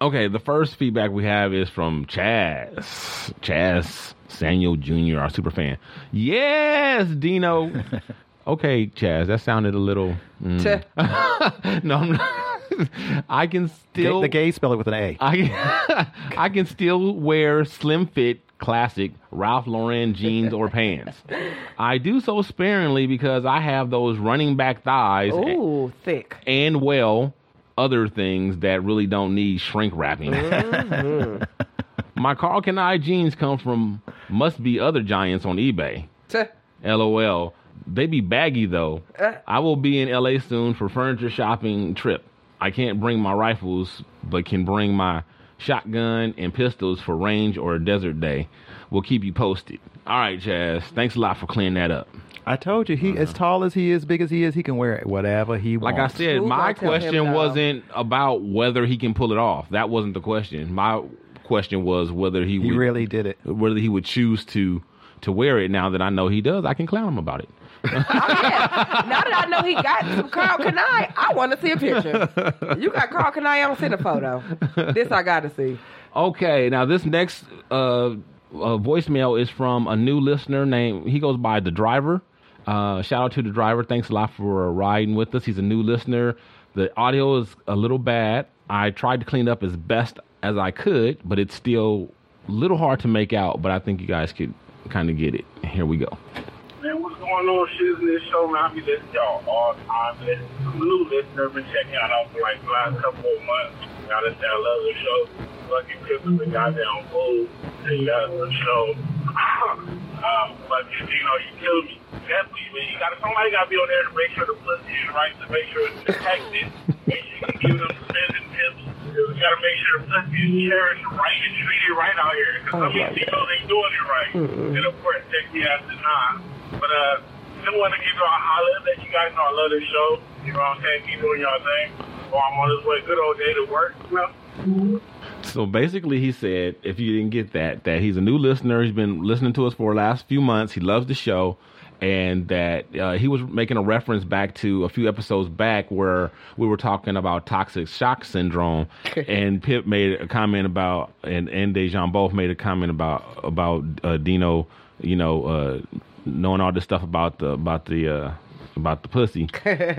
Speaker 3: Okay, the first feedback we have is from Chaz. Chaz Samuel Jr., our super fan. Yes, Dino. okay, Chaz, that sounded a little. mm.
Speaker 4: Tuh.
Speaker 3: no, I'm not. I can still.
Speaker 5: the gays spell it with an A.
Speaker 3: I, I can still wear slim fit classic Ralph Lauren jeans or pants. I do so sparingly because I have those running back thighs and,
Speaker 4: Ooh, thick.
Speaker 3: and well other things that really don't need shrink wrapping.
Speaker 4: Mm-hmm.
Speaker 3: My Carl Kanai jeans come from must be other giants on eBay.
Speaker 4: Tuh.
Speaker 3: LOL. They be baggy though. I will be in LA soon for furniture shopping trip. I can't bring my rifles, but can bring my shotgun and pistols for range or a desert day. We'll keep you posted. All right, Jazz. Thanks a lot for clearing that up.
Speaker 5: I told you, he as tall as he is, big as he is, he can wear whatever he
Speaker 3: Uh-huh. Like
Speaker 5: wants.
Speaker 3: I said,
Speaker 4: Who
Speaker 3: my
Speaker 4: gonna tell him
Speaker 3: question
Speaker 4: no?
Speaker 3: wasn't about whether he can pull it off. That wasn't the question. My question was whether he,
Speaker 5: he
Speaker 3: would,
Speaker 5: really did it.
Speaker 3: whether he would choose to to wear it. Now that I know he does, I can clown him about it.
Speaker 4: Now that I know he got some Carl Kanai, I want to see a picture. You got Carl Kanai on send a photo. This I got to see.
Speaker 3: Okay, now this next uh, uh, voicemail is from a new listener named, he goes by The Driver. Uh, shout out to The Driver. Thanks a lot for riding with us. He's a new listener. The audio is a little bad. I tried to clean up as best as I could, but it's still a little hard to make out, but I think you guys could kind of get it. Here we go.
Speaker 10: Man, what's going on? Shiz in this show, man. I be listening to y'all all the time. man. I'm a new listener, been checking out all for like the last couple of months. Y'all listen to I love the show. Fucking cooking with goddamn food. Tell you guys the show. um, but you know, you kill me. Definitely, man. You gotta, somebody gotta be on there to make sure the pussy is right, to make sure it's protected. make sure you can give them spending tips. You gotta make sure the pussy is cherished right and treated right out here.
Speaker 5: Oh,
Speaker 10: Cause some of these people ain't doing it right. And of course, take the ass to nine. But uh, just want to give y'all a holler, let you guys know I love this show. You know what I'm saying? Keep doing y'all thing. While I'm on this way, good old day to work. You know?
Speaker 3: So basically, he said, if you didn't get that, that he's a new listener. He's been listening to us for the last few months. He loves the show. And that uh, he was making a reference back to a few episodes back where we were talking about toxic shock syndrome, and Pip made a comment about, and and Dejan both made a comment about about uh, Dino, you know, uh, knowing all this stuff about the about the uh, about the pussy.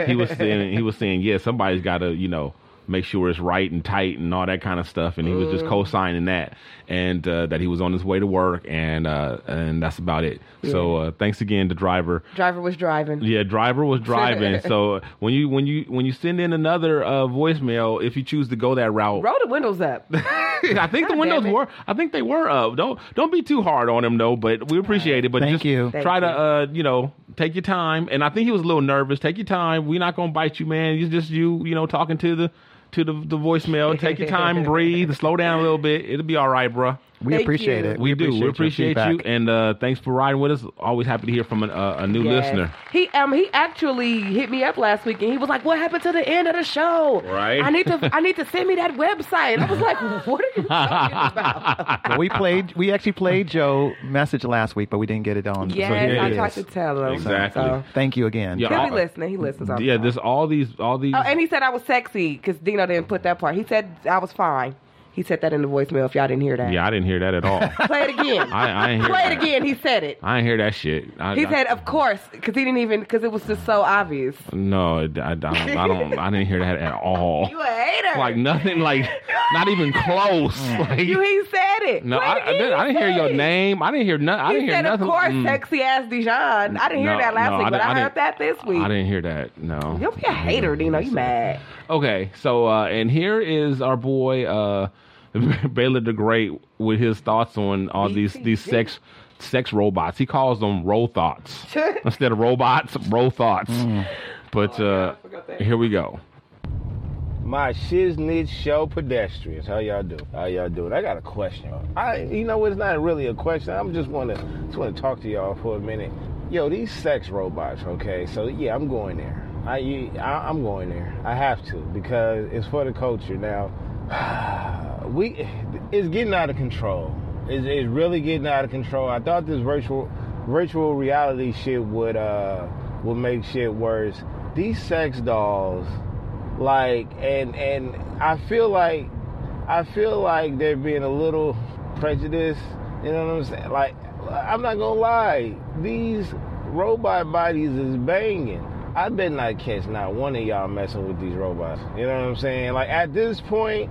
Speaker 3: he was saying he was saying, yeah, somebody's got to you know make sure it's right and tight and all that kind of stuff. And he was
Speaker 4: Mm.
Speaker 3: just co-signing that, and uh, that he was on his way to work, and uh, and that's about it. So uh, thanks again to driver.
Speaker 4: Driver was driving.
Speaker 3: Yeah, driver was driving. so uh, when you when you when you send in another uh, voicemail, if you choose to go that route,
Speaker 4: Roll the windows up.
Speaker 3: I think the
Speaker 4: God
Speaker 3: windows
Speaker 4: damn it.
Speaker 3: were. I think they were up. Don't don't be too hard on him though. But we appreciate it. But
Speaker 5: Thank
Speaker 3: just
Speaker 5: you.
Speaker 3: try to uh you know take your time. And I think he was a little nervous. Take your time. We're not gonna bite you, man. It's just you you know talking to the to the, the voicemail. Take your time, breathe, slow down a little bit. It'll be all right, bruh.
Speaker 5: We
Speaker 4: Thank
Speaker 5: appreciate
Speaker 4: you.
Speaker 5: it.
Speaker 3: We, do. we
Speaker 5: your
Speaker 3: appreciate you,
Speaker 5: feedback.
Speaker 3: and uh, thanks for riding with us. Always happy to hear from an, uh, a new
Speaker 4: Yes.
Speaker 3: listener.
Speaker 4: He um he actually hit me up last week and he was like, "What happened to the end of the show?
Speaker 3: Right.
Speaker 4: I need to I need to send me that website." And I was like, "What are you talking
Speaker 3: Mm-hmm.
Speaker 4: about?"
Speaker 5: Well, we played. We actually played Joe message last week, but we didn't get it on. so
Speaker 4: yes,
Speaker 5: here
Speaker 4: I
Speaker 5: it
Speaker 4: tried
Speaker 5: is.
Speaker 4: to tell him.
Speaker 3: Exactly.
Speaker 4: So.
Speaker 5: Thank you again.
Speaker 3: Yeah.
Speaker 4: He'll
Speaker 3: I-
Speaker 4: be listening. He listens. All the
Speaker 3: Yeah,
Speaker 4: time.
Speaker 3: there's all these all these.
Speaker 4: Oh, and he said I was sexy because Dino didn't put that part. He said I was fine. He said that in the voicemail. If y'all didn't hear that,
Speaker 3: yeah, I didn't hear that at all.
Speaker 4: play it again.
Speaker 3: I, I didn't hear
Speaker 4: play
Speaker 3: that.
Speaker 4: it again. He said it.
Speaker 3: I didn't hear that shit. I,
Speaker 4: He
Speaker 3: I-
Speaker 4: said, "Of course," because he didn't even because it was just so obvious.
Speaker 3: No, I, I don't. I don't. I didn't hear that at all.
Speaker 4: You a hater? Mm.
Speaker 3: Like nothing. Like not even close. Like
Speaker 4: you? He said it.
Speaker 3: no,
Speaker 4: Play it
Speaker 3: I, I
Speaker 4: again,
Speaker 3: didn't, I
Speaker 4: he
Speaker 3: didn't hear
Speaker 4: said
Speaker 3: your
Speaker 4: it.
Speaker 3: name. I didn't hear nothing. I
Speaker 4: He
Speaker 3: didn't hear
Speaker 4: said,
Speaker 3: nothing.
Speaker 4: "Of course,
Speaker 3: Mm.
Speaker 4: sexy ass Dijon." I didn't hear
Speaker 3: No,
Speaker 4: that last
Speaker 3: no,
Speaker 4: week, but
Speaker 3: di-
Speaker 4: I, heard
Speaker 3: didn't-
Speaker 4: that this week.
Speaker 3: I didn't hear that. No.
Speaker 4: You'll be a hater, Dino. You mad?
Speaker 3: Okay, so uh, and here is our boy uh, Baylor the Great with his thoughts on all these these sex sex robots. He calls them row thoughts instead of robots, row thoughts.
Speaker 4: Mm. Oh,
Speaker 3: But uh, here we go.
Speaker 10: My shiznit show pedestrians. How y'all do? How y'all doing? I got a question. I, you know, it's not really a question. I'm just wanna just wanna talk to y'all for a minute. Yo, these sex robots. Okay, so yeah, I'm going there. I, you- I I'm going there. I have to because it's for the culture. Now, we, it's getting out of control. It's, it's really getting out of control. I thought this virtual
Speaker 11: virtual reality shit would uh would make shit worse. These sex dolls, like, and and I feel like I feel like they're being a little prejudiced. You know what I'm saying? Like, I'm not gonna lie, these robot bodies is banging. I bet not catch not one of y'all messing with these robots. You know what I'm saying? Like at this point,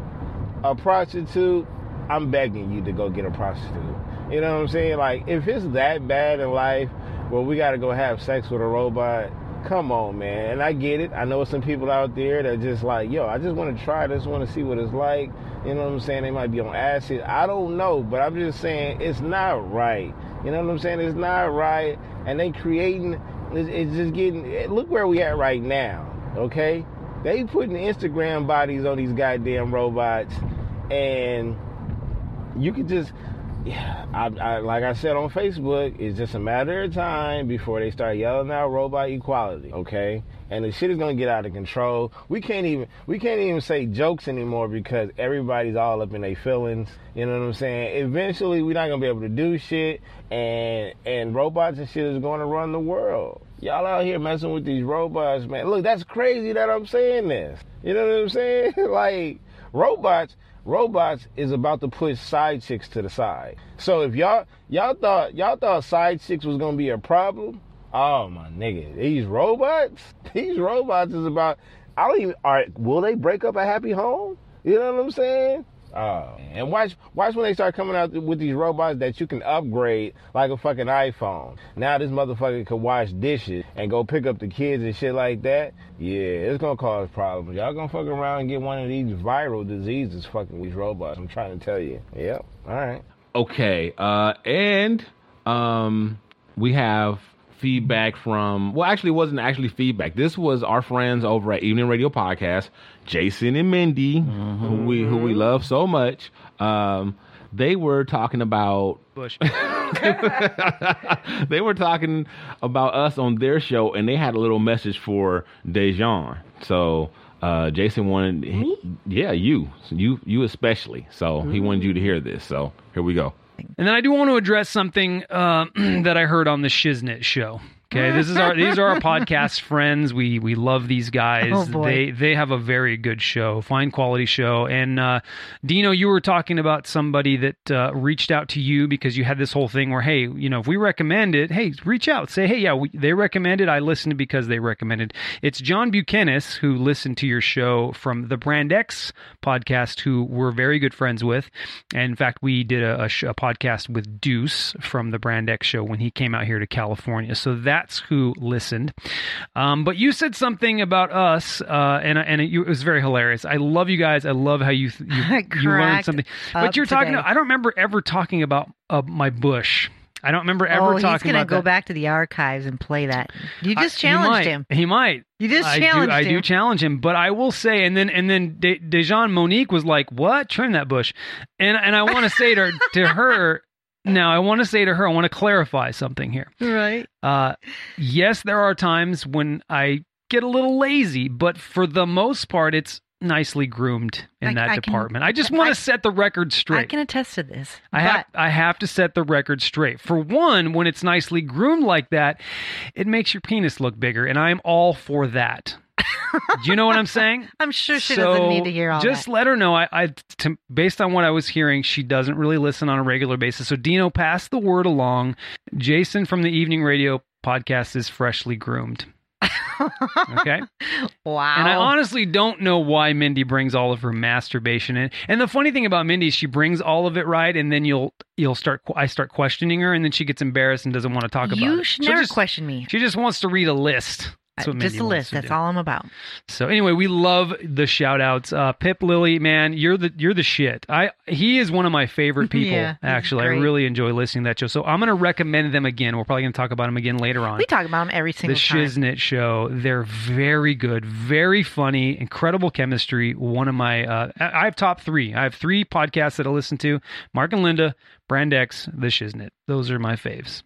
Speaker 11: a prostitute, I'm begging you to go get a prostitute. You know what I'm saying? Like, if it's that bad in life where we got to go have sex with a robot, come on, man. And I get it. I know some people out there that just like, yo, I just want to try this, want to see what it's like. You know what I'm saying? They might be on acid. I don't know, but I'm just saying it's not right. You know what I'm saying? It's not right. And they creating, it's, it's just getting, look where we at right now, okay? They putting Instagram bodies on these goddamn robots, and you could just yeah, I, I, like I said on Facebook, it's just a matter of time before they start yelling out robot equality, okay? And the shit is gonna get out of control. We can't even we can't even say jokes anymore because everybody's all up in their feelings. You know what I'm saying? Eventually, we're not gonna be able to do shit, and and robots and shit is gonna run the world. Y'all out here messing with these robots, man. Look, that's crazy that I'm saying this. You know what I'm saying? like robots robots is about to push side chicks to the side. So if y'all y'all thought y'all thought side chicks was gonna be a problem, oh my nigga, these robots, these robots is about. I don't even. All right, will they break up a happy home? You know what I'm saying? Oh, and watch watch when they start coming out with these robots that you can upgrade like a fucking iPhone. Now this motherfucker can wash dishes and go pick up the kids and shit like that. Yeah, it's gonna cause problems. Y'all gonna fuck around and get one of these viral diseases fucking these robots. I'm trying to tell you. Yep. All right.
Speaker 9: Okay. Uh, and um, we have feedback from, well, actually, it wasn't actually feedback. This was our friends over at Evening Radio Podcast, Jason and Mindy, who we who we love so much. Um, they were talking about Bush. they were talking about us on their show, and they had a little message for Dejan. So uh, Jason wanted, yeah, you, you, you especially. So he wanted you to hear this. So here we go.
Speaker 12: And then I do want to address something uh, that I heard on the Shiznit show. Okay, this is our these are our podcast friends. We we love these guys.
Speaker 13: Oh, boy.
Speaker 12: They they have a very good show, fine quality show. And uh, Dino, you were talking about somebody that uh, reached out to you because you had this whole thing where hey, you know, if we recommend it, hey, reach out, say hey, yeah, we, they recommended. I listened because they recommended. It's John Buchanis who listened to your show from the Brand X podcast, who we're very good friends with. And in fact, we did a, a, sh- a podcast with Deuce from the Brand X show when he came out here to California. So that's who listened. Um, but you said something about us, uh, and and it, you- it was very hilarious. I love you guys. I love how you th- you, you learned
Speaker 13: cracked
Speaker 12: something.
Speaker 13: up
Speaker 12: But you're talking.
Speaker 13: today.
Speaker 12: I don't remember ever talking about uh, my bush. I don't remember ever
Speaker 13: oh, he's
Speaker 12: talking
Speaker 13: gonna
Speaker 12: about
Speaker 13: go
Speaker 12: that.
Speaker 13: back to the archives and play that. You
Speaker 12: I-
Speaker 13: just
Speaker 12: he
Speaker 13: challenged
Speaker 12: might.
Speaker 13: him.
Speaker 12: He might.
Speaker 13: You just
Speaker 12: I
Speaker 13: challenged
Speaker 12: do, I do
Speaker 13: him.
Speaker 12: challenge him, but I will say, and then and then De- Dejan Monique was like, "What? Trim that bush," and and I want to say to to her now, I want to say to her, I want to clarify something here.
Speaker 13: Right.
Speaker 12: Uh, yes, there are times when I get a little lazy, but for the most part, it's nicely groomed in
Speaker 13: I-
Speaker 12: that
Speaker 13: I can-
Speaker 12: department. I just want to set the record straight.
Speaker 13: I can attest to this.
Speaker 12: I have I have to set the record straight. For one, when it's nicely groomed like that, it makes your penis look bigger, and I'm all for that. Do you know what I'm saying?
Speaker 13: I'm sure she
Speaker 12: so
Speaker 13: doesn't need to hear all
Speaker 12: just
Speaker 13: that.
Speaker 12: let her know. I, I to, based on what I was hearing, she doesn't really listen on a regular basis. So Dino, pass the word along. Jason from the Evening Radio podcast is freshly groomed. Okay.
Speaker 13: Wow.
Speaker 12: And I honestly don't know why Mindy brings all of her masturbation in. And the funny thing about Mindy, is she brings all of it right, and then you'll you'll start I start questioning her, and then she gets embarrassed and doesn't want to talk about it.
Speaker 13: you should
Speaker 12: She'll
Speaker 13: never
Speaker 12: just-
Speaker 13: question me.
Speaker 12: She just wants to read a list. That's what
Speaker 13: just
Speaker 12: Mindy
Speaker 13: a
Speaker 12: wants
Speaker 13: list.
Speaker 12: to
Speaker 13: That's
Speaker 12: do.
Speaker 13: all I'm about.
Speaker 12: So anyway, we love the shout outs. Uh, Pip Lily, man, you're the you're the shit. I he is one of my favorite people.
Speaker 13: Yeah, he's
Speaker 12: actually, I
Speaker 13: great.
Speaker 12: really enjoy listening to that show. So I'm gonna recommend them again. We're probably gonna talk about them again later on
Speaker 13: We talk about him every single
Speaker 12: the
Speaker 13: time.
Speaker 12: Shiznit show. They're very good, very funny, incredible chemistry. One of my, uh, I I have top three. I have three podcasts that I listen to: Mark and Linda, Brand X, The Shiznit. Those are my faves.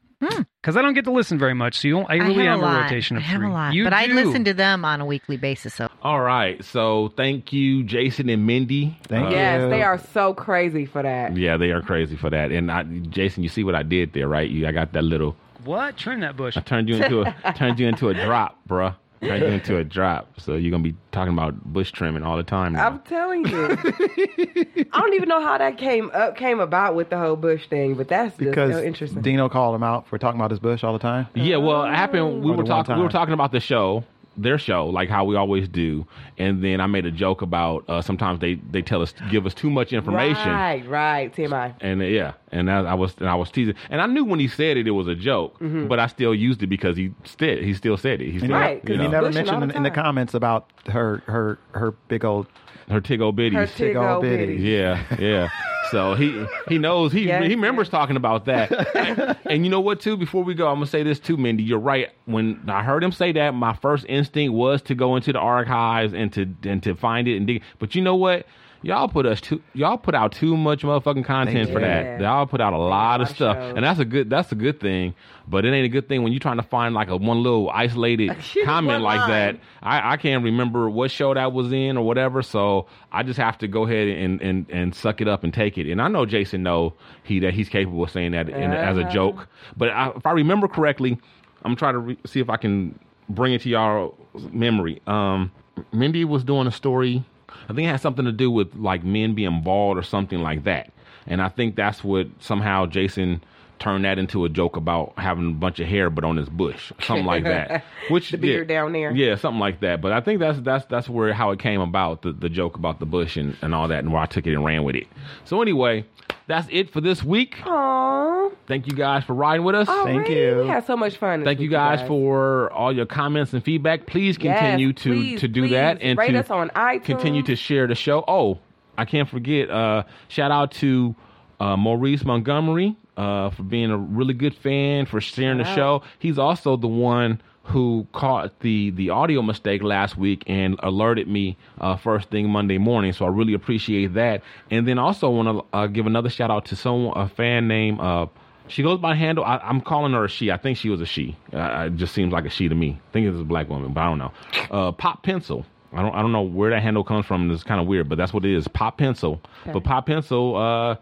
Speaker 12: Because I don't get to listen very much, so you don't, I really
Speaker 13: Hmm. have
Speaker 12: am
Speaker 13: a lot.
Speaker 12: rotation of
Speaker 13: I have
Speaker 12: three.
Speaker 13: a lot,
Speaker 12: You
Speaker 13: but I
Speaker 12: do.
Speaker 13: listen to them on a weekly basis. So
Speaker 9: All right. So thank you, Jason and Mindy.
Speaker 3: Uh,
Speaker 9: Thank
Speaker 4: Yes, they are so crazy for that.
Speaker 9: Yeah, they are crazy for that. And I, Jason, you see what I did there, right? You, I got that little
Speaker 12: What? Trim that bush.
Speaker 3: I turned you into a turned you into a drop, bruh. Turned you into a drop. So you're gonna be talking about bush trimming all the time. Now.
Speaker 4: I'm telling you. I don't even know how that came up came about with the whole bush thing, but that's
Speaker 5: Because
Speaker 4: just so interesting.
Speaker 5: Dino called him out for talking about his bush all the time.
Speaker 3: Yeah, well, it happened. We
Speaker 5: Or the
Speaker 3: were
Speaker 5: one
Speaker 3: talking. We were
Speaker 5: time.
Speaker 3: talking about the show, their show, like how we always do. And then I made a joke about uh, sometimes they they tell us give us too much information.
Speaker 4: Right, right, TMI.
Speaker 3: And uh, yeah, and I, I was and I was teasing, and I knew when he said it, it was a joke,
Speaker 4: Mhm.
Speaker 3: but I still used it because he said he still said it. He still,
Speaker 5: Mm-hmm. And he-
Speaker 3: you
Speaker 5: and he
Speaker 3: know.
Speaker 5: never mentioned in, in the comments about her her her big old
Speaker 3: her tig old bitties.
Speaker 5: Her tig old bitties.
Speaker 3: Yeah, yeah. So he he knows he he remembers talking about that. and you know what too? Before we go, I'm gonna say this too, Mindy. You're right. When I heard him say that, my first instinct was to go into the archives and to and to find it and dig. But you know what? Y'all put us too. Y'all put out too much motherfucking content
Speaker 11: They
Speaker 3: for
Speaker 11: did.
Speaker 3: that. Y'all put out a lot of stuff, and that's a good. That's a good thing. But it ain't a good thing when you're trying to find like a one little isolated
Speaker 11: One
Speaker 3: comment like that.
Speaker 11: line.
Speaker 3: I, I can't remember what show that was in or whatever, so I just have to go ahead and, and, and suck it up and take it. And I know Jason know he that he's capable of saying that in, as a
Speaker 11: Uh-huh.
Speaker 3: joke, but I, if I remember correctly, I'm trying to re- see if I can bring it to y'all memory. Um, Mindy was doing a story. I think it had something to do with like men being bald or something like that, and I think that's what somehow Jason turned that into a joke about having a bunch of hair but on his bush, something like that. Which
Speaker 4: The beard
Speaker 3: yeah.
Speaker 4: down there.
Speaker 3: Yeah, something like that. But I think that's that's that's where how it came about the, the joke about the bush and, and all that and where I took it and ran with it. So anyway, that's it for this week.
Speaker 4: Aww.
Speaker 3: Thank you guys for riding with us.
Speaker 4: Thank you. We had so much fun. this
Speaker 3: Thank you
Speaker 4: week,
Speaker 3: guys, for all your comments and feedback. Please
Speaker 4: Yes,
Speaker 3: continue to
Speaker 4: please,
Speaker 3: to do
Speaker 4: please
Speaker 3: that and
Speaker 4: rate
Speaker 3: to
Speaker 4: us on iTunes.
Speaker 3: continue to share the show. Oh, I can't forget. Uh, shout out to uh, Maurice Montgomery uh, for being a really good fan for sharing the
Speaker 11: Wow.
Speaker 3: show. He's also the one who caught the the audio mistake last week and alerted me uh, first thing Monday morning. So I really appreciate that. And then also want to uh, give another shout out to someone a fan named. Uh, she goes by handle. I, I'm calling her a she. I think she was a she. Uh, it just seems like a she to me. I think it's a black woman, but I don't know. Uh, Pop Pencil. I don't. I don't know where that handle comes from. It's kind of weird, but that's what it is. Pop Pencil.
Speaker 11: Okay.
Speaker 3: But Pop Pencil uh,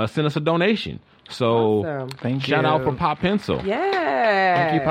Speaker 3: uh, sent us a donation. So
Speaker 11: Awesome. Thank
Speaker 3: shout out
Speaker 11: you.
Speaker 3: for Pop Pencil.
Speaker 4: Yeah.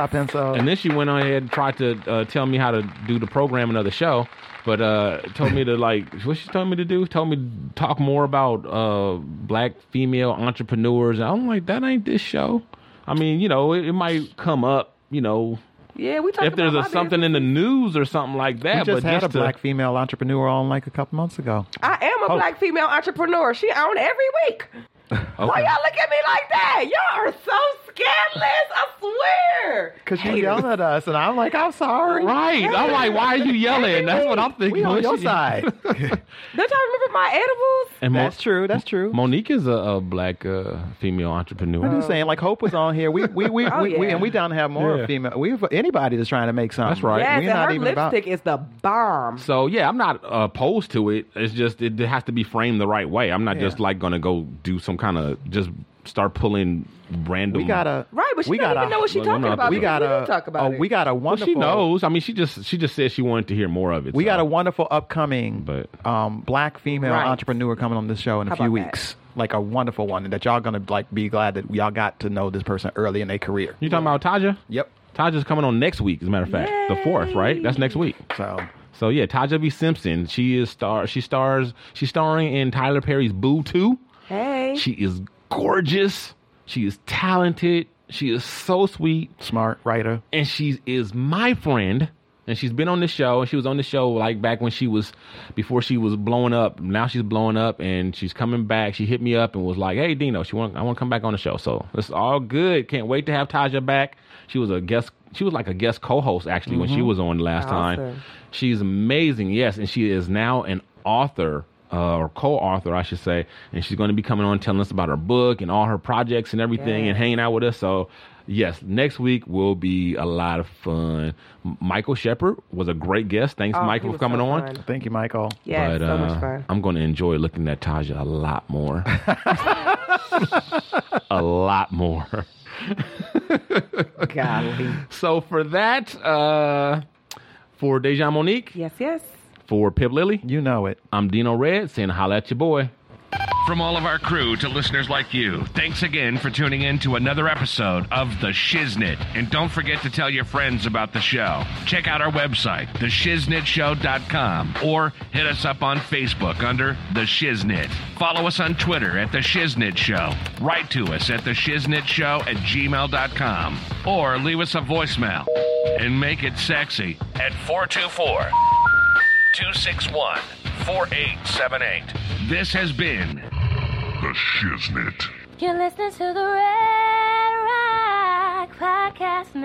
Speaker 5: Pencil.
Speaker 3: And then she went on ahead and tried to uh, tell me how to do the programming of the show, but uh, told me to like what she told me to do. Told me to talk more about uh, black female entrepreneurs. And I'm like, that ain't this show. I mean, you know, it, it might come up, you know,
Speaker 4: Yeah, we talked
Speaker 3: if there's a
Speaker 4: about my
Speaker 3: something in the news or something like that.
Speaker 5: we just
Speaker 3: but
Speaker 5: had
Speaker 3: just
Speaker 5: a
Speaker 3: to-
Speaker 5: black female entrepreneur on like a couple months ago.
Speaker 4: I am a
Speaker 5: Oh.
Speaker 4: black female entrepreneur. She on every week. Why
Speaker 5: Okay.
Speaker 4: y'all look at me like that? Y'all are so scandalous. I swear.
Speaker 5: Because you yelled at us, and I'm like, I'm sorry.
Speaker 3: Right. I'm like, why are you yelling? That's what I'm thinking.
Speaker 5: We on
Speaker 3: What
Speaker 5: your
Speaker 3: she-
Speaker 5: side.
Speaker 4: Don't y'all remember my edibles?
Speaker 3: And
Speaker 5: That's true. That's true.
Speaker 3: Monique is a, a black uh, female entrepreneur.
Speaker 5: I'm just saying, like Hope was on here. We we we,
Speaker 4: Oh,
Speaker 5: we, we
Speaker 4: yeah.
Speaker 5: and we down to have more
Speaker 3: Yeah.
Speaker 5: female. We anybody that's trying to make something. That's
Speaker 4: Yes,
Speaker 5: We're
Speaker 4: and
Speaker 5: not
Speaker 4: her
Speaker 5: even about.
Speaker 4: lipstick is the bomb.
Speaker 3: So yeah, I'm not opposed to it. It's just it has to be framed the right way. I'm not just like gonna go do some kind of just start pulling random.
Speaker 5: We got a
Speaker 4: Right, but she
Speaker 5: we
Speaker 4: don't
Speaker 5: got
Speaker 4: even
Speaker 5: a-
Speaker 4: know what she
Speaker 3: Well,
Speaker 4: talking
Speaker 3: I'm not-
Speaker 4: about.
Speaker 3: we
Speaker 4: because
Speaker 5: got
Speaker 4: we
Speaker 5: a-
Speaker 4: don't talk about
Speaker 5: oh,
Speaker 4: it.
Speaker 5: we got a
Speaker 3: Well, she
Speaker 5: wonderful.
Speaker 3: knows. I mean, she just she just said she wanted to hear more of it.
Speaker 5: We
Speaker 3: so.
Speaker 5: got a wonderful upcoming um, black female
Speaker 3: Right.
Speaker 5: entrepreneur coming on this show in a
Speaker 3: How
Speaker 5: few
Speaker 3: about that?
Speaker 5: weeks. Like a wonderful one that y'all gonna like be glad that y'all got to know this person early in their career.
Speaker 3: You talking about Taja?
Speaker 5: Yep.
Speaker 3: Taja's coming on next week, as a matter of fact. The fourth, right? That's next week.
Speaker 5: So
Speaker 3: So yeah, Taja B. Simpson. She is star she stars she's starring in Tyler Perry's Boo 2.
Speaker 4: Hey.
Speaker 3: She is gorgeous. She is talented. She is so sweet.
Speaker 5: Smart writer.
Speaker 3: And she is my friend. And she's been on the show. And she was on the show like back when she was before she was blowing up. Now she's blowing up and she's coming back. She hit me up and was like, Hey Dino, she want I want to come back on the show. So it's all good. Can't wait to have Taja back. She was a guest she was like a guest co-host actually when she
Speaker 5: Mm-hmm.
Speaker 11: Mhm.
Speaker 3: was on last time.
Speaker 11: Awesome.
Speaker 3: She's amazing, yes, and she is now an author uh, or co-author, I should say, and she's going to be coming on telling us about her book and all her projects and everything,
Speaker 11: Yeah.
Speaker 3: and hanging out with us. So, yes, next week will be a lot of fun. M- Michael Shepard was a great guest. Thanks,
Speaker 5: Oh,
Speaker 3: Michael,
Speaker 5: he was
Speaker 3: for coming
Speaker 5: so
Speaker 3: on.
Speaker 5: fun. Thank you, Michael.
Speaker 3: Yeah, but, uh, I'm going to enjoy looking at Taja a lot more. a lot more.
Speaker 4: Golly.
Speaker 3: So for that, uh, for Deja Monique,
Speaker 4: yes, yes.
Speaker 3: for Pip Lily,
Speaker 5: you know it.
Speaker 3: I'm Dino Red saying, holla at your boy.
Speaker 2: From all of our crew to listeners like you, thanks again for tuning in to another episode of The Shiznit. And don't forget to tell your friends about the show. Check out our website, theshiznitshow.com, or hit us up on Facebook under The Shiznit. Follow us on Twitter at The Shiznit Show. Write to us at theshiznitshow at gmail.com, or leave us a voicemail and make it sexy at 424 261 4878. This has been The Shiznit.
Speaker 14: You're listening to the Red Rock Podcast Network.